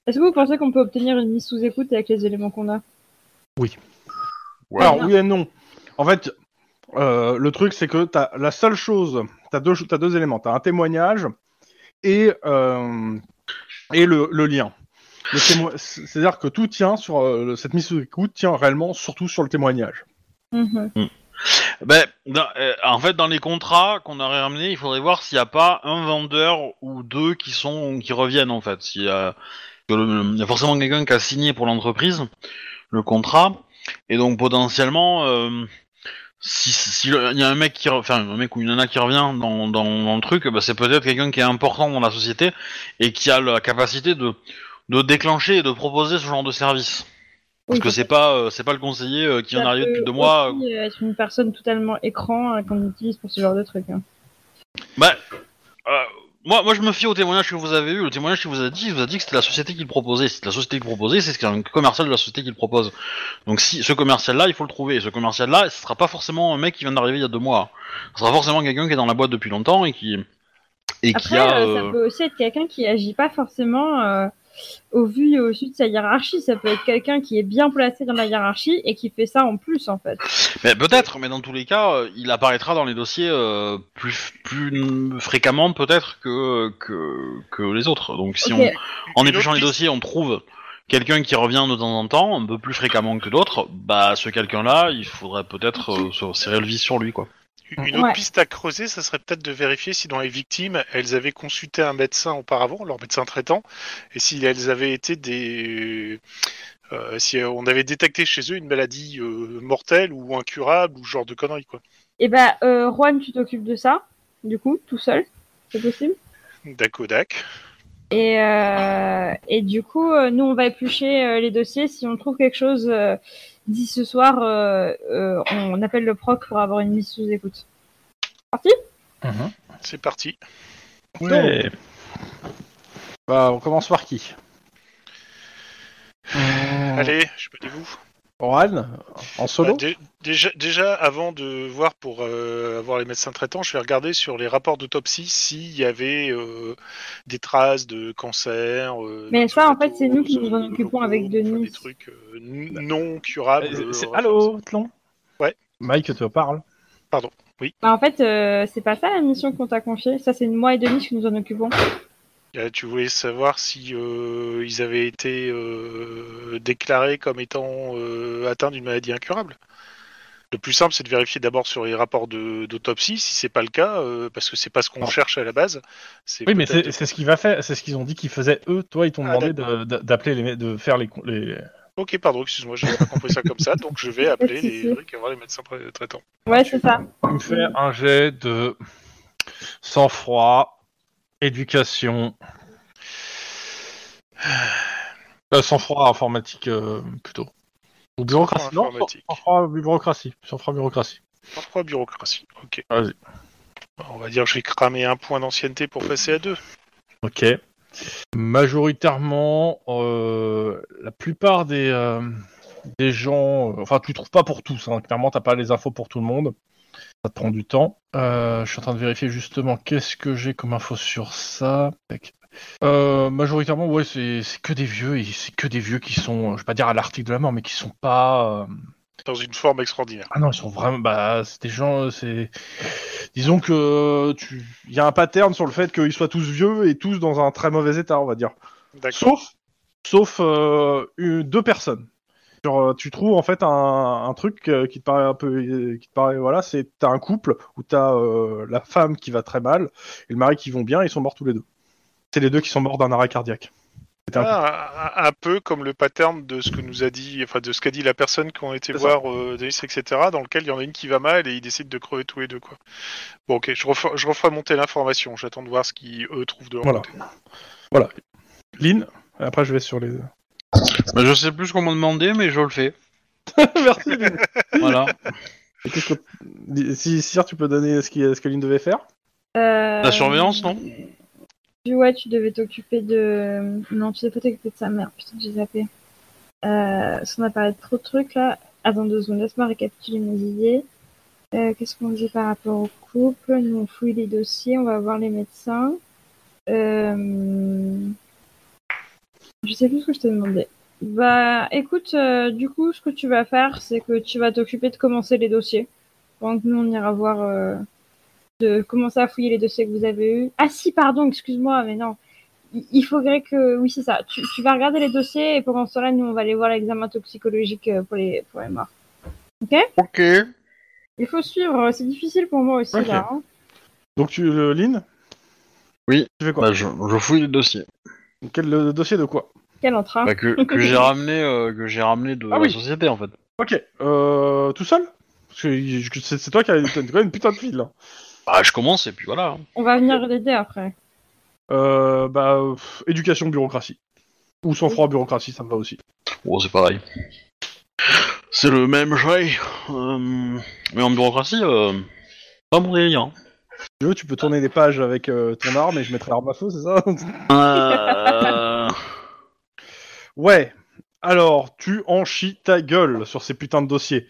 D: Est-ce que vous pensez qu'on peut obtenir une mise sous écoute avec les éléments qu'on a
B: Ouais.
C: Alors, oui et non. En fait, euh, le truc, c'est que t'as la seule chose, t'as deux, cho- t'as deux éléments. T'as un témoignage et, euh, et le, le lien. Le témo- c'est- C'est-à-dire que tout tient sur euh, le- cette mise sous écoute tient réellement surtout sur le témoignage.
D: Mhm.
B: Ben, dans- euh, en fait, dans les contrats qu'on aurait ramenés, il faudrait voir s'il n'y a pas un vendeur ou deux qui sont qui reviennent en fait. S'il y a, que le- il y a forcément quelqu'un qui a signé pour l'entreprise le contrat, et donc potentiellement, euh, si si le- il y a un mec qui, re- enfin un mec ou une nana qui revient dans, dans, dans le truc, ben, c'est peut-être quelqu'un qui est important dans la société et qui a la capacité de de déclencher et de proposer ce genre de service. Parce
D: Oui,
B: que c'est pas euh, c'est pas le conseiller euh, qui en
D: Ça
B: est arrivé
D: peut
B: depuis deux mois.
D: aussi, euh, être une personne totalement écran euh, qu'on utilise pour ce genre de truc. hein.
B: Bah, euh, moi, moi, je me fie au témoignage que vous avez eu. Le témoignage qu'il vous a dit, il vous a dit que c'était la société qui le proposait. Si C'est la société qui le proposait, c'est ce qu'un commercial de la société qui le propose. Donc, si ce commercial-là, il faut le trouver. Et ce commercial-là, ce sera pas forcément un mec qui vient d'arriver il y a deux mois. Ce sera forcément quelqu'un qui est dans la boîte depuis longtemps et qui et qui
D: Après,
B: a.
D: euh, ça
B: euh,
D: peut aussi être quelqu'un qui agit pas forcément euh, au vu et au su de sa hiérarchie. Ça peut être quelqu'un qui est bien placé dans la hiérarchie et qui fait ça en plus, en fait.
B: mais peut-être, mais dans tous les cas, euh, il apparaîtra dans les dossiers euh, plus plus fréquemment peut-être que que que les autres. Donc, si
D: Ok.
B: on En
E: Une
B: épluchant
E: autre
B: les
E: piste-
B: dossiers, on trouve quelqu'un qui revient de temps en temps, un peu plus fréquemment que d'autres. Bah, ce quelqu'un-là, il faudrait peut-être euh, se serrer le vis sur lui, quoi.
E: Une autre
D: Ouais.
E: piste à creuser, ça serait peut-être de vérifier si dans les victimes, elles avaient consulté un médecin auparavant, leur médecin traitant, et si elles avaient été des. euh, si euh, on avait détecté chez eux une maladie euh, mortelle ou incurable ou ce genre de conneries, quoi.
D: Et bah, euh, Juan, tu t'occupes de ça, du coup, tout seul, c'est possible.
E: Dakodak.
D: Et, euh, et du coup, euh, nous, on va éplucher euh, les dossiers. Si on trouve quelque chose euh, d'ici ce soir, euh, euh, on appelle le proc pour avoir une mise sous écoute. Parti
E: C'est parti.
C: Ouais. Bah, on commence par qui Euh,
E: Allez, je me dévoue.
C: Oran En solo
E: Bah, dé- déjà, déjà, avant de voir pour euh, avoir les médecins traitants, je vais regarder sur les rapports d'autopsie s'il y avait euh, des traces de cancer. euh,
D: Mais
E: de
D: ça, en fait, c'est nous qui
E: tomatose,
D: nous en
E: de
D: occupons
E: glaucome,
D: avec Denis.
E: euh, enfin, Des trucs euh, n- non curables.
C: Euh, c'est-
E: euh,
C: Allô, Tlon
E: Ouais.
C: Mike te parle.
D: Bah, en fait, euh, c'est pas ça la mission qu'on t'a confiée. Ça, c'est moi et Denis qui nous en occupons.
E: Euh, tu voulais savoir si euh, ils avaient été euh, déclarés comme étant euh, atteints d'une maladie incurable Le plus simple, c'est de vérifier d'abord sur les rapports de- d'autopsie, si c'est pas le cas, euh, parce que c'est pas ce qu'on
C: Ah.
E: cherche à la base. C'est
C: Oui, mais
E: peut-être-
C: c'est c'est ce qu'il va faire, c'est ce qu'ils ont dit qu'ils faisaient eux. Toi, ils t'ont
E: Ah,
C: demandé de- de- d'appeler les, mé- de faire les, con- les-
E: Ok, pardon, excuse-moi, j'avais pas compris ça comme ça, donc je vais appeler
D: Si, si.
E: les, trucs et voir les médecins pré- traitants.
D: Ouais, c'est ça.
C: Tu me fais un jet de sang-froid, éducation. Euh, sang-froid informatique euh, plutôt. Ou bureaucratie.
E: Sang-froid
C: Non,
E: informatique.
C: sang-froid bureaucratie. Sang-froid bureaucratie.
E: Pourquoi bureaucratie Ok.
C: Vas-y.
E: On va dire que je vais cramer un point d'ancienneté pour passer à deux.
C: Ok. Majoritairement, euh, la plupart des, euh, des gens. euh, enfin, tu trouves pas pour tous. Hein, clairement, t'as pas les infos pour tout le monde. Ça te prend du temps. Euh, je suis en train de vérifier justement qu'est-ce que j'ai comme info sur ça. Tac. Euh, majoritairement, ouais, c'est c'est que des vieux. et C'est que des vieux qui sont, euh, je vais pas dire à l'article de la mort, mais qui sont pas. euh,
E: Dans une forme extraordinaire.
C: ah non, ils sont vraiment. Bah, c'est des gens. euh, C'est. Disons que euh, tu. Il y a un pattern sur le fait qu'ils soient tous vieux et tous dans un très mauvais état, on va dire.
E: D'accord.
C: Sauf, sauf euh, une- deux personnes. Genre, euh, tu trouves en fait un, un truc euh, qui te paraît un peu, euh, qui te paraît voilà, c'est t'as un couple où t'as euh, la femme qui va très mal et le mari qui vont bien, ils sont morts tous les deux. C'est les deux qui sont morts d'un arrêt cardiaque. C'était un
E: Ah, un, un peu comme le pattern de ce que nous a dit, enfin de ce qu'a dit la personne qui a été
C: C'est
E: voir euh, Denis, etc., dans lequel il y en a une qui va mal et ils décident de crever tous les deux, quoi. Bon, ok, je, refa- je referai monter l'information, j'attends de voir ce qu'ils, eux, trouvent de leur
C: Voilà. couple.
E: côté.
C: Lynn. Après, je vais sur les.
B: Bah, je sais plus ce qu'on m'a demandé, mais je le fais.
C: Merci. Lynn.
B: Voilà.
C: Et qu'est-ce que- Si Sire, tu peux donner ce, qui... ce que Lynn devait faire.
D: Euh,
B: La surveillance, non
D: tu- Ouais, tu devais t'occuper de. Non, tu devais pas t'occuper de sa mère. Putain, j'ai zappé. Euh, parce qu'on a parlé de trop de trucs là. Attends deux secondes, laisse-moi récapituler mes idées. Euh, Qu'est-ce qu'on faisait par rapport au couple Nous, on fouille les dossiers, on va voir les médecins. Euh... Je sais plus ce que je t'ai demandé. Bah, écoute, euh, du coup, ce que tu vas faire, c'est que tu vas t'occuper de commencer les dossiers. Pendant que nous, on ira voir. euh, de commencer à fouiller les dossiers que vous avez eus. Ah si, pardon, excuse-moi, mais non. Il- Il faudrait que... Oui, c'est ça. Tu, tu vas regarder les dossiers et pendant ce temps-là, nous, on va aller voir l'examen toxicologique euh, pour les, pour les morts.
B: Ok.
D: Il faut suivre, c'est difficile pour moi aussi,
C: Ok.
D: là. hein.
C: Donc, tu... le- Lynn
B: Oui.
C: Tu fais
B: [laughs]
C: quoi
B: Bah, je, je fouille le dossier.
C: Quel le dossier de quoi
D: Quel entrain.
B: Bah, que que j'ai ramené, euh, que j'ai ramené de
C: Ah
B: la
C: oui.
B: société en fait.
C: Ok. Euh, tout seul Parce que je- c'est c'est toi qui as t'as quand même une putain de file. hein. là.
B: Bah, je commence et puis voilà.
D: On va venir l'aider après.
C: Euh, bah, pff, éducation, bureaucratie. Ou sang-froid, bureaucratie, ça me va aussi.
B: Bon, Oh, c'est pareil. C'est le même jeu. euh, mais en bureaucratie, euh, pas mon délire. hein.
C: Si tu veux, tu peux tourner des pages avec euh, ton arme et je mettrai l'arme à feu, c'est ça
B: Euh,
C: Ouais. Alors, tu en chies ta gueule sur ces putains de dossiers.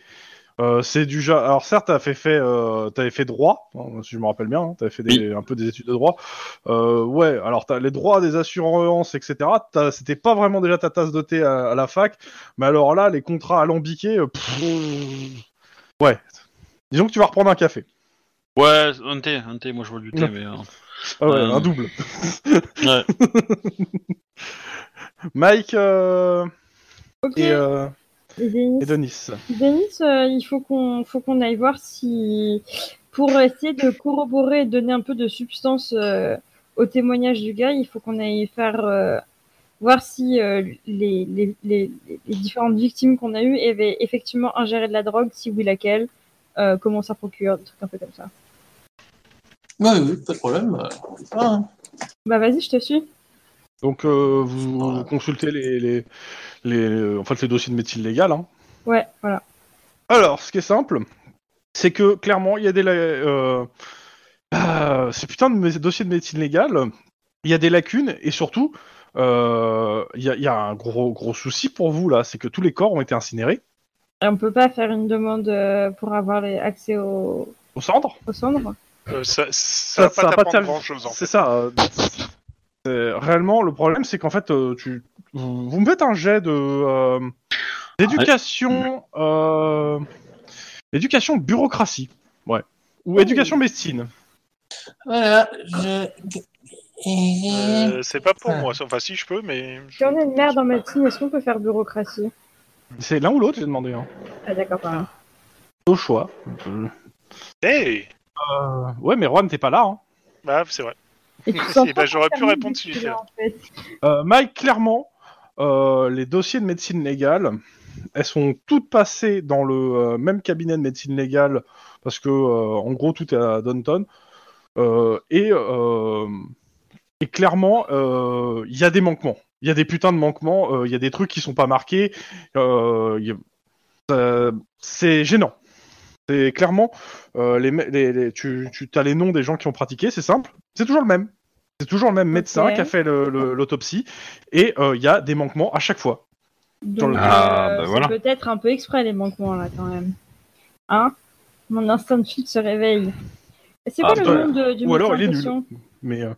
C: Euh, c'est du ja- Alors certes, t'avais fait, fait, euh, t'avais fait droit, hein, si je me rappelle bien, hein, t'avais fait des- un peu des études de droit. Euh, ouais, alors t'as les droits des assurances, etc. t'as- C'était pas vraiment déjà ta tasse de thé à, à la fac, mais alors là, les contrats alambiqués, euh, pff, ouais. Disons que tu vas reprendre un café,
B: ouais, un thé, un thé. Moi, je vois du thé,
C: Ouais.
B: mais. euh,
C: Ah ouais,
B: Euh.
C: un double.
B: Ouais.
C: Mike euh,
D: Ok.
C: et, euh,
D: Et Denis,
C: et Denis.
D: Denis, euh, il faut qu'on faut qu'on aille voir si... Pour essayer de corroborer et donner un peu de substance euh, au témoignage du gars, il faut qu'on aille faire... euh, voir si euh, les, les, les, les différentes victimes qu'on a eues avaient effectivement ingéré de la drogue, si oui laquelle, euh, comment ça procure, des trucs un peu comme ça.
A: Ouais, oui, pas de problème. euh, on fait ça, hein.
D: Bah vas-y, je te suis.
C: Donc euh, vous
A: Voilà.
C: consultez les, les, les, euh, en fait, les dossiers de médecine légale. hein.
D: Ouais, voilà.
C: Alors, ce qui est simple, c'est que clairement, il y a des... la- Euh, euh, ces putains de mé- dossiers de médecine légale, il y a des lacunes et surtout, euh, il y, a- il y a un gros, gros souci pour vous là, c'est que tous les corps ont été incinérés
D: Et on peut pas faire une demande euh, pour avoir les accès au,
C: au centre.
D: au cendres
E: Euh, ça,
C: Ça-
E: ça,
C: ça
E: va
C: va
E: pas
C: pas
E: t'apprendre
C: te servir.
E: hein. grand chose, en fait.
C: C'est ça. euh, c'est- réellement, le problème, c'est qu'en fait, euh, tu, vous vous me faites un jet de euh, d'éducation, euh, éducation bureaucratie, ouais, ou éducation médecine.
A: Voilà, je. Et-
E: Euh, c'est pas pour
A: Ah.
E: moi, enfin si je peux, mais...
D: Si on est une merde en médecine, est-ce qu'on peut faire bureaucratie
C: C'est l'un ou l'autre, j'ai demandé. hein.
D: Ah d'accord, pardon.
C: Au choix.
E: Hey
C: Euh, ouais, mais Juan, t'es pas là. Hein.
E: Bah, c'est vrai.
D: Et
E: [laughs]
D: tu
E: Si,
D: sens pas
E: bah, j'aurais pu
D: ta mine
E: répondre si
D: du hein.
E: j'étais là.
D: en fait.
C: Euh, Mike, clairement, euh, les dossiers de médecine légale, elles sont toutes passées dans le euh, même cabinet de médecine légale parce que, euh, en gros, tout est à Downton. Euh, et, euh, et clairement, euh, il y a des manquements. Il y a des putains de manquements. euh, Il y a des trucs qui sont pas marqués. euh, il y a- euh, c'est gênant. C'est clairement, euh, les, me- les- les- tu, tu as les noms des gens qui ont pratiqué. C'est simple. C'est toujours le même. C'est toujours le même médecin
D: Ok.
C: qui a fait le- le- l'autopsie. Et euh, il y a des manquements à chaque fois.
D: Donc,
B: Ah,
D: euh,
B: bah
D: c'est
B: voilà.
D: peut-être un peu exprès les manquements là quand même. Hein Mon instinct de flic se réveille. C'est
B: Ah,
D: quoi le
C: bah,
D: nom de, du
C: ou alors,
D: médecin
C: il est
D: en
C: nul.
D: question
C: Mais. euh,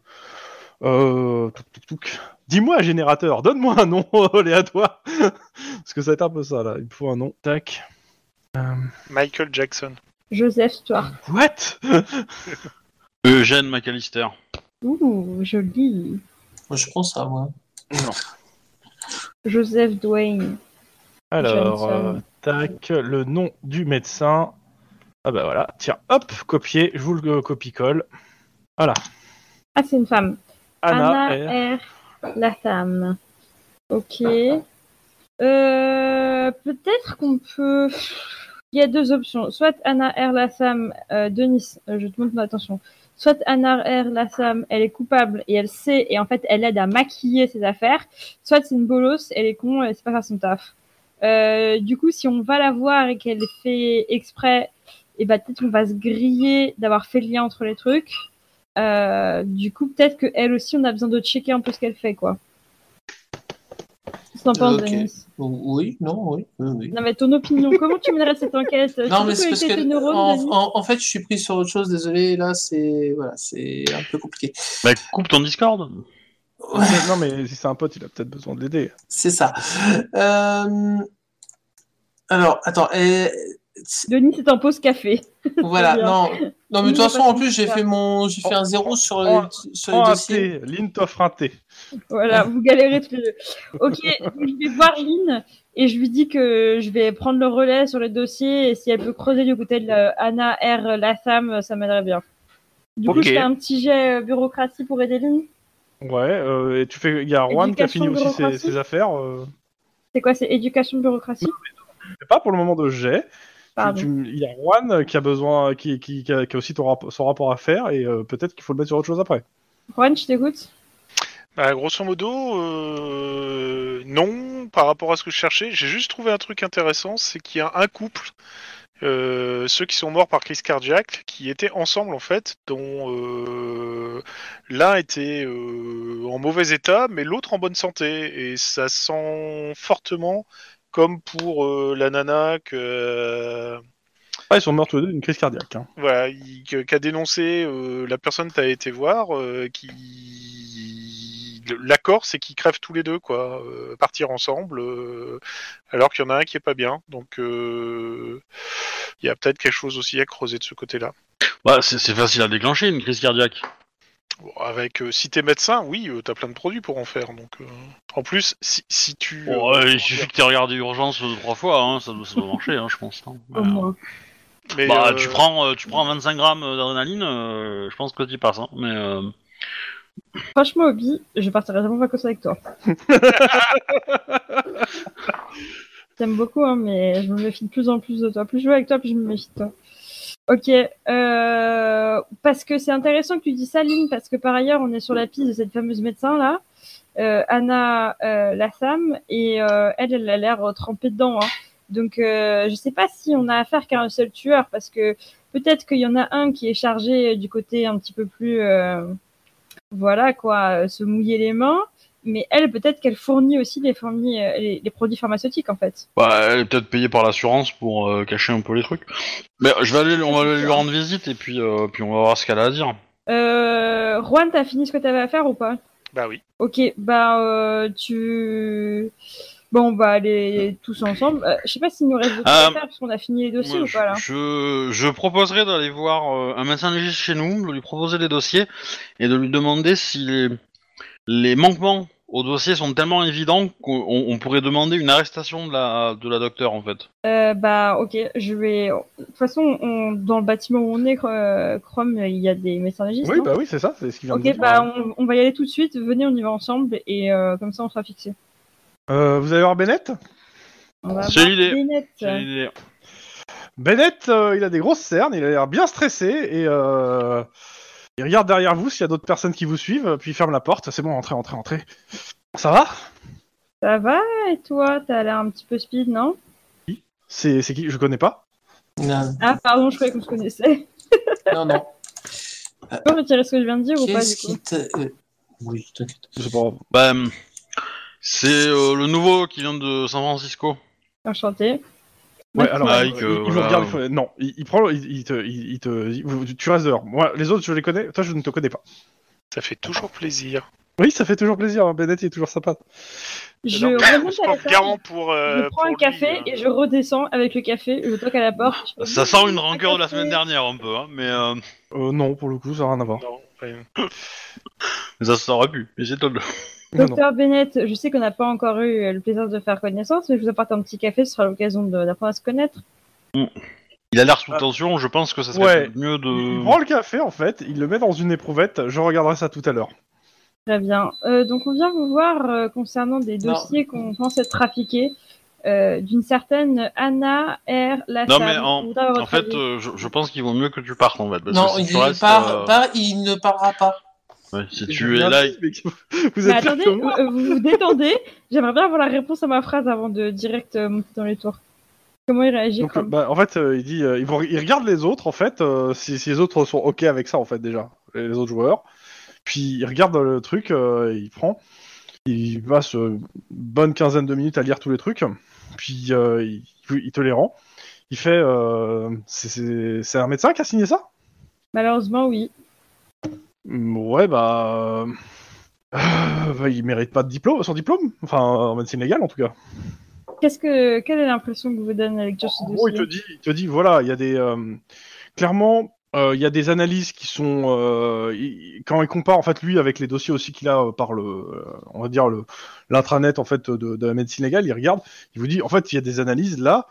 C: euh, touc, touc, touc. Dis-moi, générateur, donne-moi un nom [laughs] aléatoire. Parce que ça va être un peu ça, là. Il me faut un nom. Tac.
E: Michael Jackson.
D: Joseph Stuart.
C: What
B: Eugène McAllister.
D: Ouh, joli.
A: Moi, je pense à moi.
D: Joseph Dwayne.
C: Alors,
D: Johnson.
C: euh, tac, le nom du médecin. Ah bah voilà, tiens, hop, copier, je vous le euh, copie-colle.
D: Ah, c'est une femme.
C: Anna, R.
D: R. Latham. Ok. Euh, Peut-être qu'on peut. Il y a deux options. Soit Anna R. Latham, euh, Denis, euh, je te montre ma attention. Soit Anna R. Latham, elle est coupable et elle sait, et en fait, elle aide à maquiller ses affaires. Soit c'est une bolos, elle est con, elle sait pas faire son taf. Euh, du coup, si on va la voir et qu'elle fait exprès, et bah peut-être qu'on va se griller d'avoir fait le lien entre les trucs. Euh, du coup, peut-être que elle aussi, on a besoin de checker un peu ce qu'elle fait, quoi. Qu'est-ce que t'en penses,
A: Ok.
D: Denis
A: Ou- Oui, non, oui, oui, oui.
D: Non, mais ton opinion, comment tu mènerais cette enquête
A: Non,
D: Surtout
A: mais c'est
D: avec
A: parce
D: tes
A: que
D: neurones,
A: en,
D: Denis.
A: en- en fait, je suis pris sur autre chose. Désolé, là, c'est voilà, c'est un peu compliqué.
B: Bah, coupe ton Discord.
C: Mais non, mais si c'est un pote, il a peut-être besoin de l'aider.
A: C'est ça. Euh, Alors, attends.
D: [laughs]
A: eh,
D: Denis, c'est en pause café.
A: Voilà.
D: Bien.
A: non, non, mais de
D: Il
A: toute
D: va
A: façon,
D: pas
A: en plus, j'ai
D: faire.
A: fait mon, j'ai fait un zéro sur le,
C: en-
A: sur
C: Prends
A: le
C: un
A: dossier.
C: thé, Lynn t'offre un thé.
D: Voilà, vous galérez tous les deux. Ok, donc je vais voir Lynn et je lui dis que je vais prendre le relais sur les dossiers et si elle peut creuser du côté de la- Anna R. Latham, ça m'aiderait bien. Du coup,
B: Ok.
D: je fais un petit jet euh, bureaucratie pour aider Lynn.
C: Ouais, euh, et tu fais. Il y a Juan qui a fini aussi ses,
D: bureaucratie.
C: ses affaires. euh,
D: C'est quoi C'est éducation bureaucratie
C: C'est pas pour le moment de jet. Tu-
D: Pardon.
C: tu- Il y a Juan euh, qui a besoin, qui, qui, qui, a, qui a aussi ton rap- son rapport à faire, et euh, peut-être qu'il faut le mettre sur autre chose après.
D: Juan, je t'écoute.
E: Bah, grosso modo, euh, non, par rapport à ce que je cherchais, j'ai juste trouvé un truc intéressant, c'est qu'il y a un couple, euh, ceux qui sont morts par crise cardiaque, qui étaient ensemble en fait, dont euh, l'un était euh, en mauvais état, mais l'autre en bonne santé, et ça sent fortement comme pour euh, la nana que... euh,
C: Ah, ils sont morts tous les deux d'une crise cardiaque. hein.
E: voilà, il- que- qu'a dénoncé euh, la personne que t'as été voir, euh, qui le- l'accord c'est qu'ils crèvent tous les deux quoi, euh, partir ensemble, euh, alors qu'il y en a un qui est pas bien. Donc euh, il y a peut-être quelque chose aussi à creuser de ce côté-là.
B: Bah, c'est c'est facile à déclencher une crise cardiaque.
E: Bon, avec euh, si t'es médecin, oui, euh, t'as plein de produits pour en faire. Donc euh, en plus si, si tu
B: Bon, euh,
E: euh,
B: il suffit que t'aies regardé Urgence deux, trois fois, hein, ça, doit, ça doit marcher, hein, je pense. hein.
D: Au
B: Ouais.
D: moins.
E: mais,
B: Bah,
E: euh,
B: tu prends, euh, tu prends 25 grammes d'adrénaline, euh, je pense que tu passes. Hein, mais euh,
D: Franchement, Obi, je partirai jamais en vacances avec toi. T'aimes beaucoup, hein, mais je me méfie de plus en plus de toi. Plus je joue avec toi, plus je me méfie de toi. Ok, euh, parce que c'est intéressant que tu dis ça, Lynn, parce que par ailleurs, on est sur la piste de cette fameuse médecin là, euh, Anna euh, Lassam, et euh, elle, elle a l'air euh, trempée dedans. Hein. Donc, euh, je sais pas si on a affaire qu'à un seul tueur, parce que peut-être qu'il y en a un qui est chargé euh, du côté un petit peu plus. euh, voilà quoi, euh, se mouiller les mains. Mais elle, peut-être qu'elle fournit aussi les, fournis, euh, les, les produits pharmaceutiques en fait.
B: bah, elle est peut-être payée par l'assurance pour euh, cacher un peu les trucs. Mais je vais aller, on va aller lui rendre visite et puis, euh, puis on va voir ce qu'elle a à dire.
D: Euh, Juan, t'as fini ce que t'avais à faire ou pas
E: bah oui.
D: Ok, bah euh, tu. Bon, bah aller tous ensemble. Euh, je sais pas s'il nous reste d'autres
B: Euh,
D: choses à faire parce qu'on a fini les dossiers
B: Moi,
D: ou
B: je,
D: pas là.
B: je, je proposerais d'aller voir euh, un médecin légiste chez nous, de lui proposer des dossiers et de lui demander si les, les manquements aux dossiers sont tellement évidents qu'on on pourrait demander une arrestation de la, de la docteur en fait.
D: Euh, bah ok, je vais. De toute façon, on- dans le bâtiment où on est, euh, Chrome, il y a des médecins légistes.
C: Oui,
D: non
C: bah oui, c'est ça, c'est ce qu'il vient de
D: ok,
C: dire.
D: bah on, on va y aller tout de suite. Venez, on y va ensemble et euh, comme ça, on sera fixé.
C: Euh, vous allez voir Bennett
D: On va
B: C'est
D: voir
B: l'idée.
D: Lynette.
B: C'est l'idée.
C: Bennett, euh, il a des grosses cernes, il a l'air bien stressé et euh, il regarde derrière vous s'il y a d'autres personnes qui vous suivent, puis il ferme la porte. C'est bon, entrez, entrez, entrez. Ça va
D: Ça va et toi T'as l'air un petit peu speed, non
C: C'est c'est qui Je connais pas.
A: Non,
D: Ah pardon, je croyais qu'on se connaissait.
A: non. non.
C: Ah.
D: Tu peux retirer ce que je viens de dire [laughs] ou pas du
A: Qu'est-ce
D: coup
A: qui t'a- euh, Oui, t'inquiète.
C: Je sais pas.
B: Bah, hum, c'est euh, le nouveau qui vient de San Francisco.
D: Enchanté. Bah,
C: Ouais, alors,
B: Mike,
C: il,
B: euh,
C: il vous
B: voilà.
C: regarde, il fait- non, il, il prend, il, il te, il, il te, il- vous- tu restes dehors. Moi, les autres, je les connais. Toi, je ne te connais pas.
E: Ça fait toujours plaisir.
C: Oui, ça fait toujours plaisir. hein, Bennett, il est toujours sympa.
D: Je
E: Alors, on
D: remonte
E: se
D: à la
E: porte garant
D: table,
E: pour.
D: je
E: euh,
D: prends
E: pour
D: un
E: lui,
D: café
E: euh.
D: et je redescends avec le café. Je toque à la porte. Je fais,
B: Ça sent une
D: Un
B: rancœur de la
D: café.
B: semaine dernière un peu, hein, mais euh,
C: Euh, non, pour le coup, ça n'a rien à voir.
E: Non, ouais.
B: ça s'aurait pu. Mais c'est étonnant.
C: Non, non.
D: Docteur Bennett, je sais qu'on n'a pas encore eu euh, le plaisir de faire connaissance, mais je vous apporte un petit café, ce sera l'occasion de- d'apprendre à se connaître.
B: Il a l'air sous
C: Ah.
B: tension, je pense que ça serait
C: Ouais.
B: mieux
C: Il
B: de...
C: prend le café, en fait, il le met dans une éprouvette. Je regarderai ça tout à l'heure.
D: Très bien. Euh, donc on vient vous voir euh, concernant des
A: Non.
D: dossiers qu'on pense être trafiqués euh, d'une certaine Anna R. Lassam.
B: Non mais en,
D: Je voudrais avoir
B: en
D: votre
B: fait,
D: avis.
B: euh, je, je pense qu'il vaut mieux que tu partes en fait. Parce
A: non,
B: que si
A: il,
B: tu restes,
A: part,
B: euh,
A: part- il ne parlera pas.
B: ouais, si
C: Je
B: tu es
C: viens
B: là,
C: de- mais- [laughs] Vous
D: Mais
C: êtes là
D: attendez,
C: comment
D: euh, vous vous détendez. J'aimerais bien avoir la réponse à ma phrase avant de direct euh, monter dans les tours. Comment il réagit
C: Donc, euh,
D: Chrome
C: bah, en fait, euh, il dit, euh, il, vous- il regarde les autres, en fait, euh, si, si les autres sont ok avec ça, en fait, déjà, les les autres joueurs. Puis il regarde le truc, euh, il prend, il passe euh, bonne quinzaine de minutes à lire tous les trucs, puis euh, il, il te les rend. Il fait, euh, c'est- c'est c'est un médecin qui a signé ça
D: Malheureusement, oui.
C: Hum, Ouais, bah, euh, euh, bah, il mérite pas de diplôme, son diplôme, enfin, en médecine légale en tout cas.
D: Qu'est-ce que, quelle est l'impression que vous donne la lecture de ce
C: En gros, il
D: dossier
C: te dit, il te dit, voilà, il y a des, euh, clairement, euh, il y a des analyses qui sont, euh, il- quand il compare en fait lui avec les dossiers aussi qu'il a euh, par le, euh, on va dire le, l'intranet en fait euh, de, de la médecine légale, il regarde, il vous dit, en fait, il y a des analyses là.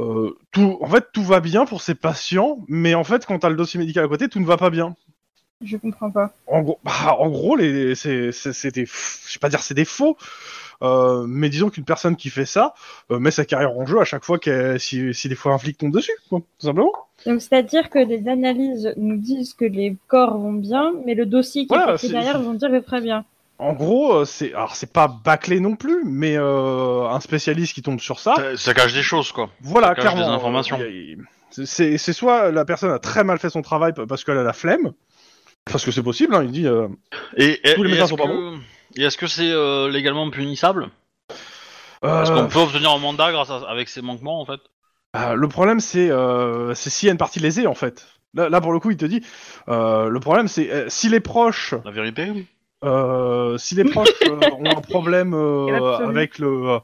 C: euh, tout, en fait, tout va bien pour ces patients, mais en fait, quand t'as le dossier médical à côté, tout ne va pas bien.
D: Je comprends pas.
C: En gros, bah, en gros, les, c'est, c'est, c'est des, je vais pas dire c'est des faux, euh, mais disons qu'une personne qui fait ça euh, met sa carrière en jeu à chaque fois qu'elle, si, si des fois un flic tombe dessus, quoi, tout simplement.
D: Donc, c'est-à-dire que les analyses nous disent que les corps vont bien, mais le dossier qui
C: Voilà,
D: est porté
C: c'est-
D: derrière vont dire que très bien.
C: En gros, euh, c'est, alors c'est pas bâclé non plus, mais euh, un spécialiste qui tombe sur ça,
B: ça, ça cache des choses quoi.
C: voilà,
B: cache des
C: clairement. euh,
B: informations.
C: il y a- il- c'est, c'est soit la personne a très mal fait son travail p- parce qu'elle a la flemme, parce que c'est possible, hein, il dit. euh,
B: Et, et-
C: Tous les
B: et
C: médecins
B: est-ce
C: sont pas
B: que- et est-ce que c'est euh, légalement punissable Est-ce
C: euh,
B: qu'on peut obtenir un mandat grâce à, avec ces manquements en fait
C: Euh, le problème, c'est euh, c'est s'il y a une partie lésée, en fait. Là, là, pour le coup, il te dit, euh, le problème, c'est euh, si les proches,
B: La vérité
C: euh, si les proches euh, ont un problème euh,
D: Absolument.
C: avec le euh,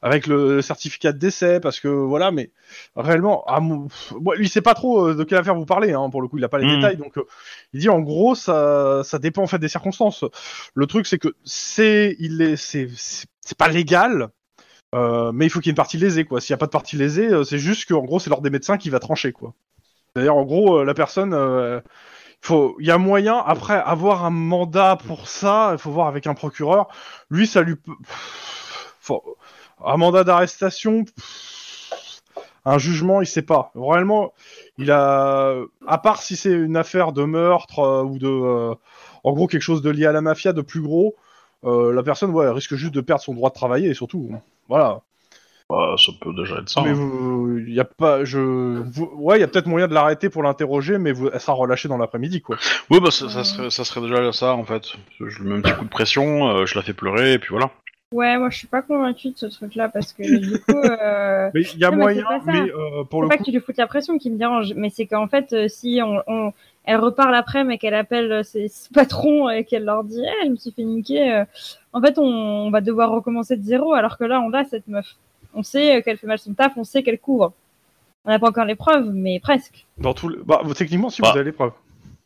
C: avec le certificat de décès, parce que voilà, mais réellement, à mon- pff, bon, lui, il sait pas trop euh, de quelle affaire vous parlez. Hein, pour le coup, il a pas les
B: Mm.
C: détails, donc euh, il dit en gros, ça ça dépend en fait des circonstances. Le truc, c'est que c'est il est c'est c'est c'est pas légal. Euh, mais il faut qu'il y ait une partie lésée, quoi. S'il n'y a pas de partie lésée, euh, c'est juste qu'en gros, c'est l'ordre des médecins qui va trancher, quoi. C'est-à-dire, en gros, euh, la personne, euh, faut, il y a moyen, après, avoir un mandat pour ça, il faut voir avec un procureur. Lui, ça lui peut. pff, faut- Un mandat d'arrestation, pff, un jugement, il sait pas. Réellement, il a. À part si c'est une affaire de meurtre euh, ou de. euh, en gros, quelque chose de lié à la mafia de plus gros, euh, la personne, ouais, elle risque juste de perdre son droit de travailler et surtout, voilà.
B: Bah ça peut déjà être ça.
C: Mais vous- il y a pas, je, vous- ouais, il y a peut-être moyen de l'arrêter pour l'interroger, mais vous, elle sera relâchée dans l'après-midi, quoi.
B: Oui bah ça, ça serait, ça serait déjà ça en fait. Je lui mets un petit coup de pression, euh, je la fais pleurer et puis voilà.
D: Ouais, moi, je suis pas convaincue de ce truc-là parce que du coup, euh,
C: Mais il y a
D: Non, mais
C: moyen,
D: c'est pas ça.
C: mais, euh, pour
D: c'est
C: le
D: pas
C: coup,
D: que tu lui foutes la pression qui me dérange, mais c'est qu'en fait, euh, si on, on- elle reparle après, mais qu'elle appelle euh, ses, ses patrons et qu'elle leur dit, Eh, je me suis fait niquer, euh, en fait, on, on va devoir recommencer de zéro, alors que là, on a cette meuf. On sait euh, qu'elle fait mal son taf, on sait qu'elle couvre. On n'a pas encore les preuves, mais presque.
C: dans tout, le- bah, techniquement, si
B: Bah.
C: vous avez les preuves.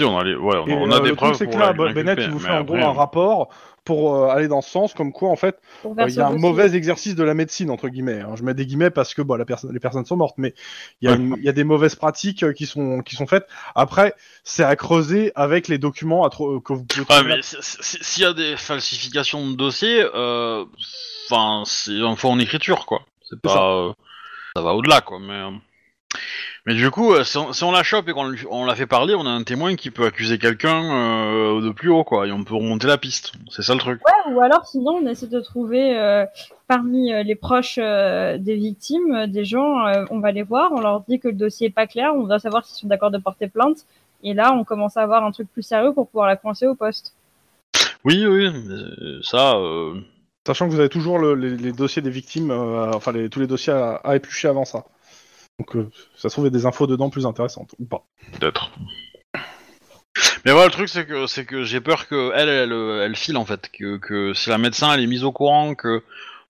B: Si, on a, les- ouais, on,
C: Et,
B: on a
C: euh,
B: des
C: le truc,
B: preuves.
C: c'est que
B: pour
C: là,
B: la-
C: Bennett,
B: l'inculper,
C: il vous fait
B: mais
C: en gros
B: après,
C: un rapport pour euh, aller dans ce sens, comme quoi, en fait,
D: Pour
C: euh,
D: faire
C: il y
D: ce
C: a un
D: dossier.
C: mauvais exercice de la médecine, entre guillemets. hein. Je mets des guillemets parce que bah, la personne, les personnes sont mortes, mais il y, a
B: Ouais.
C: une- il y a des mauvaises pratiques euh, qui, sont, qui sont faites. Après, c'est à creuser avec les documents à tro- que vous pouvez
B: Ah,
C: trouver.
B: mais si- si- si- s'il y a des falsifications de dossiers, euh, enfin, c'est un faux en écriture, quoi. C'est pas,
C: ça.
B: euh, ça va au-delà, quoi. Mais, euh, mais du coup, euh, si on, si on la chope et qu'on lui- on la fait parler, on a un témoin qui peut accuser quelqu'un euh, de plus haut, quoi. Et on peut remonter la piste. C'est ça le truc.
D: Ouais, ou alors sinon on essaie de trouver euh, parmi euh, les proches euh, des victimes, euh, des gens, euh, on va les voir, on leur dit que le dossier est pas clair, on doit savoir s'ils sont d'accord de porter plainte, et là on commence à avoir un truc plus sérieux pour pouvoir la coincer au poste.
B: Oui, oui, euh, ça. euh,
C: Sachant que vous avez toujours le- les, les dossiers des victimes, euh, enfin, les- tous les dossiers à, à éplucher avant ça. Donc, euh, ça se trouve, il y a des infos dedans plus intéressantes, ou pas.
B: Peut-être. Mais voilà, le truc, c'est que, c'est que j'ai peur que elle, elle, euh, elle file en fait. Que, que si la médecin, elle est mise au courant que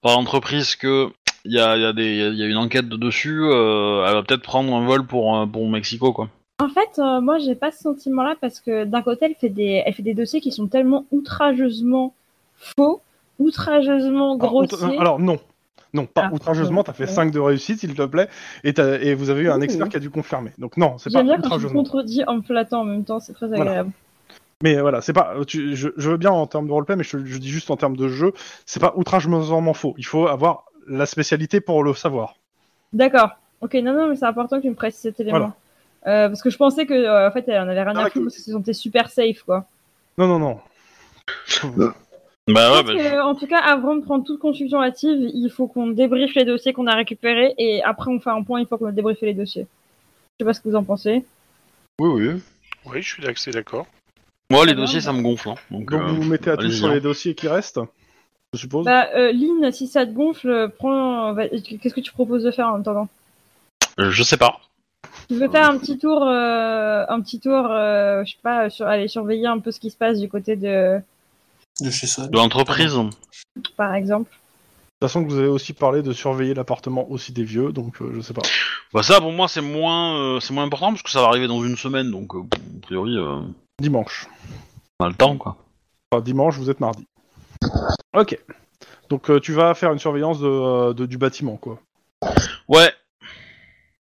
B: par l'entreprise que il y a, y a des- y a- y a une enquête de dessus, euh, elle va peut-être prendre un vol pour euh, pour Mexico quoi.
D: En fait, euh, moi j'ai pas ce sentiment-là parce que d'un côté elle fait des, elle fait des dossiers qui sont tellement outrageusement faux, outrageusement
C: Alors,
D: grossiers.
C: outre- euh, alors, non. Non, pas
D: Ah,
C: outrageusement, t'as fait
D: ouais.
C: 5 de réussite, s'il te plaît, et, t'as- et vous avez eu un
D: Oui,
C: expert
D: oui.
C: qui a dû confirmer. Donc non, c'est pas
D: J'aime bien quand tu te
C: outrageusement.
D: contredis en me flattant en même temps, c'est très
C: Voilà.
D: agréable.
C: Mais euh, voilà, c'est pas. tu- je, je veux bien en termes de roleplay, mais je, je dis juste en termes de jeu, c'est pas outrageusement faux. Il faut avoir la spécialité pour le savoir.
D: D'accord. Ok, non, non, mais c'est important que tu me précises cet élément.
C: Voilà.
D: Euh, parce que je pensais que euh, en fait, elle en avait rien
C: Ah,
D: à foutre
C: que-
D: parce qu'ils sont super safe, quoi.
C: Non, non, non.
B: Bah ouais,
D: Je
B: bah,
D: pense que, en tout cas, avant de prendre toute consultation active, il faut qu'on débriefe les dossiers qu'on a récupérés et après on fait un point, il faut qu'on débriefe les dossiers. Je sais pas ce que vous en pensez.
B: oui, oui.
E: Oui, je suis d'ac- c'est d'accord.
B: Moi, les
D: Ah,
B: dossiers,
D: non,
B: ça me gonfle. hein. Donc,
C: Donc
B: euh,
C: vous vous mettez à tout
B: allez-y,
C: sur
B: hein.
C: les dossiers qui restent, je suppose.
D: Bah, euh, Lynn, si ça te gonfle, euh, prends. va- Qu'est-ce que tu proposes de faire en attendant
B: euh, je sais pas.
D: Tu veux faire un petit tour, euh, un petit tour, euh, je sais pas, sur, aller surveiller un peu ce qui se passe du côté de,
A: de chez soi.
B: De l'entreprise.
D: par
C: De
D: exemple.
C: toute façon, que vous avez aussi parlé de surveiller l'appartement aussi des vieux, donc euh, je sais pas.
B: Bah ça, pour moi, c'est moins euh, c'est moins important parce que ça va arriver dans une semaine, donc euh, a priori, euh,
C: Dimanche.
B: on a le temps quoi.
C: Enfin, dimanche, vous êtes mardi. Ok. Donc euh, tu vas faire une surveillance de, euh, de- du bâtiment, quoi.
B: Ouais.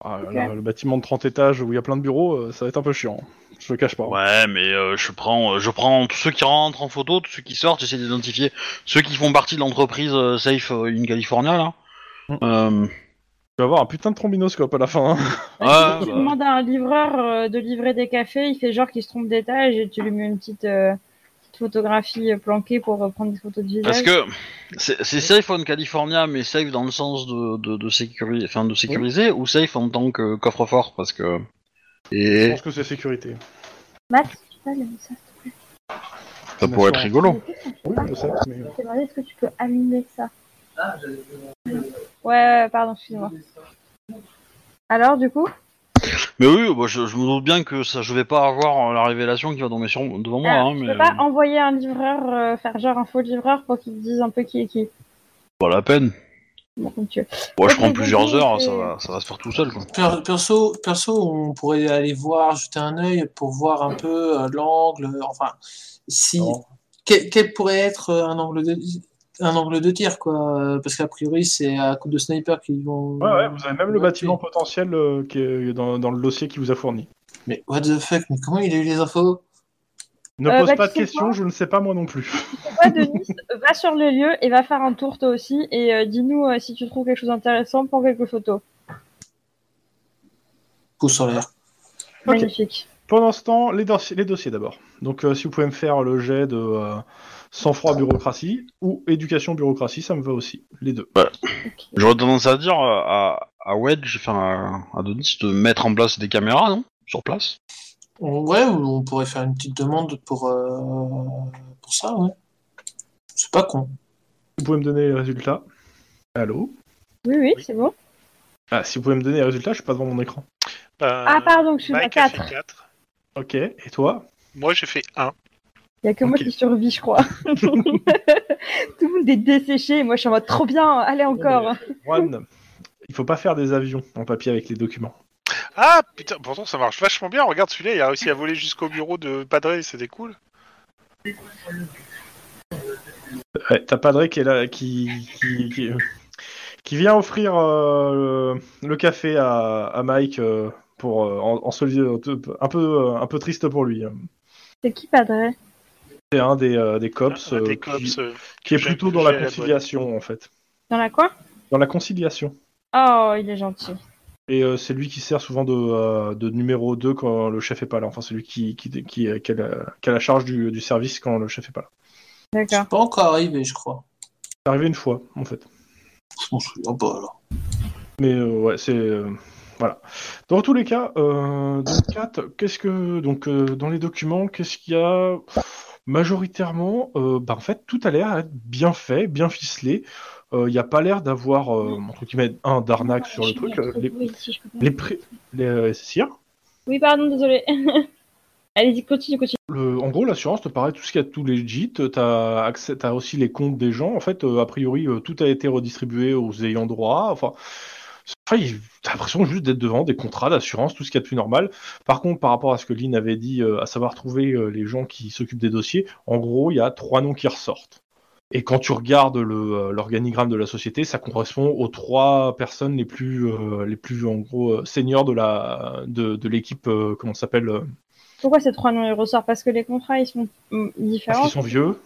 C: Ah,
D: Ok.
C: là, le bâtiment de 30 étages où il y a plein de bureaux, euh, ça va être un peu chiant. Je le cache pas.
B: Ouais, mais euh, je prends, euh, je prends tous ceux qui rentrent en photo, tous ceux qui sortent, j'essaie d'identifier ceux qui font partie de l'entreprise euh, Safe euh, in California là.
C: Mm.
B: Euh,
C: Tu vas avoir un putain de trombinoscope à la fin. hein.
B: Ah,
D: tu
B: bah.
D: demandes à un livreur euh, de livrer des cafés, il fait genre qu'il se trompe d'étage et tu lui mets une petite, euh, petite photographie euh, planquée pour euh, prendre des photos de visage.
B: parce que c'est c'est Safe in California, mais safe dans le sens de de, de, sécuri- enfin, de sécuriser ou safe en tant que coffre-fort parce que
C: Je
B: et
C: pense que c'est sécurité.
D: Matt, tu peux allumer ça
B: ça pourrait être rigolo.
C: Oui, je sais, mais...
D: Je t'ai demandé est-ce que tu peux allumer ça. Ouais, ouais, pardon, excuse-moi. Alors, du coup
B: Mais oui, bah, je, je me doute bien que ça, je vais pas avoir euh, la révélation qui va tomber sur devant moi.
D: Ah,
B: hein,
D: Tu
B: mais
D: peux pas envoyer un livreur, euh, faire genre un faux livreur pour qu'il te dise un peu qui est qui
B: pas la peine.
D: Bon, comme tu veux.
B: Moi, je
D: Ok,
B: prends
D: donc,
B: plusieurs
D: donc,
B: heures,
D: c'est-
B: ça va, ça va se faire tout seul. Quoi.
A: Per- perso, perso, on pourrait aller voir, jeter un œil pour voir un peu euh, l'angle, euh, enfin, si
C: Non.
A: quel, quel pourrait être euh, un angle de un angle de tir quoi, euh, parce qu'a priori c'est à coup de sniper qu'ils vont.
C: Ouais, ouais, vous avez même le bâtiment potentiel euh, qui est dans, dans le dossier qui vous a fourni.
A: Mais what the fuck, mais comment il a eu les infos
C: Ne
D: Euh,
C: pose
D: bah,
C: pas de
D: tu sais
C: questions,
D: quoi
C: je ne sais pas moi non plus.
D: Toi, Denis, [laughs] va sur le lieu et va faire un tour toi aussi et euh, dis-nous euh, si tu trouves quelque chose d'intéressant pour quelques photos.
A: Pouce en l'air.
C: Ok.
D: Magnifique.
C: Pendant ce temps, les, dossi- les dossiers d'abord. Donc euh, si vous pouvez me faire le jet de euh, sang-froid bureaucratie ou éducation bureaucratie, ça me va aussi, les deux.
D: Ok.
B: J'aurais tendance à dire euh, à, à Wedge, enfin à, à Denis, de mettre en place des caméras, non Sur place
A: On- ouais, ou on pourrait faire une petite demande pour euh, pour ça, ouais. C'est pas con.
C: Vous pouvez me donner les résultats. Allô
D: Oui, oui, c'est bon.
C: Ah, si vous pouvez me donner les résultats, je suis pas devant mon écran. Euh,
E: Bah,
D: Ah, pardon, je suis à
E: Mike a
D: 4.
E: fait 4.
C: Ok, et toi
E: Moi, j'ai fait 1.
D: Il n'y a que moi
C: Ok.
D: qui survis, je
C: [laughs]
D: crois. Tout le monde est desséché et moi je suis en mode trop bien, allez encore.
C: Juan, il faut pas faire des avions en papier avec les documents.
E: Ah putain, pourtant ça marche vachement bien. Regarde celui-là, il a réussi à voler jusqu'au bureau de Padre, c'était cool.
C: Ouais, t'as Padre qui est là, qui, qui, qui, euh, qui vient offrir euh, le, le café à, à Mike euh, pour euh, en, en se le- un peu euh, un peu triste pour lui.
D: C'est qui Padre
C: C'est un des, euh, des cops,
E: Ah,
C: euh,
E: des
C: qui-
E: cops, euh,
C: qui est
E: que
C: plutôt
E: j'ai-
C: dans
E: que j'ai
C: la
E: à la
C: conciliation en fait,
D: Dans la quoi
C: dans la conciliation.
D: Oh, il est gentil.
C: Et euh, c'est lui qui sert souvent de, euh, de numéro 2 quand le chef est pas là. Enfin, c'est lui qui, qui, qui, euh, qui a la, qui a la charge du, du service quand le chef est pas là.
A: Je
D: D'accord.
A: suis pas encore arrivé, je crois.
C: C'est arrivé une fois, en fait.
A: Je m'en souviens pas alors.
C: Mais euh, ouais, c'est... euh, voilà. Dans tous les cas, euh, donc, Kat, qu'est-ce que... Donc, euh, dans les documents, qu'est-ce qu'il y a Majoritairement, euh, bah, en fait, tout a l'air d'être bien fait, bien ficelé. Euh, Il n'y a pas l'air d'avoir, euh, entre guillemets, un d'arnaque sur le truc. Euh, Les, les pré- les, euh, Cyr
D: Oui, pardon, désolé. [laughs] Allez-y, continue, continue.
C: Le- en gros, l'assurance te paraît tout ce qu'il y a de tout legit. T'as accès, t'as aussi les comptes des gens. En fait, euh, a priori, euh, tout a été redistribué aux ayants droit. Enfin, c'est- enfin, il- t'as l'impression juste d'être devant des contrats d'assurance, tout ce qu'il y a de plus normal. Par contre, par rapport à ce que Lynn avait dit, euh, à savoir trouver euh, les gens qui s'occupent des dossiers, en gros, il y a trois noms qui ressortent. Et quand tu regardes le, euh, l'organigramme de la société, ça correspond aux trois personnes les plus, euh, les plus en gros euh, seniors de la, de, de l'équipe, euh, comment ça s'appelle, euh,
D: Pourquoi ces trois noms ils ressortent Parce que les contrats ils sont mm,
C: Parce
D: différents.
C: qu'ils sont vieux.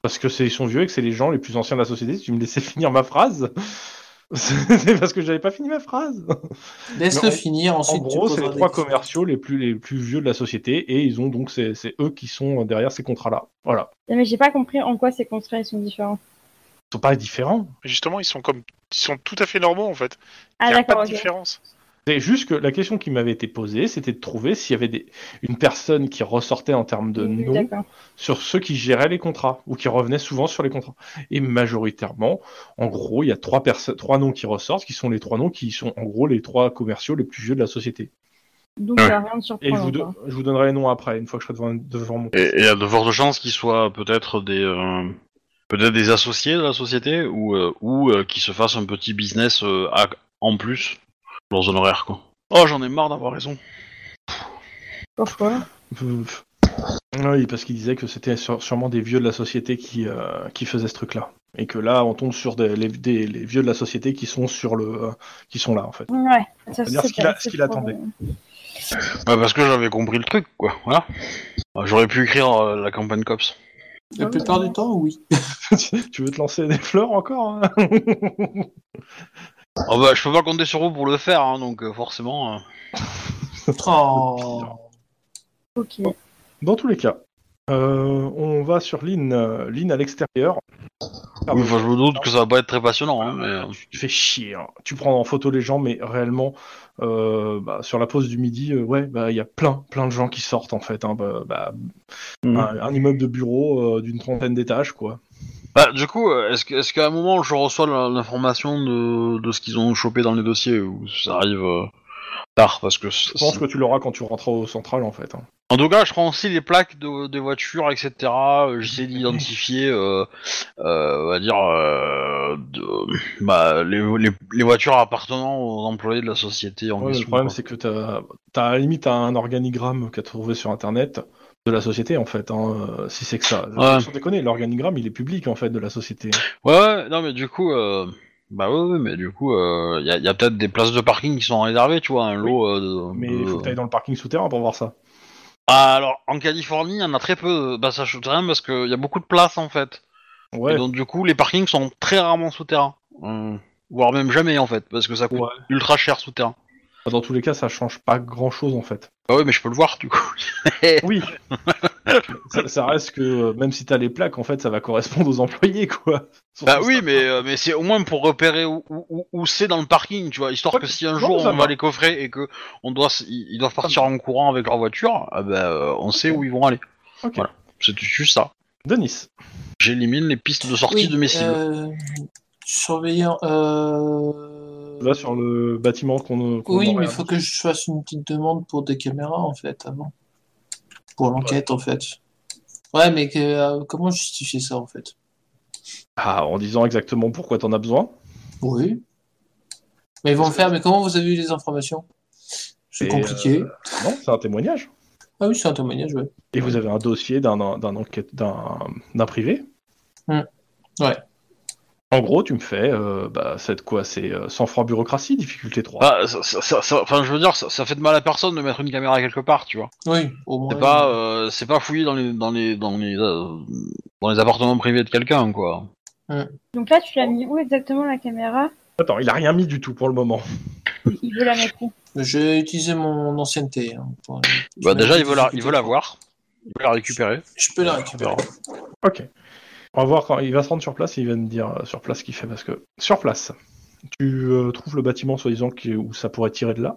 C: Parce que c'est, ils sont vieux et que c'est les gens les plus anciens de la société. Si tu me laissais [laughs] finir ma phrase, c'est parce que j'avais pas fini ma phrase.
A: Laisse-le
C: Mais en-
A: finir,
C: En
A: ensuite tu
C: gros, c'est
A: poseras
C: les
A: des
C: trois
A: questions.
C: commerciaux les plus, les plus vieux de la société et ils ont donc c'est, c'est eux qui sont derrière ces contrats-là. Voilà.
D: Non, Mais j'ai pas compris en quoi ces contrats ils sont différents.
C: Ils sont pas différents.
E: Justement, ils sont comme, ils sont tout à fait normaux en fait.
D: Ah
E: il y a pas de
D: d'accord. ok.
A: [laughs]
E: différence.
C: C'est juste que la question qui m'avait été posée, c'était de trouver s'il y avait des, une personne qui ressortait en termes de
D: Oui,
C: nom
D: d'accord.
C: sur ceux qui géraient les contrats ou qui revenaient souvent sur les contrats. Et majoritairement, en gros, il y a trois, perso- trois noms qui ressortent, qui sont les trois noms qui sont en gros les trois commerciaux les plus vieux de la société.
D: Donc
B: Ouais.
D: ça a rien
C: Et
D: de
C: je
D: surprenant.
C: vous, do-
D: quoi.
C: je vous donnerai les noms après, une fois que je serai devant, devant mon...
B: Et il y a de fortes chances qu'ils soient peut-être des euh, peut-être des associés de la société ou euh, ou euh, qui se fassent un petit business euh, à- en plus leurs honoraires quoi. Oh j'en ai marre d'avoir raison.
D: Pourquoi
C: Ah Oui, parce qu'il disait que c'était sur- sûrement des vieux de la société qui, euh, qui faisaient ce truc-là. Et que là, on tombe sur des, les, des- les vieux de la société qui sont sur le, euh, qui sont là en fait. [laughs]
D: Ouais. Ça,
C: C'est-à-dire
D: c'est
C: ce qu'il
D: pas-
C: a- ce
D: c'est
C: qu'il
D: trop-
C: attendait.
B: Ouais, parce que j'avais compris le truc quoi. Voilà. Euh, J'aurais pu écrire euh, la campagne cops.
A: La plupart du temps, oui.
C: tu veux te lancer des fleurs encore hein
B: Oh bah je peux pas compter sur vous pour le faire hein, donc euh, forcément. euh,
A: Oh.
D: Ok.
C: Dans tous les cas, euh, on va sur Lynn, euh, Lynn à l'extérieur. Ah,
B: oui,
C: bon,
B: enfin, je me doute que ça va pas être très passionnant. hein, mais, euh,
C: tu te fais chier. hein. Tu prends en photo les gens, mais réellement, euh, bah, sur la pause du midi, euh, ouais, bah il y a plein, plein de gens qui sortent en fait. hein. Bah, bah,
B: Mhm.
C: un, un immeuble de bureau euh, d'une trentaine d'étages, quoi.
B: Bah, du coup, euh, est-ce que- est-ce qu'à un moment je reçois la- l'information de, de ce qu'ils ont chopé dans les dossiers ou ça arrive euh, tard parce que c-
C: Je pense que tu l'auras quand tu rentreras au central en fait. hein.
B: en tout cas, je prends aussi les plaques de, des voitures, etc. euh, J'essaie d'identifier, euh, euh, on va dire, euh, de- bah, les, les, les voitures appartenant aux employés de la société en
C: Ouais, le
B: question,
C: problème,
B: quoi.
C: c'est que t'as, t'as à la limite t'as un organigramme qu'a trouvé sur internet de la société en fait. hein, euh, si c'est que ça.
B: Ouais.
C: Sans déconner, l'organigramme il est public en fait de la société. hein.
B: Ouais, ouais, non, mais du coup, euh, bah ouais, ouais, mais du coup, euh, il y a, y a peut-être des places de parking qui sont réservées, tu vois, un lot. euh, de-
C: Mais il
B: de-
C: faut que t'ailles dans le parking souterrain pour voir ça.
B: Ah, alors, en Californie, il y en a très peu Bah, de passages souterrains parce qu'il y a beaucoup de places en fait.
C: Ouais.
B: Et donc, du coup, les parkings sont très rarement souterrains. Euh, voire même jamais en fait, parce que ça coûte
C: Ouais.
B: ultra cher souterrain.
C: Dans tous les cas, ça change pas grand chose en fait.
B: Bah oui, mais je peux le voir du coup.
C: Oui. [laughs] ça, ça reste que euh, même si t'as les plaques, en fait, ça va correspondre aux employés quoi.
B: bah [laughs]
C: Surtout
B: oui,
C: ça.
B: mais, euh, mais c'est au moins pour repérer où, où- où- où c'est dans le parking, tu vois, histoire
C: Ouais,
B: que si un
C: non,
B: jour
C: ça
B: on
C: va.
B: va les coffrer et que on doit, s- ils ils doivent partir en courant avec leur voiture, ah bah, euh, on sait où ils vont aller.
C: Ok.
B: Voilà, c'est juste ça.
C: Denis,
B: J'élimine les pistes de sortie
A: Oui,
B: de mes cibles.
A: euh, surveillant. euh,
C: là sur le bâtiment qu'on. qu'on
A: Oui,
C: aurait
A: mais il faut que je fasse une petite demande pour des caméras en fait avant. Pour l'enquête en fait. Ouais, mais que- euh, comment justifier ça en fait
C: Ah, en disant exactement pourquoi t'en as besoin.
A: Oui. Mais ils vont le faire, mais comment vous avez eu les informations C'est
C: Et, euh,
A: compliqué.
C: Non, c'est un témoignage.
A: Ah oui, c'est un témoignage, ouais.
C: Et vous avez un dossier d'un d'un enquête d'un d'un privé.
A: Hmm. Ouais.
C: En gros, tu me fais, euh, bah, c'est quoi C'est euh, sans froid bureaucratie, difficulté 3.
B: Bah, ça, ça- ça- ça- enfin, je veux dire, ça, ça fait de mal à personne de mettre une caméra quelque part, tu vois.
A: Oui, au moins.
B: C'est pas, euh, c'est pas fouiller dans les, dans les, dans les, euh, dans les appartements privés de quelqu'un, quoi.
D: Donc là, tu l'as mis où exactement la caméra
C: Attends, il a rien mis du tout pour le moment.
D: Il veut la mettre où
A: J'ai utilisé mon ancienneté. hein, pour-
B: Bah, déjà, il veut la, il veut la voir. Il veut la récupérer.
A: Je peux la récupérer.
C: Ok. On va voir quand il va se rendre sur place et il va me dire euh, sur place ce qu'il fait parce que sur place, tu euh, trouves le bâtiment soi-disant qui- où ça pourrait tirer de là.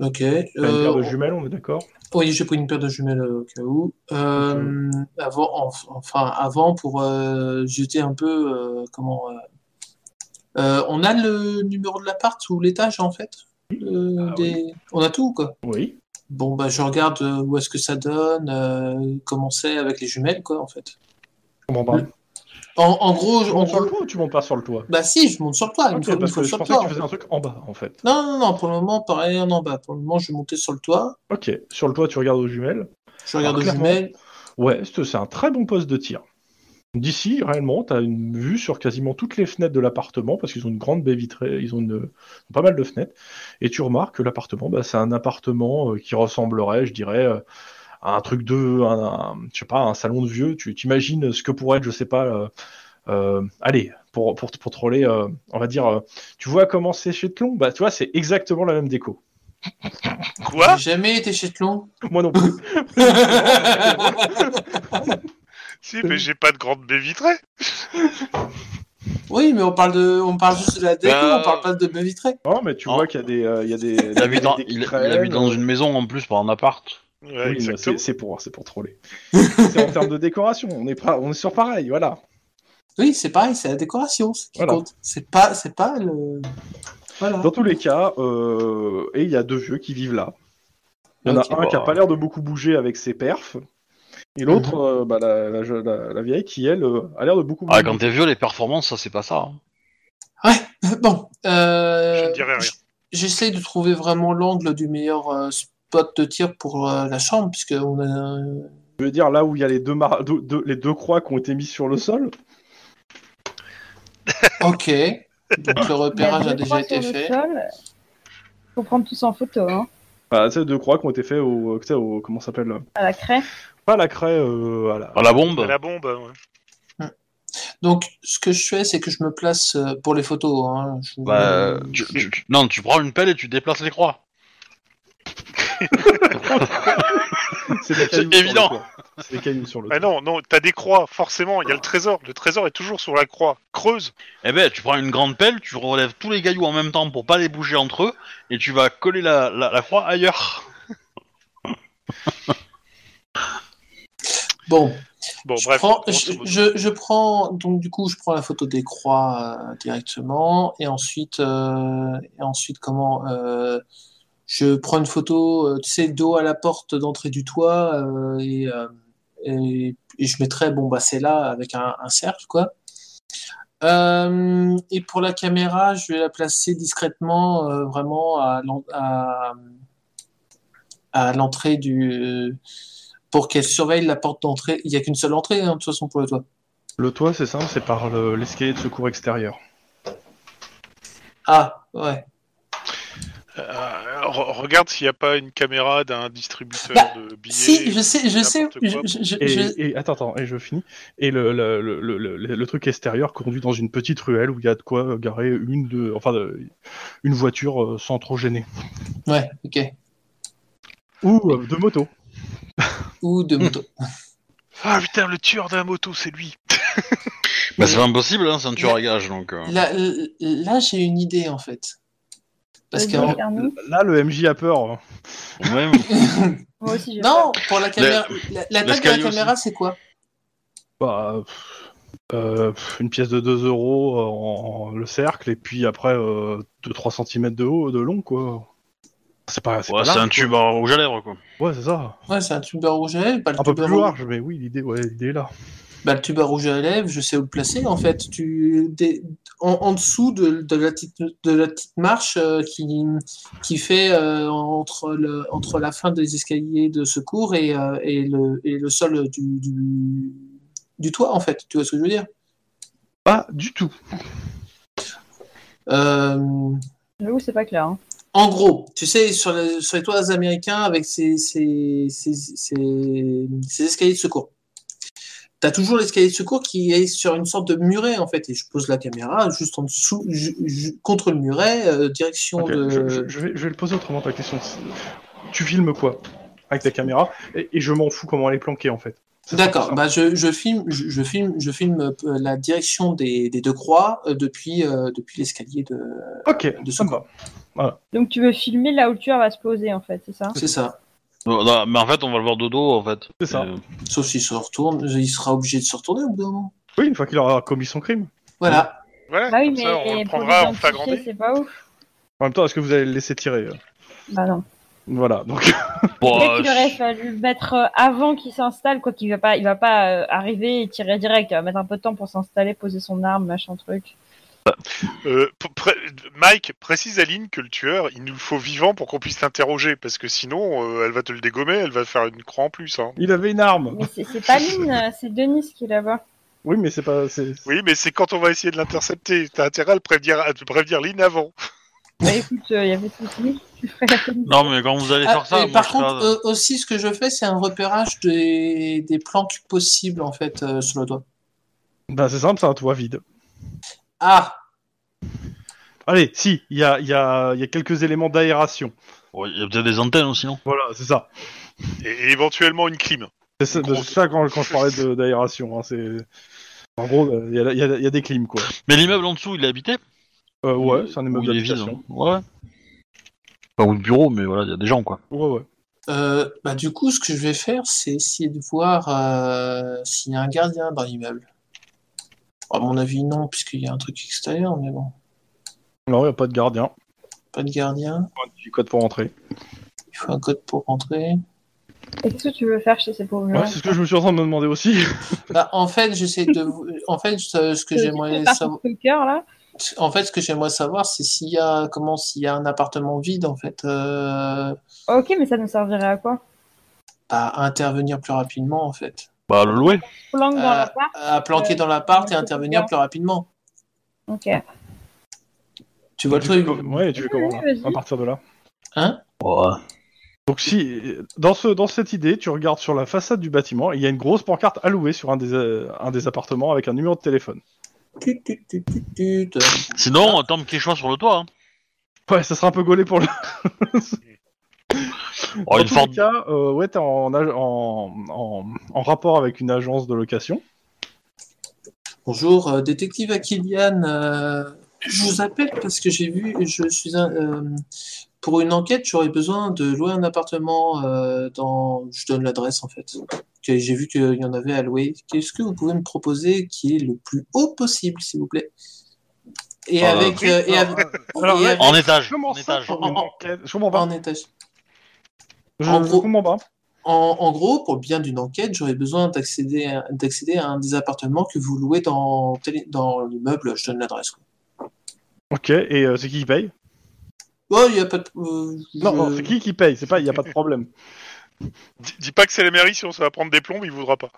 A: Ok.
C: T'as une paire de
A: euh,
C: jumelles, on est d'accord
A: Oui, j'ai pris une paire de jumelles euh, au cas où. Euh, avant, enf- enfin, avant pour euh, jeter un peu, euh, comment. euh, euh, on a le numéro de l'appart ou l'étage en fait. Euh,
C: Ah
A: des- On a tout quoi.
C: Oui.
A: Bon bah je regarde euh, où est-ce que ça donne, euh, comment c'est avec les jumelles quoi en fait.
C: Comment pas
A: Le- En, en gros,
C: Tu
A: je- en
C: montes sur
A: gros-
C: le toit ou tu montes pas sur le toit
A: bah si, je monte sur le toit. il me
C: Ok,
A: faut- il me
C: Parce
A: faut
C: que je
A: sur le
C: pensais que tu
A: toit.
C: faisais un truc en bas en fait.
A: Non, non, non, pour le moment, pareil, rien en bas. Pour le moment, je vais monter sur le toit,
C: Ok, sur le toit tu regardes aux jumelles.
A: je regarde
C: Alors,
A: aux
C: Ah, clairement.
A: jumelles.
C: Ouais, c'est c'est un très bon poste de tir. D'ici, réellement, t'as une vue sur quasiment toutes les fenêtres de l'appartement, parce qu'ils ont une grande baie vitrée, ils ont une- pas mal de fenêtres, et tu remarques que l'appartement, bah, c'est un appartement euh, qui ressemblerait, je dirais, euh, à un truc de, un, un- je sais pas, un salon de vieux. Tu t'imagines ce que pourrait être, je sais pas, euh, euh, allez, pour, pour, pour troller, euh, on va dire, euh, tu vois comment c'est chez Tlon Bah, tu vois, c'est exactement la même déco.
E: Quoi
A: J'ai jamais été chez
C: [laughs]
A: Tlon.
C: Moi non
B: [coughs]
C: plus.
E: Si, mais j'ai pas de grande baie vitrée.
A: oui, mais on parle de, on parle juste de la déco,
B: Bah,
E: Ben,
A: on parle pas de baie vitrée.
C: Non, mais tu
B: Oh.
C: vois qu'il y a des, euh, il y a des,
B: Il habite dans,
C: [laughs] des- des
B: il, il
C: traînes,
B: habite dans une maison en plus, pas un appart.
E: Ouais,
C: Oui, mais
E: exactement.
C: c'est c'est pour, c'est pour troller. [laughs] c'est en termes de décoration, on est, pas, on est sur pareil, voilà.
A: Oui, c'est pareil, c'est la décoration ce qui
C: Voilà.
A: compte. C'est pas, c'est pas le. Voilà.
C: Dans tous les cas, euh, et il y a deux vieux qui vivent là. Il y en
A: Ok,
C: a un
B: bon.
C: qui a pas l'air de beaucoup bouger avec ses perfs, et l'autre, euh, bah, la, la, la- la vieille qui, elle, euh, a l'air de beaucoup bouger.
B: Mhm. Ah, quand t'es vieux, les performances, ça, c'est pas ça. hein.
A: Ouais. [laughs] Bon. euh,
E: Je ne dirai rien.
A: j- J'essaie de trouver vraiment l'angle du meilleur euh, spot de tir pour euh, la chambre, puisque on a. euh, un-
C: Je veux dire, là où il y a les deux, mar- deux- deux- les deux croix qui ont été mises sur le sol,
A: Ok. Donc le repérage a déjà été fait.
D: Faut prendre tous en photo, hein,
C: bah, tu sais, deux croix qui ont été faites au, tu sais, au comment ça s'appelle euh,
D: à la craie.
C: Pas à la craie, euh, à la...
B: Ah, la bombe.
E: La bombe, ouais.
A: Donc, ce que je fais, c'est que je me place euh, pour les photos. Hein, je-
B: Bah, tu- tu- tu- non, tu prends une pelle et tu déplaces les croix.
C: C'est des
B: Ah, C'est
C: cailloux sur le
B: évident.
C: toit. C'est des cailloux sur le
E: Ah
C: toit.
E: non, non, t'as des croix, forcément, il y a le trésor. Le trésor est toujours sur la croix. Creuse.
B: Eh ben, tu prends une grande pelle, tu relèves tous les cailloux en même temps pour pas les bouger entre eux, et tu vas coller la, la, la croix ailleurs.
A: Bon,
E: Bon,
A: je,
E: bref.
A: prends,
E: grosso
A: je,
E: modo.
A: je- je prends, donc du coup, je prends la photo des croix euh, directement, et ensuite, euh, et ensuite comment euh, Je prends une photo, euh, tu sais, dos à la porte d'entrée du toit, euh, et, euh, et, et je mettrai, bon, bah, c'est là, avec un, un cercle, quoi. Euh, et pour la caméra, je vais la placer discrètement, euh, vraiment à, l'en- à, à l'entrée du. pour qu'elle surveille la porte d'entrée. Il n'y a qu'une seule entrée, hein, de toute façon, pour le toit.
C: Le toit, c'est simple, c'est par le- l'escalier de secours extérieur.
A: Ah, ouais.
E: Euh, re- regarde s'il n'y a pas une caméra d'un distributeur
A: Bah,
E: de billets.
A: Si, je sais, je
E: n'importe
A: sais.
E: quoi.
A: Je, je- je-
C: Et,
A: je-
C: et- attends, attends, et je finis. Et le, le, le, le, le- le truc extérieur conduit dans une petite ruelle où il y a de quoi garer une, deux, enfin, de- une voiture euh, sans trop gêner.
A: Ouais, ok.
C: Ou euh, deux motos.
A: Ou de
C: [laughs]
A: moto.
E: Ah putain, le tueur d'un moto, c'est lui.
B: Bah, c'est pas impossible, hein, c'est un tueur à gage, donc.
A: [laughs]
B: euh.
A: Là, l- là j'ai une idée, en fait. Parce
D: Vas-y,
A: que.
D: regarde-nous.
C: Là, le MJ a peur. hein.
B: Ouais,
D: Moi aussi, j'ai
A: Non, pour la caméra. la- La taille de la
B: l'escalier
A: caméra, c'est quoi
C: Bah, pff, euh, pff, une pièce de 2 euros euh, en, en- le cercle, et puis après euh, de 3 cm de haut, de long, quoi. C'est pas, c'est
B: Ouais,
C: pas
B: c'est
C: large,
B: un
C: quoi.
B: tube en rouge à lèvres, quoi.
C: Ouais, c'est ça.
A: Ouais, c'est un tube à rouge à lèvres, pas le
C: Un peu
A: tube à
C: plus
A: rouge-
C: large, mais oui, l'idée ouais, l'idée est là.
A: bah, le tube à rouge à lèvres, je sais où le placer. En fait, tu, des- en, en dessous de, de la petite, de la petite marche euh, qui, qui fait euh, entre, le, entre la fin des escaliers de secours et, euh, et, le, et le sol du, du, du toit, en fait. Tu vois ce que je veux dire
C: Pas du tout.
A: Euh,
D: J'avoue, c'est pas clair. hein.
A: En gros, tu sais, sur, le- sur les toits américains, avec ces, ces, ces, ces- ces escaliers de secours, tu as toujours l'escalier de secours qui est sur une sorte de muret, en fait. Et je pose la caméra juste en dessous, ju- ju- contre le muret, euh, direction
C: Ok,
A: de.
C: je, je- je vais, je vais le poser autrement ta question. Tu filmes quoi avec ta caméra et, et je m'en fous comment elle est planquée en fait. Ça, c'est
A: D'accord,
C: ça.
A: bah je, je filme, je, je filme, je filme euh, la direction des, des deux croix euh, depuis, euh, depuis l'escalier de.
C: Ok,
A: bah, de
C: ça me va.
D: Donc tu veux filmer là où le tueur va se poser, en fait, c'est ça
A: C'est ça.
B: Non, non, mais en fait, on va le voir de dos, en fait.
C: C'est ça.
B: Euh,
A: Sauf s'il se retourne, il sera obligé de se retourner au bout d'un moment.
C: Oui, une fois qu'il aura commis son crime.
A: Voilà.
E: Voilà,
D: Bah oui,
E: comme
D: mais
E: ça, on le
D: pour
E: prendra en
D: l'identifier,
E: flagrant délit.
D: C'est pas ouf.
C: En même temps, est-ce que vous allez le laisser tirer euh
D: Bah non.
C: Voilà, donc [laughs]
E: Bah,
B: bon,
D: Peut-être qu'il
B: euh,
D: aurait fallu le mettre euh, avant qu'il s'installe, quoi qu'il va pas, il va pas euh, arriver et tirer direct. Il va mettre un peu de temps pour s'installer, poser son arme, machin truc.
E: Euh, p- pré- Mike, précise à Lynn que le tueur, il nous le faut vivant pour qu'on puisse l'interroger, parce que sinon, euh, elle va te le dégommer, elle va faire une croix en plus. hein.
C: il avait une arme.
D: Mais c'est c'est pas Lynn, euh, c'est Denis qui est là-bas.
C: Oui, mais c'est pas. c'est-
E: Oui, mais c'est quand on va essayer de l'intercepter. T'as intérêt à, le prévenir, à te prévenir Lynn avant.
D: Bah écoute, euh, il y avait tout fini. [laughs] Tu ferais la peine.
B: Non, mais quand vous allez
A: Ah,
B: faire ça, moi,
A: et par
B: je
A: contre,
B: serai-
A: euh, aussi, ce que je fais, c'est un repérage des, des planques possibles, en fait, euh, sur le doigt.
C: Ben, c'est simple, c'est un toit vide.
A: Ah,
C: Allez, si, il y a, il y, a, il y a quelques éléments d'aération.
B: Bon, Il y a peut-être des antennes aussi, non
C: Voilà, c'est ça.
E: Et, et éventuellement une crime.
C: C'est ça,
E: Gros-
C: c'est ça quand, quand je parlais de- d'aération. hein, c'est en gros, euh, il y a, il y a- il y a des clims quoi.
B: Mais l'immeuble en dessous, il est habité
C: Euh, ouais, c'est un
B: Ou
C: immeuble
B: il est vide,
C: d'habitation.
B: hein. Ouais. Pas ou de bureau, mais voilà, il y a des gens, quoi.
C: Ouais, ouais.
A: Euh, bah, du coup, ce que je vais faire, c'est essayer de voir euh, s'il y a un gardien dans l'immeuble. Oh, À mon avis, non, puisqu'il y a un truc extérieur, mais bon,
C: Non, il n'y a pas de gardien.
A: pas de gardien.
C: Du code pour entrer.
A: Il faut un code pour rentrer.
D: Et qu'est-ce que tu veux faire chez ces pauvres
C: Ouais,
D: gens
C: c'est ce que je me suis en train de me demander aussi.
D: [laughs]
A: Bah, en fait, j'essaie de. euh, En fait, ce ce que
D: Tu
A: j'aimerais
D: fais partie
A: savoir,
D: de ton cœur, là
A: en fait, ce que j'aimerais savoir, c'est s'il y a comment s'il y a un appartement vide, en fait, euh,
D: Ok, mais ça nous servirait à quoi
A: bah, à intervenir plus rapidement, en fait,
B: Bah, le louer.
D: Planque dans
A: Euh,
D: la part
A: à planquer dans l'appart et intervenir plus rapidement.
D: Ok.
A: Tu vois le truc?
C: Ouais, tu fais comment là,
D: Oui, vas-y.
C: à partir de là
A: Hein?
B: Ouais.
C: Donc si dans ce dans cette idée, tu regardes sur la façade du bâtiment, il y a une grosse pancarte allouée sur un des euh, un des appartements avec un numéro de téléphone.
A: Tut, tut, tut, tut, tut.
B: Sinon, euh, on tombe Quechua sur le toit. Hein.
C: Ouais, ça sera un peu gaulé pour le.
B: Oh,
C: Dans
B: une
C: tous
B: Ford-
C: les cas, euh, ouais, t'es en, ag- en, en, en rapport avec une agence de location.
A: Bonjour, euh, détective Akilian. euh, je vous appelle parce que j'ai vu, je suis un, euh, pour une enquête, j'aurais besoin de louer un appartement euh, dans. Je donne l'adresse en fait. Que J'ai vu qu'il y en avait à louer. Qu'est-ce que vous pouvez me proposer qui est le plus haut possible, s'il vous plaît Et
B: Ah,
A: avec. euh, et avec-
C: Alors,
A: et
C: ouais,
A: avec-
B: En étage.
C: Comment
B: En
C: ça
B: étage.
C: pour une
A: En- en-
C: enquête Je comprends pas.
A: en étage.
C: Je,
A: en
C: je
A: gros-
C: comprends pas.
A: En, en gros, pour le bien d'une enquête, j'aurais besoin d'accéder à, d'accéder à un des appartements que vous louez dans, télé- dans l'immeuble. Je donne l'adresse. quoi.
C: Ok, et euh, c'est qui qui paye
A: Oh, il n'y a pas de. euh,
C: Non,
A: je-
C: non, c'est qui qui paye C'est pas, il y a pas de problème.
E: Dis, dis pas que c'est la mairie, sinon ça va prendre des plombs, il voudra pas.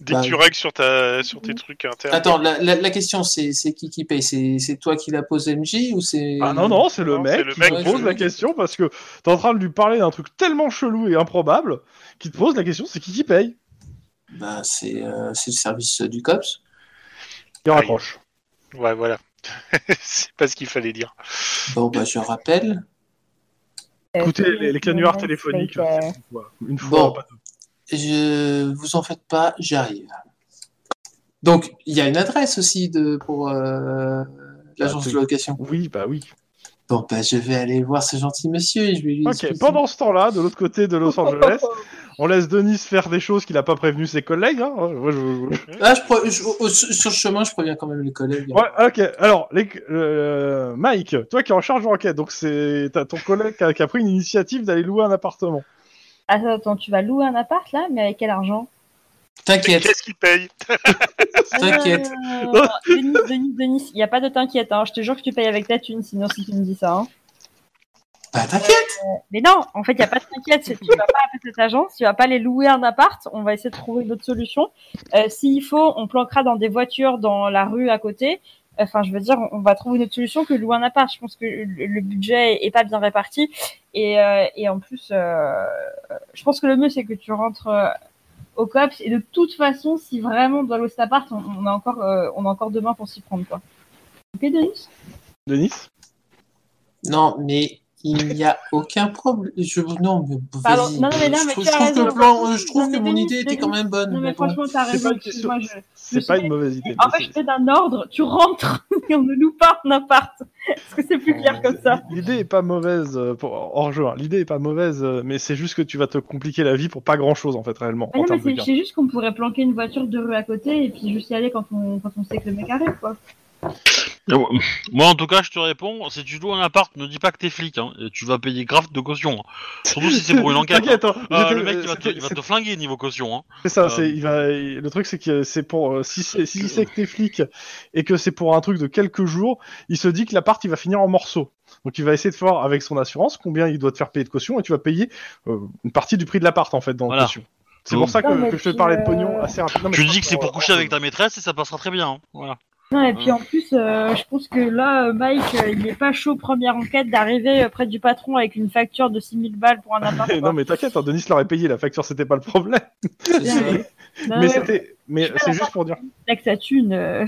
E: Dès
A: Bah,
E: que tu règles sur, ta, sur tes trucs internes.
A: Attends, la, la- la question, c'est c'est qui qui paye C'est c'est toi qui la pose, MJ, ou c'est...
C: Ah non, non, c'est le
E: Non,
C: mec
E: c'est le
C: qui
E: mec
C: te
A: qui-
C: pose la question parce que t'es en train de lui parler d'un truc tellement chelou et improbable qu'il te pose la question c'est qui qui paye
A: Bah, c'est euh, c'est le service euh, du COPS.
C: Il
E: Aïe.
C: raccroche.
E: Ouais, voilà. [laughs] c'est pas ce qu'il fallait dire.
A: Bon, bah, je rappelle.
C: Écoutez, les, les canulars
D: Euh,
C: téléphoniques,
D: euh,
C: c'est une fois. Une
A: Bon.
C: fois bah, pas deux.
A: Je... Vous en faites pas, j'arrive. Donc, il y a une adresse aussi de, pour euh, l'agence
C: Ah,
A: de location.
C: Oui, bah oui.
A: Bon, bah, je vais aller voir ce gentil monsieur et je vais lui
C: Ok,
A: expliquer.
C: pendant ce temps-là, de l'autre côté de Los Angeles,
D: [laughs]
C: on laisse Denis faire des choses qu'il a pas prévenu ses collègues. hein. Moi, je- je-
A: Ah, je pro- je- au- au- sur le chemin, je préviens quand même les collègues.
C: Ouais, ok, alors, les- euh, Mike, toi qui es en charge de l'enquête, donc c'est t'as ton collègue qui a, qui a pris une initiative d'aller louer un appartement.
D: Attends, attends, tu vas louer un appart là, mais avec quel argent
A: T'inquiète,
E: Qu'est-ce qu'il paye
A: t'inquiète.
D: Euh, Denis, Denis, Denis, il n'y a pas de t'inquiète, hein. je te jure que tu payes avec ta thune, sinon si tu me dis ça. hein. Ah.
A: Bah t'inquiète
D: Mais non, en fait, il n'y a pas de t'inquiète, c'est- tu vas pas appeler cette agence, tu vas pas les louer un appart, on va essayer de trouver d'autres solutions. Euh, S'il faut, on planquera dans des voitures dans la rue à côté. Enfin, je veux dire, on va trouver une autre solution que louer un appart. Je pense que le le budget est pas bien réparti. Et, euh, et en plus, euh, je pense que le mieux, c'est que tu rentres euh, au COPS. Et de toute façon, si vraiment on doit louer cet appart, on, on a, encore, euh, on a encore demain pour s'y prendre. Quoi. Ok, Denis
C: Denis
A: Non, mais il n'y a aucun problème. Je... Non, mais
D: Pardon,
A: vas-y.
D: non, non, mais là,
A: je,
D: mais
A: trouve,
D: tu
A: je
D: as
A: trouve que
D: raison.
A: le plan, euh, je
D: Non,
A: trouve
D: mais
A: que mon
D: Denis,
A: idée était
D: Denis,
A: quand même bonne.
D: Non, mais,
A: mais bon.
D: franchement, t'as
C: C'est
D: raison.
C: pas une question-
D: excuse-moi, je-
C: C'est
D: je
C: pas
D: sais-
C: une mauvaise idée.
D: En fait, je fais d'un ordre, tu rentres [laughs] et on ne loue pas un appart. Est-ce que c'est plus clair
C: Euh,
D: comme ça
C: L'idée est pas mauvaise euh, pour hors jeu. hein. L'idée est pas mauvaise, euh, mais c'est juste que tu vas te compliquer la vie pour pas grand chose en fait réellement.
D: Ah
C: en
D: non, mais
C: termes de
D: c'est
C: gains.
D: c'est juste qu'on pourrait planquer une voiture de rue à côté et puis juste y aller quand on, quand on sait que le mec arrive, quoi.
B: Moi, en tout cas, je te réponds, si tu loues un appart, ne dis pas que t'es flic, hein, et tu vas payer grave de caution. hein. Surtout si c'est pour
C: [laughs]
B: une enquête.
C: T'inquiète, hein,
B: hein. Euh,
C: [laughs] j'étais-
B: le mec, il va, te,
C: c'était-
B: il va te flinguer niveau caution. Hein.
C: C'est ça,
B: Euh,
C: c'est, il va, il- le truc c'est que c'est pour, euh, si c'est, si c'est que t'es flic et que c'est pour un truc de quelques jours, il se dit que l'appart il va finir en morceaux. Donc il va essayer de voir avec son assurance combien il doit te faire payer de caution et tu vas payer euh, une partie du prix de l'appart en fait dans la
B: Voilà.
C: caution. C'est
B: Donc-
C: pour ça que,
D: Non, mais
C: que je te
D: puis,
C: parlais de
D: euh,
C: pognon assez rapidement.
B: Tu dis que c'est pour coucher avec ta maîtresse et ça passera très bien. hein. Voilà.
D: Non, et puis
C: Mm.
D: en plus, euh, je pense que là, euh, Mike, euh, il n'est pas chaud, première enquête, d'arriver euh, près du patron avec une facture de 6000 balles pour un appart.
C: [laughs]
D: quoi.
C: [laughs] non mais t'inquiète, hein, Denis l'aurait payé, la facture c'était pas le problème.
A: C'est-
D: Bien,
A: c'est-
D: Ah ouais. Non,
C: [laughs] mais
D: mais
C: c'était, mais
D: Je vais
C: c'est
D: la
C: juste pour dire.
D: avec sa thune, euh,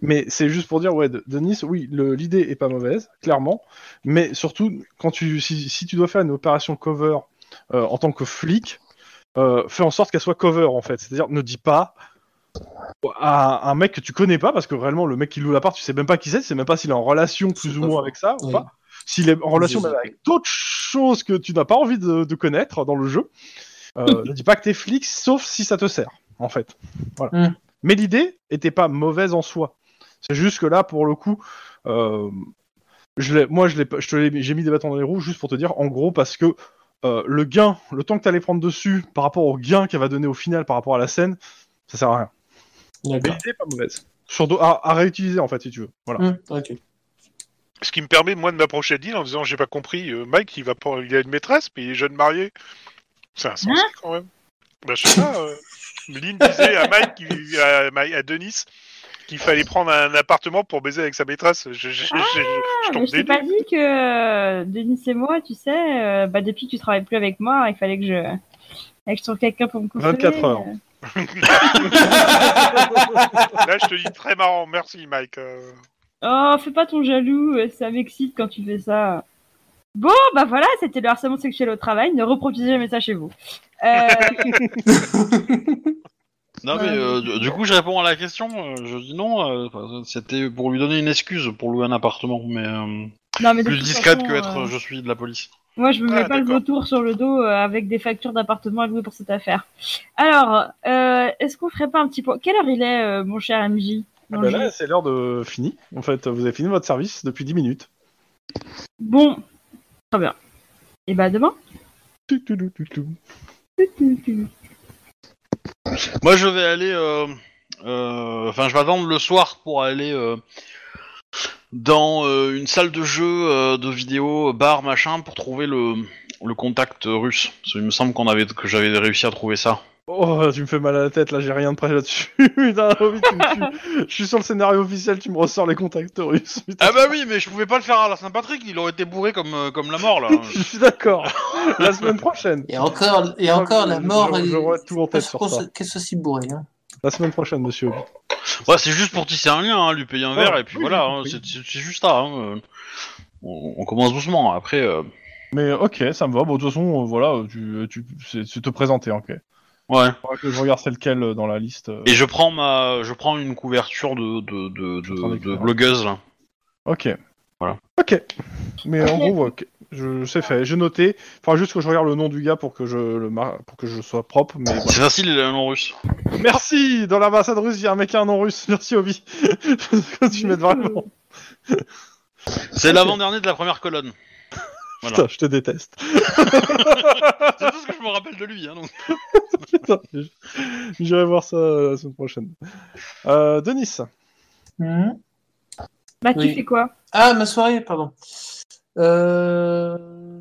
C: Mais c'est juste pour dire, ouais, de- Denis, oui, le- l'idée est pas mauvaise, clairement. Mais surtout, quand tu, si, si tu dois faire une opération cover euh, en tant que flic, euh, fais en sorte qu'elle soit cover, en fait. C'est-à-dire, ne dis pas à un mec que tu connais pas, parce que réellement, le mec qui loue l'appart, tu sais même pas qui c'est, tu sais même pas s'il est en relation plus
A: C'est
C: ou
A: pas
C: moins
A: faux.
C: avec ça ou
A: Oui.
C: pas. S'il est en relation
A: Je-
C: même avec d'autres choses que tu n'as pas envie de, de connaître dans le jeu, euh,
D: [laughs]
C: ne dis pas que t'es flic, sauf si ça te sert, en fait. Voilà.
A: Mm.
C: Mais l'idée était pas mauvaise en soi. C'est juste que là, pour le coup, euh, je l'ai- moi, je l'ai pas- je te l'ai mis- j'ai mis des bâtons dans les roues juste pour te dire, en gros, parce que euh, le gain, le temps que t'allais prendre dessus par rapport au gain qu'elle va donner au final par rapport à la scène, ça sert à rien. Mais
A: D'accord.
C: l'idée est pas mauvaise. Sur do- à, à réutiliser, en fait, si tu veux. Voilà.
A: Hum, ok.
E: Ce qui me permet, moi, de m'approcher de Lille en me disant J'ai pas compris, euh, Mike, il, va pas... il a une maîtresse, mais il est jeune marié. C'est un
D: Hein
E: sens, quand même. Bah, je sais pas. euh, Lynn disait à Mike, qu'il- à, Ma- à Denis, qu'il fallait prendre un appartement pour baiser avec sa maîtresse. Je, je, je, je, je
D: Ah,
E: tombe
D: mais je t'ai
E: des
D: pas
E: nues.
D: dit que euh, Denis et moi, tu sais, euh, bah depuis que tu travailles plus avec moi, il fallait que je, fallait que je trouve quelqu'un pour me consoler.
C: 24 heures.
D: Euh,
E: Là, je te dis très marrant. Merci, Mike. euh.
D: Oh, fais pas ton jaloux, euh, ça m'excite quand tu fais ça. Bon, bah voilà, c'était le harcèlement sexuel au travail, ne reproduisez jamais ça chez vous. Euh,
B: [laughs] Non, mais euh, du- du coup, je réponds à la question. euh, Je dis non. euh, C'était pour lui donner une excuse pour louer un appartement, mais euh,
D: non, mais de
B: plus
D: toute
B: discrète
D: façon,
B: que être
D: euh,
B: je suis de la police.
D: Moi, je me mets
E: Ah,
D: pas le
E: d'accord.
D: vautour sur le dos euh, avec des factures d'appartement à louer pour cette affaire. Alors, euh, est-ce qu'on ferait pas un petit point Quelle heure il est, euh, mon cher MJ
C: Ah
D: dans
C: bah
D: le jeu
C: là, c'est l'heure de fini. En fait, vous avez fini votre service depuis 10 minutes.
D: Bon, très bien. Et bah demain
C: Tou, tou, tou, tou, tou.
B: Moi, je vais aller. euh, euh, Enfin, je vais attendre le soir pour aller euh, dans euh, une salle de jeu, euh, de vidéo, bar, machin, pour trouver le, le contact euh, russe. Parce qu'il me semble qu'on avait que j'avais réussi à trouver ça.
C: Oh, tu me fais mal à la tête, là, j'ai rien de prêt là-dessus. [laughs] Putain, oh, oui, tu me tues. Je suis sur le scénario officiel, tu me ressors les contacts russes. Putain.
B: Ah bah oui, mais je pouvais pas le faire à la Saint-Patrick. Il aurait été bourré comme euh, comme la mort là.
C: Je suis d'accord. La semaine prochaine.
A: Et encore, et encore la
C: Je-
A: mort.
C: Je, je
A: est-
C: vois tout en tête
A: Qu'est-ce
C: sur ça.
A: qu'on- qu'est-ce que c'est bourré hein
C: La semaine prochaine, monsieur.
B: Ouais, c'est juste pour tisser un lien, hein, lui payer un verre,
C: Ouais,
B: et puis
C: oui,
B: voilà,
C: j'ai
B: hein,
C: compris.
B: c'est c'est- c'est juste ça. hein, euh. On, on commence doucement, après. euh,
C: Mais ok, ça me va. Bon, de toute façon, euh, voilà, tu, tu, c'est c'est te présenter, ok.
B: Ouais.
C: Faudra que je regarde c'est lequel euh, dans la liste. euh.
B: Et je prends ma, je prends une couverture de de, de,
C: Attends,
B: de, de
C: d'accord.
B: blogueuse là.
C: Ok.
B: Voilà.
C: Ok. Mais en
D: Ok.
C: gros, ok. Je sais fait. J'ai noté. Enfin, juste que je regarde le nom du gars pour que je le mar- pour que je sois propre. Mais voilà.
B: C'est facile, il a un nom russe.
C: Merci Dans l'ambassade russe, il y a un mec qui a un nom russe. Merci, Obi. [laughs] Quand tu m'aides vraiment.
B: C'est l'avant-dernier de la première colonne. Voilà.
C: Putain, je te déteste.
B: [laughs]
C: [laughs]
B: C'est tout ce que je me rappelle de lui. Hein, donc.
C: Putain, je- J'irai voir ça euh, la semaine prochaine. Euh, Denis,
A: Hmm.
D: Bah, tu
A: Oui.
D: fais quoi
A: Ah, ma soirée, pardon. Euh...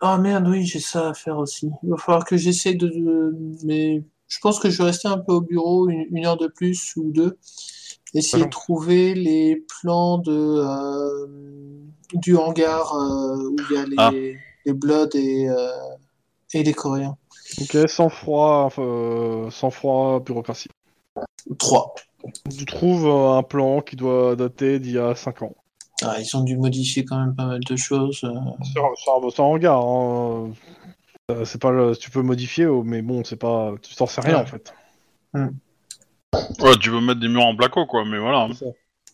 A: Ah merde, oui, j'ai ça à faire aussi. Il va falloir que j'essaie de, de- Mais je pense que je vais rester un peu au bureau, une, une heure de plus ou deux. Essayer de
C: Bonjour.
A: trouver les plans de, euh, du hangar euh, où il y a les,
B: Ah.
A: les Bloods et, euh, et les Coréens.
C: ok, sans froid, enfin, euh, sans froid, bureaucratie.
A: Trois.
C: Tu trouves euh, un plan qui doit dater d'il y a 5 ans.
A: Ah, ils ont dû modifier quand même pas mal de choses. euh.
C: Sur, sur- sur un hangar, hein, euh, c'est pas le- tu peux modifier, oh, mais bon, c'est pas, tu t'en sais rien
A: Ouais.
C: en fait.
B: Ouais, tu veux mettre des murs en placo, quoi, mais voilà.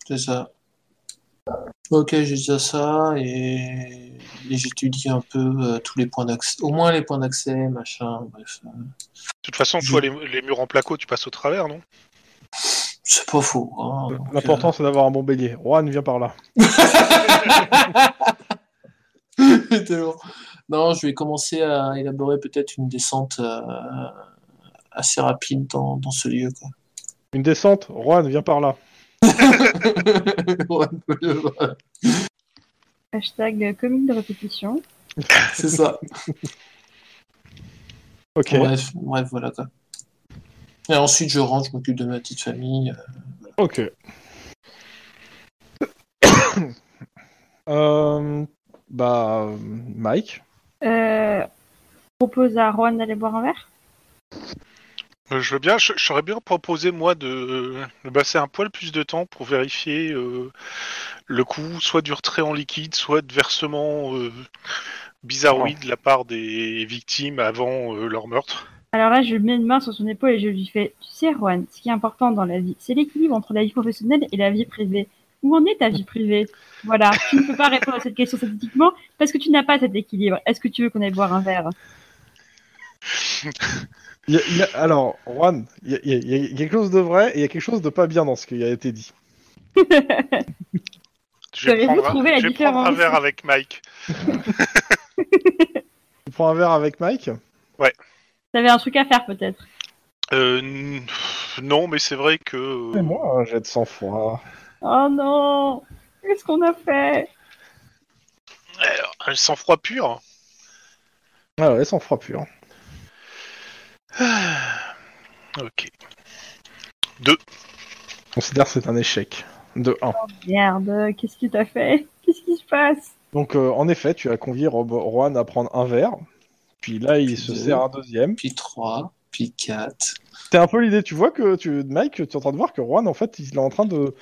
A: C'est ça. Ok, j'ai déjà ça et, et j'étudie un peu euh, tous les points d'accès, au moins les points d'accès, machin, bref. euh,
E: De toute façon, toi, les, les murs en placo, tu passes au travers, non
A: C'est pas faux. hein, [laughs] donc,
C: L'important, c'est d'avoir un bon bélier. Juan, viens par là.
A: euh, tellement. Non, je vais commencer à élaborer peut-être une descente euh, assez rapide dans, dans ce lieu. Quoi. [laughs]
C: Une descente, Juan, viens par là.
A: Ouais, voilà,
D: Hashtag euh, comique de répétition.
A: c'est ça.
C: Ok.
A: Bref, bref, voilà quoi. Et ensuite, je rentre, je m'occupe de ma petite famille.
C: Ok. [coughs] Euh, bah, euh, Mike.
D: Euh, propose à Juan d'aller boire un verre
E: Euh, Je veux bien, je- j'aurais bien proposé moi de, de passer un poil plus de temps pour vérifier euh, le coût, soit du retrait en liquide, soit de versement euh, bizarroïde de la part des victimes avant euh, leur meurtre.
D: Alors là, je mets une main sur son épaule et je lui fais Tu sais, Juan, ce qui est important dans la vie, c'est l'équilibre entre la vie professionnelle et la vie privée. Où en est ta vie privée Voilà, tu ne peux pas répondre à cette question statistiquement parce que tu n'as pas cet équilibre. Est-ce que tu veux qu'on aille boire un verre
C: Il y a- il y a- alors, Juan, il y, a- il y a- il y a- il y a quelque chose de vrai et il y a quelque chose de pas bien dans ce qui a été dit.
E: Je vais
D: Vous avez
E: prendre, un-
D: trouvé la
E: je vais prendre un
D: différence.
E: verre avec Mike.
C: Tu prends un verre avec Mike
D: T'avais un truc à faire peut-être
E: Euh, n- pff, non, mais c'est vrai que euh,
C: Et moi, un jet de sang-froid.
D: Oh non Qu'est-ce qu'on a fait
E: un euh, sang-froid pur.
C: Ah ouais, sang-froid pur.
E: Ok.
C: Je Considère que c'est un échec. De 1.
D: Merde, qu'est-ce que t'as fait Qu'est-ce qui se passe
C: Donc, euh, en effet, tu as convié Rob- Juan à prendre un verre. Puis là, il se
A: Deux.
C: sert un deuxième.
A: Puis 3, puis 4.
C: C'est un peu l'idée, tu vois que tu, Mike, tu es en train de voir que Juan, en fait, il est en train de,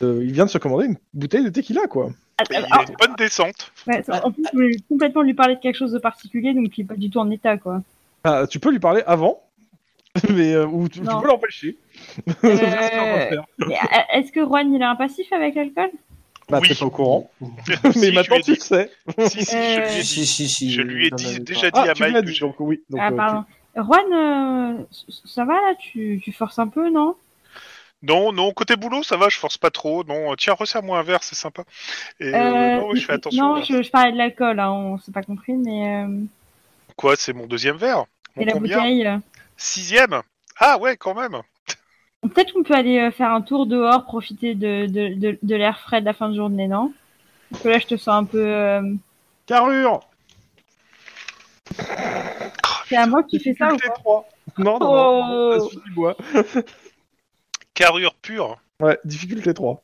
C: de- il vient de se commander une bouteille de tequila, quoi.
E: Il y
D: Attends,
E: a une bonne descente.
D: ouais, En plus, je voulais complètement lui parler de quelque chose de particulier, donc il est pas du tout en état quoi.
C: Ah, tu peux lui parler avant, [laughs] mais euh, ou tu, tu
D: Non.
C: peux l'empêcher. C'est ce que t'es en train de faire.
D: Euh, Mais, euh, Est-ce que Juan il a un passif avec l'alcool
C: Bah,
E: Oui.
C: t'es pas au courant.
E: Si,
C: [laughs] mais
E: je
C: maintenant,
E: lui ai
C: tu
E: dit-
C: le sais.
E: si, si, je lui ai dit-
A: Euh, Si, si, si.
E: je lui ai
A: j'en
E: dit-
A: avais
E: déjà
A: pas.
E: dit à
C: Ah, tu l'as
E: Mike
C: dit,
E: que
C: donc oui. Donc, euh,
D: Ah,
C: tu-
D: pardon. Juan, euh, c- ça va là tu, tu forces un peu, non
E: Non, non, côté boulot, ça va, je force pas trop. Non, euh, tiens, resserre-moi un verre, c'est sympa. Et euh,
D: Euh,
E: non, ouais, je fais attention. hein.
D: Non, je, je parlais de l'alcool, hein, on s'est pas compris, mais. euh,
E: Quoi, c'est mon deuxième verre Mon
D: et la
E: combien
D: bouteille euh.
E: Sixième Ah ouais, quand même
D: Peut-être qu'on peut aller euh, faire un tour dehors, profiter de, de, de, de l'air frais de la fin de journée, non Parce que là, je te sens un peu. euh,
C: Carrure.
D: Ah,
E: Ah,
D: C'est à moi que tu fais ça ou
C: Difficulté
D: quoi
C: 3. Non, non,
E: hein.
C: non.
D: Oh.
C: Ça suffit, moi.
E: Carrure pure
C: Ouais, difficulté 3.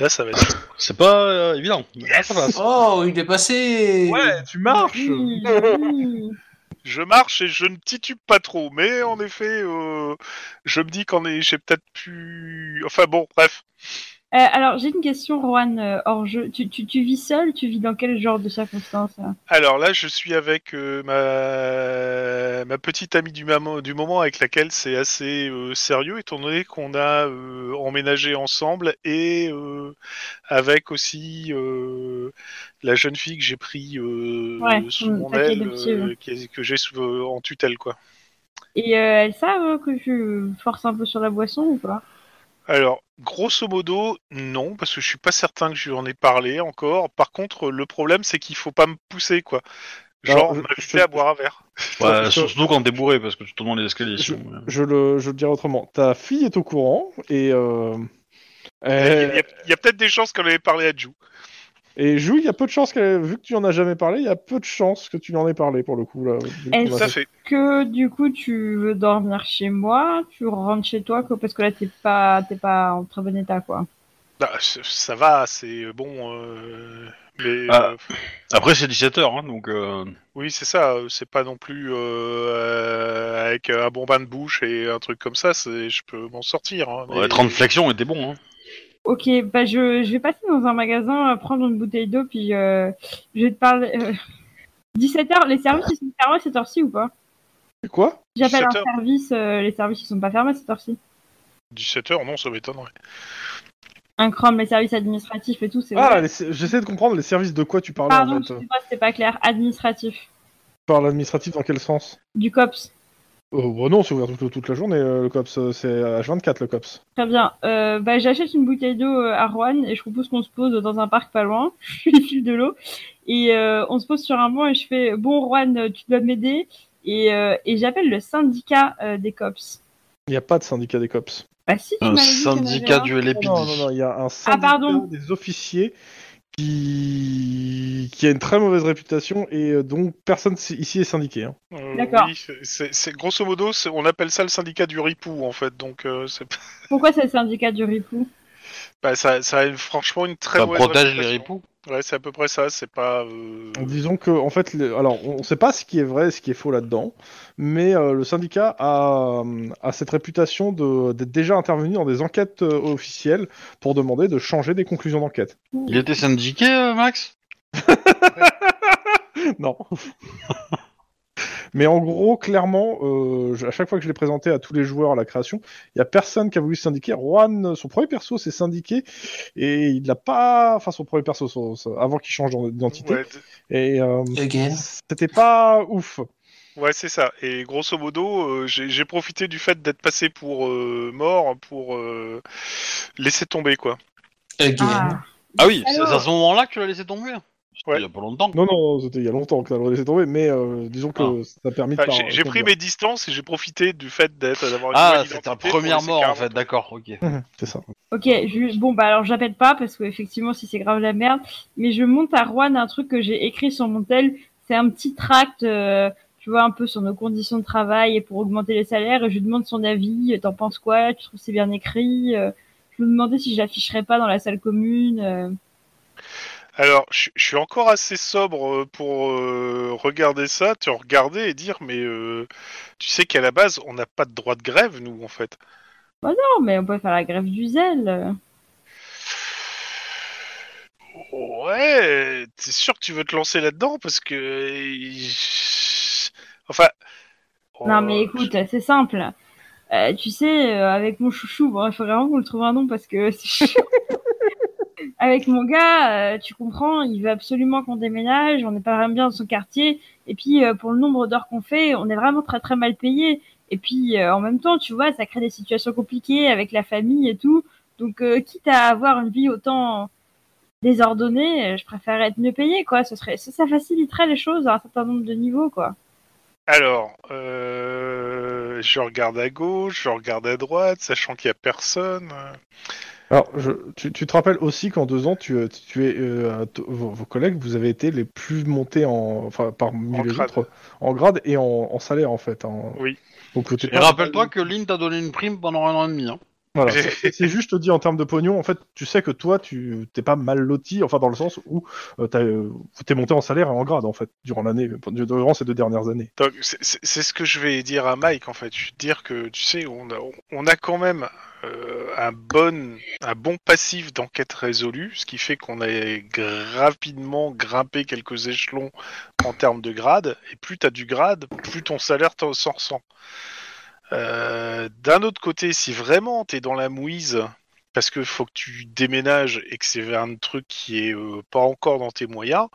E: Là, ça va être.
B: C'est pas euh, évident. mais là,
E: [laughs]
B: ça passe.
A: Oh, il est passé
C: Ouais, tu marches.
D: Oui, oui.
E: Je marche et je ne titube pas trop, mais en effet, euh, je me dis qu'en est. J'ai peut-être pu. Enfin bon, bref.
D: Euh, alors, j'ai une question, Juan, euh, hors jeu. Tu, tu, tu vis seul Tu vis dans quel genre de circonstances hein
E: Alors là, je suis avec euh, ma... ma petite amie du, maman... du moment avec laquelle c'est assez euh, sérieux, étant donné qu'on a euh, emménagé ensemble et euh, avec aussi euh, la jeune fille que j'ai pris euh,
D: Ouais,
E: sous
D: mm,
E: mon
D: paquet
E: aile,
D: d'adoptive.
E: euh, qui- que j'ai sous- euh, en tutelle, quoi.
D: Et euh, elles savent euh, que je force un peu sur la boisson ou pas
E: Alors, Grosso modo, non, parce que je suis pas certain que j'en ai parlé encore. Par contre, le problème, c'est qu'il faut pas me pousser, quoi. Genre,
C: Non, je-
E: m'inviter
C: je-
E: à boire un verre.
B: Ouais,
C: je-
B: surtout quand t'es bourré, parce que tu te demandes les escaliers.
C: Je-
B: sinon, ouais.
C: Je le, je le dirais autrement. Ta fille est au courant et euh,
E: Il y
C: elle-
E: a, il y a peut-être des chances qu'on avait parlé à Jou.
C: et Jou, il y a peu de chances qu'elle, vu que tu en as jamais parlé, il y a peu de chances que tu lui en aies parlé pour le coup là. vu
D: Elle-
C: qu'on a
E: Tout à
C: fait-
E: fait.
D: que du coup tu veux dormir chez moi, tu rentres chez toi quoi, parce que là t'es pas t'es pas en très bon état quoi.
E: Bah, c- ça va, c'est bon. euh, Mais
B: Ah.
E: euh,
B: Après, c'est 17h, hein, donc. euh,
E: oui, c'est ça. euh, C'est pas non plus euh, euh, avec un bon bain de bouche et un truc comme ça. C'est, je peux m'en sortir. hein,
B: ouais,
E: mais-
B: 30 flexions était bon. Hein.
D: Ok, bah je, je vais passer dans un magasin euh, prendre une bouteille d'eau puis euh, je vais te parler. 17h, les services ils sont fermés à cette heure-ci ou pas
C: Quoi
D: J'appelle un
E: 17 heures.
D: service, euh, les services ils sont pas fermés à cette heure-ci.
E: 17 heures, non, ça m'étonnerait.
D: Un chrome, les services administratifs et tout, c'est
C: Ah,
D: ouvert.
C: les ser- j'essaie de comprendre les services de quoi tu parles
D: Pardon,
C: en fait. Tu
D: excuse-moi, c'était pas clair. Administratif.
C: parles administratif dans quel sens
D: Du COPS.
C: Euh, bah non, c'est ouvert toute, toute la journée euh, le cops, euh, c'est H24 le cops.
D: Très bien. Euh, bah, j'achète une bouteille d'eau euh, à Rouen et je propose qu'on se pose dans un parc pas loin. [laughs] je lui file de l'eau. Et euh, on se pose sur un banc et je fais Bon, Rouen, euh, tu dois m'aider. Et, euh, et j'appelle le syndicat euh, des COPS.
C: Il n'y a pas de syndicat des cops.
D: Bah, si, tu
B: Un
D: m'avais dit qu'il y en avait
B: Euh, syndicat
D: un.
B: du LAPD.
C: Non, non, non, il y a un syndicat
D: pardon.
C: des officiers qui... qui a une très mauvaise réputation et euh, donc personne s- ici est syndiqué. hein.
E: Euh,
D: D'accord.
E: oui, c'est- c'est, c'est- grosso modo, c'est- on appelle ça le syndicat du ripou en fait. Donc, euh, c'est,
D: Pourquoi c'est le syndicat du Ripou
E: bah, ça, ça a une- franchement une très
B: Ça
E: mauvaise
B: protège les
E: réputation.
B: ripoux.
E: Ouais, c'est à peu près ça. C'est pas. euh,
C: Disons que, en fait, le- alors on ne sait pas ce qui est vrai et ce qui est faux là-dedans, mais euh, le syndicat a, euh, a cette réputation de- d'être déjà intervenu dans des enquêtes euh, officielles pour demander de changer des conclusions d'enquête.
B: Il était syndiqué, euh, Max
C: non. Mais en gros, clairement, euh, je- à chaque fois que je l'ai présenté à tous les joueurs à la création, il y a personne qui a voulu se syndiquer. Juan, son premier perso s'est syndiqué et il n'a pas, enfin son premier perso son- son- avant qu'il change d'identité.
E: ouais, d-
C: Et euh,
A: Again.
C: c'était pas ouf.
E: Ouais, c'est ça. Et grosso modo, euh, j'ai j'ai profité du fait d'être passé pour euh, mort pour euh, laisser tomber, quoi.
A: Again.
D: Ah.
B: Ah oui, c'est
D: Alors
B: c'est à ce moment-là que tu l'as laissé tomber
E: Ouais.
B: Il y a pas longtemps.
C: Non, non, c'était il y a longtemps que t'as le laissé tomber, mais euh, disons que
B: Ah.
C: ça a permis de.
E: Enfin,
C: par-
E: j'ai j'ai pris mes distances et j'ai profité du fait d'être d'avoir une
B: Ah,
E: nouvelle
B: c'est ta
E: identité pour
B: première
E: laisser
B: mort en
E: carrément
B: fait, d'accord,
E: [laughs]
B: ok.
C: C'est ça.
D: Ok, je- bon bah alors j'appelle pas parce que effectivement si c'est grave la merde, mais je monte à Rouen un truc que j'ai écrit sur mon tel, c'est un petit tract, euh, tu vois un peu sur nos conditions de travail et pour augmenter les salaires et je lui demande son avis, euh, t'en penses quoi, tu trouves c'est bien écrit, euh, je me demandais si je l'afficherais pas dans la salle commune. euh.
E: Alors, je je suis encore assez sobre euh, pour euh, regarder ça, te regarder et dire, mais euh, tu sais qu'à la base, on n'a pas de droit de grève, nous, en fait.
D: Non mais on peut faire la grève du zèle. euh.
E: Ouais, t'es sûr que tu veux te lancer là-dedans parce que, euh, enfin.
D: Non mais
E: euh,
D: écoute, c'est simple. Euh, tu sais, euh, avec mon chouchou, bon, il faut vraiment qu'on le trouve un nom parce que [laughs] c'est chaud. avec mon gars, euh, tu comprends, il veut absolument qu'on déménage, on n'est pas vraiment bien dans son quartier, et puis euh, pour le nombre d'heures qu'on fait, on est vraiment très très mal payé. Et puis euh, en même temps, tu vois, ça crée des situations compliquées avec la famille et tout. Donc euh, quitte à avoir une vie autant désordonnée, euh, je préfère être mieux payé, quoi. Ce serait, ça, ça faciliterait les choses à un certain nombre de niveaux, quoi.
E: Alors, euh, je regarde à gauche, je regarde à droite, sachant qu'il y a personne.
C: Alors, je, tu, tu te rappelles aussi qu'en deux ans, tu, euh, tu es, euh, t- vos, vos collègues, vous avez été les plus montés en, enfin, parmi
E: En
C: les
E: grade.
C: autres, en grade et en, en salaire en fait. en-
E: Oui.
C: Donc, t'es
B: Et
C: pas-
B: rappelle-toi que Lynn t'a donné une prime pendant un an et demi. Hein.
C: Voilà. C'est c'est juste dit en termes de pognon. En fait, tu sais que toi, tu t'es pas mal loti, enfin dans le sens où euh, t'as, euh, t'es monté en salaire et en grade en fait durant l'année, durant ces deux dernières années.
E: Donc, c'est- c'est c'est ce que je vais dire à Mike, en fait. Je vais dire que, tu sais, on a, on a quand même euh, un, bon, un bon passif d'enquête résolue, ce qui fait qu'on a rapidement grimpé quelques échelons en termes de grade. Et plus tu as du grade, plus ton salaire t'en- s'en ressent. Euh, D'un autre côté, si vraiment tu es dans la mouise, parce que faut que tu déménages et que c'est un truc qui est euh, pas encore dans tes moyens,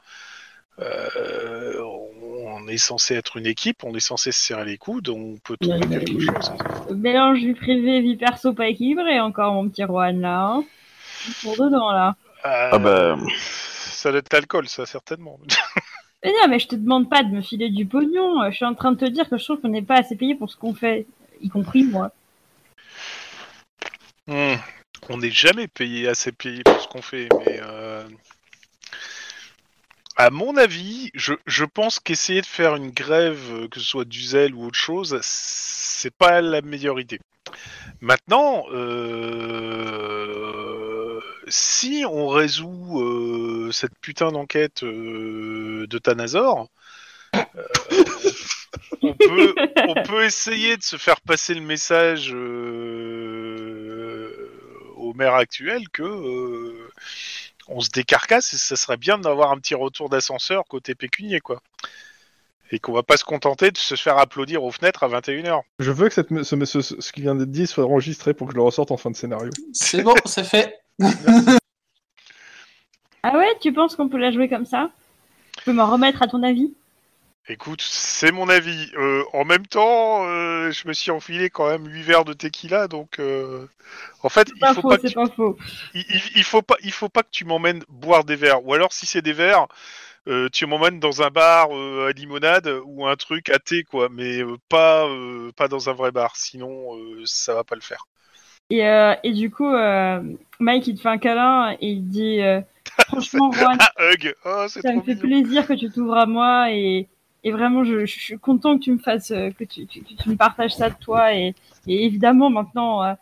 E: euh, on- on est censé être une équipe, on est censé se serrer les coudes, on peut trouver
D: Ouais,
E: quelque
D: ouais.
E: chose.
D: Mélange vie privée, vie perso pas équilibré encore, mon petit Rohan, là. Hein. Pour dedans, là.
B: Ah bah,
E: Ça doit être l'alcool, ça, certainement. [laughs]
D: Mais non, mais je te demande pas de me filer du pognon. euh, Je suis en train de te dire que je trouve qu'on n'est pas assez payé pour ce qu'on fait, y compris moi.
E: Hmm. On n'est jamais payé assez payé pour ce qu'on fait, mais euh, à mon avis, je, je pense qu'essayer de faire une grève, euh, que ce soit du zèle ou autre chose, c'est pas la meilleure idée. Maintenant, euh, si on résout euh, cette putain d'enquête euh, de Thanazor, euh, on peut, on peut essayer de se faire passer le message euh, au maire actuel que euh, on se décarcasse et ça serait bien d'avoir un petit retour d'ascenseur côté pécunier quoi. Et qu'on va pas se contenter de se faire applaudir aux fenêtres à 21h.
C: Je veux que cette, me- ce, ce, ce qui vient d'être dit soit enregistré pour que je le ressorte en fin de scénario.
A: C'est bon, c'est fait.
D: Ah ouais, tu penses qu'on peut la jouer comme ça Je peux m'en remettre à ton avis
E: Écoute, c'est mon avis. Euh, en même temps, euh, je me suis enfilé quand même 8 verres de tequila, donc euh, en fait, il
D: Pas
E: faut
D: faux,
E: pas que
D: c'est pas faux.
E: il, il- il faut pas, il faut pas que tu m'emmènes boire des verres. Ou alors, si c'est des verres, euh, tu m'emmènes dans un bar euh, à limonade ou un truc à thé, quoi. Mais euh, pas, euh, pas dans un vrai bar. Sinon, euh, ça va pas le faire.
D: Et, euh, et du coup, euh, Mike, il te fait un câlin et il dit euh, Franchement, Rohan,
E: Ah, hug. Oh, c'est
D: ça me
E: trop
D: fait
E: mignon.
D: plaisir que tu t'ouvres à moi et, et vraiment je, je suis content que tu me fasses euh, que tu, tu- que tu me partages ça de toi et, et évidemment maintenant euh,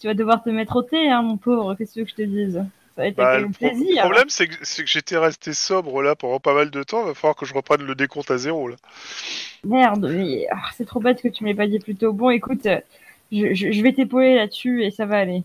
D: tu vas devoir te mettre au thé hein, mon pauvre qu'est-ce que tu veux que je te dise ça va être
E: Bah,
D: avec
E: le
D: un
E: pro- le
D: plaisir
E: problème, c'est que, c'est que j'étais resté sobre là pendant pas mal de temps. Va falloir que je reprenne le décompte à zéro là.
D: merde mais, ah, c'est trop bête que tu m'aies pas dit plus tôt bon écoute euh, je, je- je vais t'épauler là-dessus et ça va aller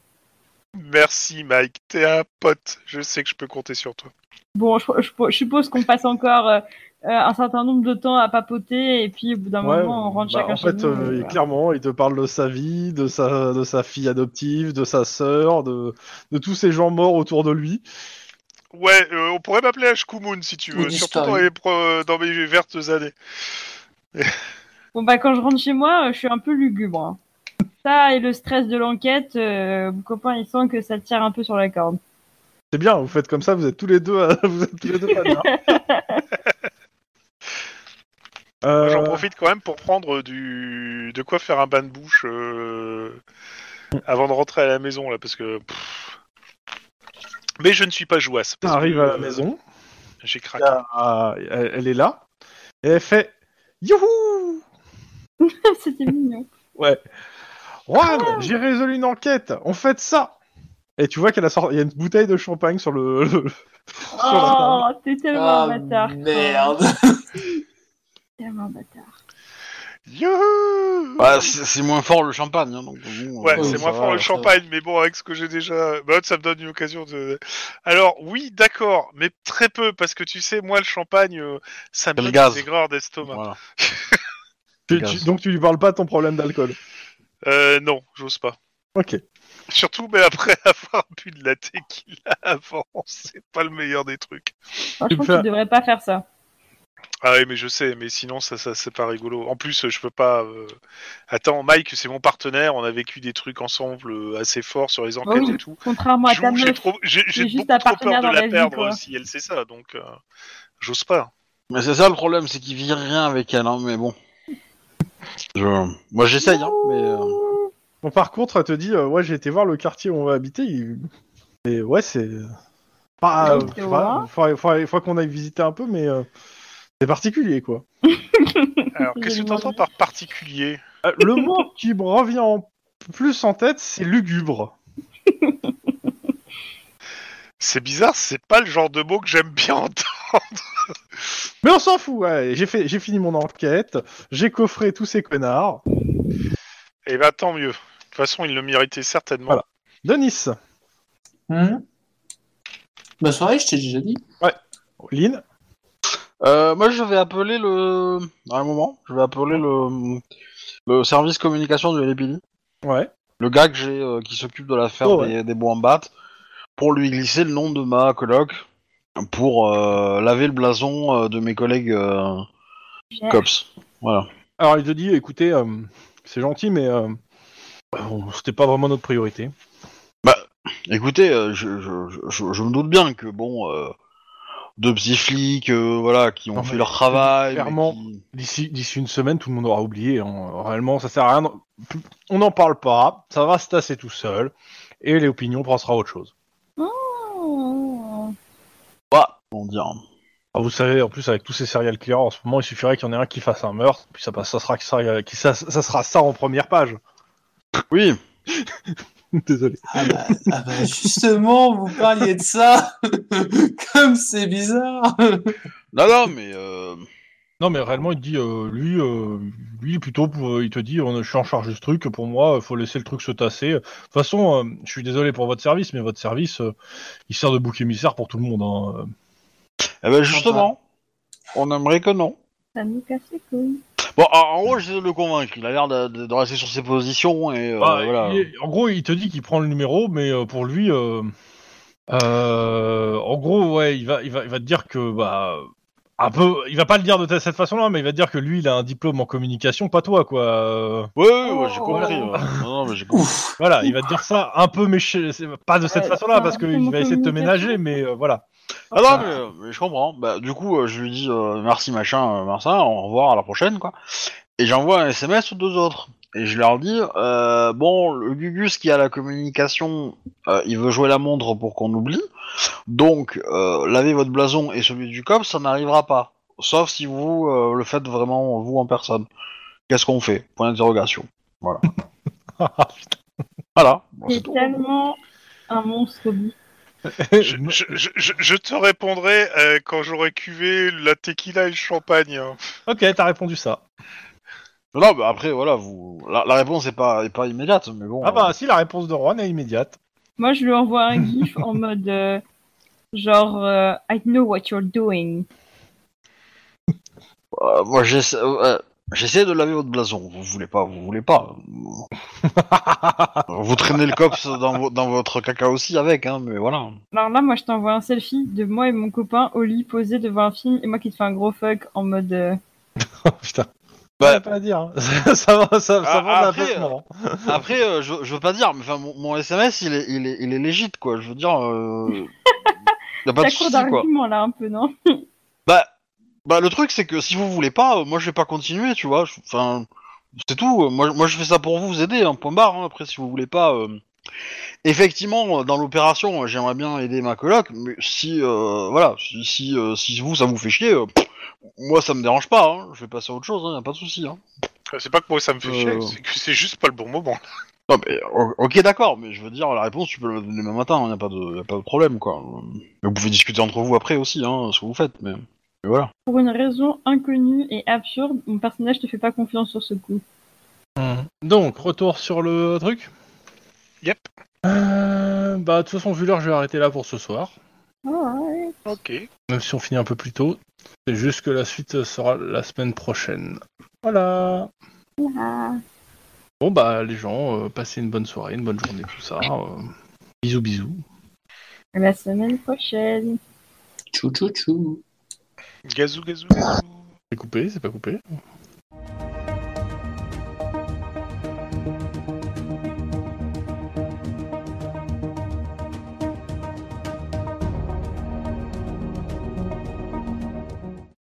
E: Merci, Mike. T'es un pote. Je sais que je peux compter sur toi.
D: bon je, je- je suppose qu'on passe encore euh, euh, un certain nombre de temps à papoter et puis au bout d'un moment on rentre
C: bah,
D: chacun
C: en
D: chez
C: fait,
D: nous,
C: euh,
D: et
C: il-
D: voilà.
C: clairement, il te parle de sa vie, de sa, de sa fille adoptive, de sa sœur, de, de tous ces gens morts autour de lui.
E: Ouais, euh, on pourrait m'appeler Ashkumoun si tu veux,
A: Ou
E: surtout
A: disparu.
E: dans, les pro- dans mes vertes années.
D: Bon bah quand je rentre chez moi, euh, je suis un peu lugubre. hein. Ça et le stress de l'enquête, euh, mon copain il sent que ça tire un peu sur la corde. [laughs]
C: C'est bien, vous faites comme ça, vous êtes tous les deux, à- [laughs] vous êtes tous les deux pas
E: [laughs]
C: bien.
E: Moi,
C: Euh,
E: J'en profite quand même pour prendre du de quoi faire un bain de bouche euh, avant de rentrer à la maison là, parce que. pff. Mais je ne suis pas jouasse. parce que,
C: arrive à la
E: euh,
C: maison,
E: J'ai craqué.
C: ah, elle, elle est là, et elle fait Youhou
D: C'était mignon.
C: Ouais. Juan, j'ai résolu une enquête, on fait de ça Et tu vois qu'elle a sorti, il y a une bouteille de champagne sur le. le- sur la
D: Oh, t'es tellement
A: Ah,
D: un bâtard. quoi.
A: merde.
D: T'es Tellement un bâtard.
E: Youhou
B: bah, c'est c'est moins fort le champagne. hein, donc, bon,
E: Ouais,
B: euh,
A: oui,
E: c'est
A: ça
E: moins
A: va,
E: fort le
A: ça
E: champagne, mais bon, avec ce que j'ai déjà. Bah, ça me donne une occasion de. Alors, oui, d'accord, mais très peu, parce que tu sais, moi, le champagne, euh, ça me
B: C'est le
E: donne
B: gaz.
E: des aigreurs d'estomac.
B: voilà.
C: table. Tu- tu- donc tu lui parles pas de ton problème d'alcool.
E: Euh, non, j'ose pas.
C: Ok.
E: Surtout, mais après [laughs] avoir bu de la tequila avant, c'est pas le meilleur des trucs.
D: Franchement,
C: fais un-
D: tu devrais pas faire ça.
E: Ah oui, mais je sais, mais sinon, ça, ça c'est pas rigolo. En plus, je peux pas. euh, Attends, Mike, c'est mon partenaire, on a vécu des trucs ensemble euh, assez forts sur les enquêtes
D: Oh oui.
E: et tout.
D: Contrairement à ta
E: J'avoue, J'ai
D: meuf.
E: trop, j'ai, j'ai
D: est juste un
E: beaucoup trop
D: partenaire
E: peur de
D: dans
E: la,
D: la vie,
E: perdre
D: quoi.
E: si elle sait ça, donc euh, j'ose pas.
B: Mais c'est ça le problème, c'est qu'il vit rien avec elle. Hein, mais bon. Je- Moi j'essaye, hein, mais. euh,
C: Bon, par contre, elle te dit, euh, ouais, j'ai été voir le quartier où on va habiter. il- Et ouais, c'est pas.
D: Ouais,
C: euh,
D: c'est
C: faut-
D: vrai.
C: faut- faut- faut qu'on aille visiter un peu, mais euh, c'est particulier, quoi.
E: Alors,
D: Je
E: qu'est-ce que
D: vais
E: t'entends par particulier
C: Euh, le mot qui me revient en plus en tête, c'est lugubre.
E: C'est bizarre, c'est pas le genre de mot que j'aime bien entendre.
C: Mais on s'en fout. ouais, J'ai fait, j'ai fini mon enquête. J'ai coffré tous ces connards.
E: Eh ben, tant mieux. De toute façon, il le méritait certainement.
C: Voilà. Denis,
A: Hmm Bonne soirée, je t'ai déjà dit.
C: Lynn,
B: Euh, moi, je vais appeler le. À un moment, je vais appeler le, le service communication de Lépili,
C: ouais.
B: le gars que j'ai, euh, qui s'occupe de l'affaire
C: Oh, ouais.
B: des, des Boambat, pour lui glisser le nom de ma coloc, pour euh, laver le blason euh, de mes collègues euh, Cops. Voilà.
C: Alors il te dit, écoutez, euh, c'est gentil, mais euh, bon, c'était pas vraiment notre priorité.
B: Écoutez, euh, je, je- je- je- je me doute bien que, bon, euh, deux petits flics, euh, voilà, qui ont
C: Non,
B: fait
C: mais
B: leur travail. mais
C: clairement,
B: qui-
C: D'ici, d'ici une semaine, tout le monde aura oublié. on- réellement, ça sert à rien. d'en- plus- On n'en parle pas. Ça va se tasser tout seul. Et les opinions passera à autre chose.
D: Oh,
B: Bah, comment dire.
C: Ah, vous savez, en plus, avec tous ces serial killers, en ce moment, il suffirait qu'il y en ait un qui fasse un meurtre. Puis ça, passe- ça, sera, que ça, euh, qui- ça- ça sera ça en première page. [laughs]
B: Oui,
C: Désolé.
A: Ah bah, ah bah, justement, vous parliez de ça. [laughs] Comme c'est bizarre.
B: non, non, mais. euh,
C: Non, mais réellement, il te dit, euh, lui, euh, lui, plutôt, pour, euh, il te dit, on, je suis en charge de ce truc. Pour moi, il faut laisser le truc se tasser. De toute façon, euh, je suis désolé pour votre service, mais votre service, euh, il sert de bouc émissaire pour tout le monde. hein.
B: Eh ben, justement, on aimerait que non.
D: Ça nous casse les couilles.
B: Bon, en en gros, j'essaie de le convaincre. Il a l'air de, de- de rester sur ses positions et euh,
C: Bah,
B: voilà.
C: il est- en gros, il te dit qu'il prend le numéro, mais euh, pour lui, euh, euh, en gros, ouais, il va, il va, il va te dire que bah, un peu, il va pas le dire de t- cette façon-là, mais il va te dire que lui, il a un diplôme en communication, pas toi, quoi. euh,
B: Ouais, ouais, ouais, j'ai
D: Oh.
B: compris. ouais. Non, non, mais j'ai compris.
A: Ouf.
C: voilà, il va te dire ça un peu méché, c'est pas de cette
D: Ouais,
C: façon-là,
D: c'est
C: parce
D: un
C: qu'il
D: diplôme
C: va essayer de te
D: en
C: ménager,
D: communication.
C: mais euh, voilà.
B: Ah non, mais, euh, mais je comprends. Bah, du coup, euh, je lui dis euh, merci machin, euh, Marcin, au revoir à la prochaine, quoi. Et j'envoie un SMS aux deux autres. Et je leur dis, euh, bon, le Gugus qui a la communication, euh, il veut jouer la montre pour qu'on oublie. Donc, euh, lavez votre blason et celui du cop, ça n'arrivera pas. Sauf si vous euh, le faites vraiment, vous en personne. Qu'est-ce qu'on fait Point d'interrogation. Voilà. voilà. Bon, Oh, c'est
D: C'est
B: tout.
D: tellement un monstre bi.
E: Je, je- je- je- je te répondrai euh, quand j'aurai cuvé la tequila et le champagne. hein.
C: ok, t'as répondu ça.
B: Non, mais après, voilà, vous... la, la réponse n'est pas, est pas immédiate, mais bon.
C: Ah
B: euh,
C: bah si, la réponse de Juan est [laughs] immédiate.
D: Moi, je lui envoie un gif en [laughs] mode euh, genre euh, I know what you're doing.
B: Euh, moi, j'essa- euh, j'essaie de laver votre blason. Vous voulez pas, vous voulez
C: [laughs]
B: pas. vous traînez le cops dans, vo- dans votre caca aussi avec, hein, mais voilà.
D: Alors là, moi, je t'envoie un selfie de moi et mon copain au lit posé devant un film et moi qui te fais un gros fuck en mode. euh,
C: Oh, Putain.
B: Bah-
C: Ouais, pas à dire. hein. [laughs] ça va, ça, ça
B: Ah,
C: va d'un
B: après,
C: peu, non.
B: Après, euh, je, je veux pas dire, mais enfin, mon, mon SMS, il est, il est, il est légit, quoi. Je veux dire, [laughs] euh, y a pas de
D: T'as cours
B: souci, quoi.
D: d'argument là un peu, non
B: Bah, bah, le truc, c'est que si vous voulez pas, euh, moi, je vais pas continuer, tu vois. Je- Enfin, c'est tout. Euh, Moi, moi, je fais ça pour vous aider, hein, point barre. hein. Après, si vous voulez pas. euh, Effectivement, euh, dans l'opération, euh, j'aimerais bien aider ma coloc, mais si, euh, voilà, si, si, euh, si vous, ça vous fait chier, euh, pff, moi, ça me dérange pas. hein. Je vais passer à autre chose, hein, y a pas de souci. Hein.
E: C'est pas que moi ça me fait
B: Euh.
E: chier, c'est que c'est juste pas le bon moment.
B: Non, mais, euh, o- ok, d'accord, mais je veux dire, la réponse, tu peux la donner demain matin, il n'y a, pas de y a pas de problème, quoi. Euh, Mais vous pouvez discuter entre vous après aussi, hein, ce que vous faites, mais, mais voilà.
D: Pour une raison inconnue et absurde, mon personnage te fait pas confiance sur ce coup.
C: Donc, retour sur le truc
E: Yep.
C: Euh, bah, de toute façon, vu l'heure, je vais arrêter là pour ce soir.
E: Ok.
C: Même si on finit un peu plus tôt. C'est juste que la suite sera la semaine prochaine. Voilà. Bon, bah, les gens, euh, passez une bonne soirée, une bonne journée, tout ça. euh, bisous, bisous.
D: À la semaine prochaine.
A: Tchou tchou tchou.
E: Gazou, gazou, gazou.
C: C'est coupé, c'est pas coupé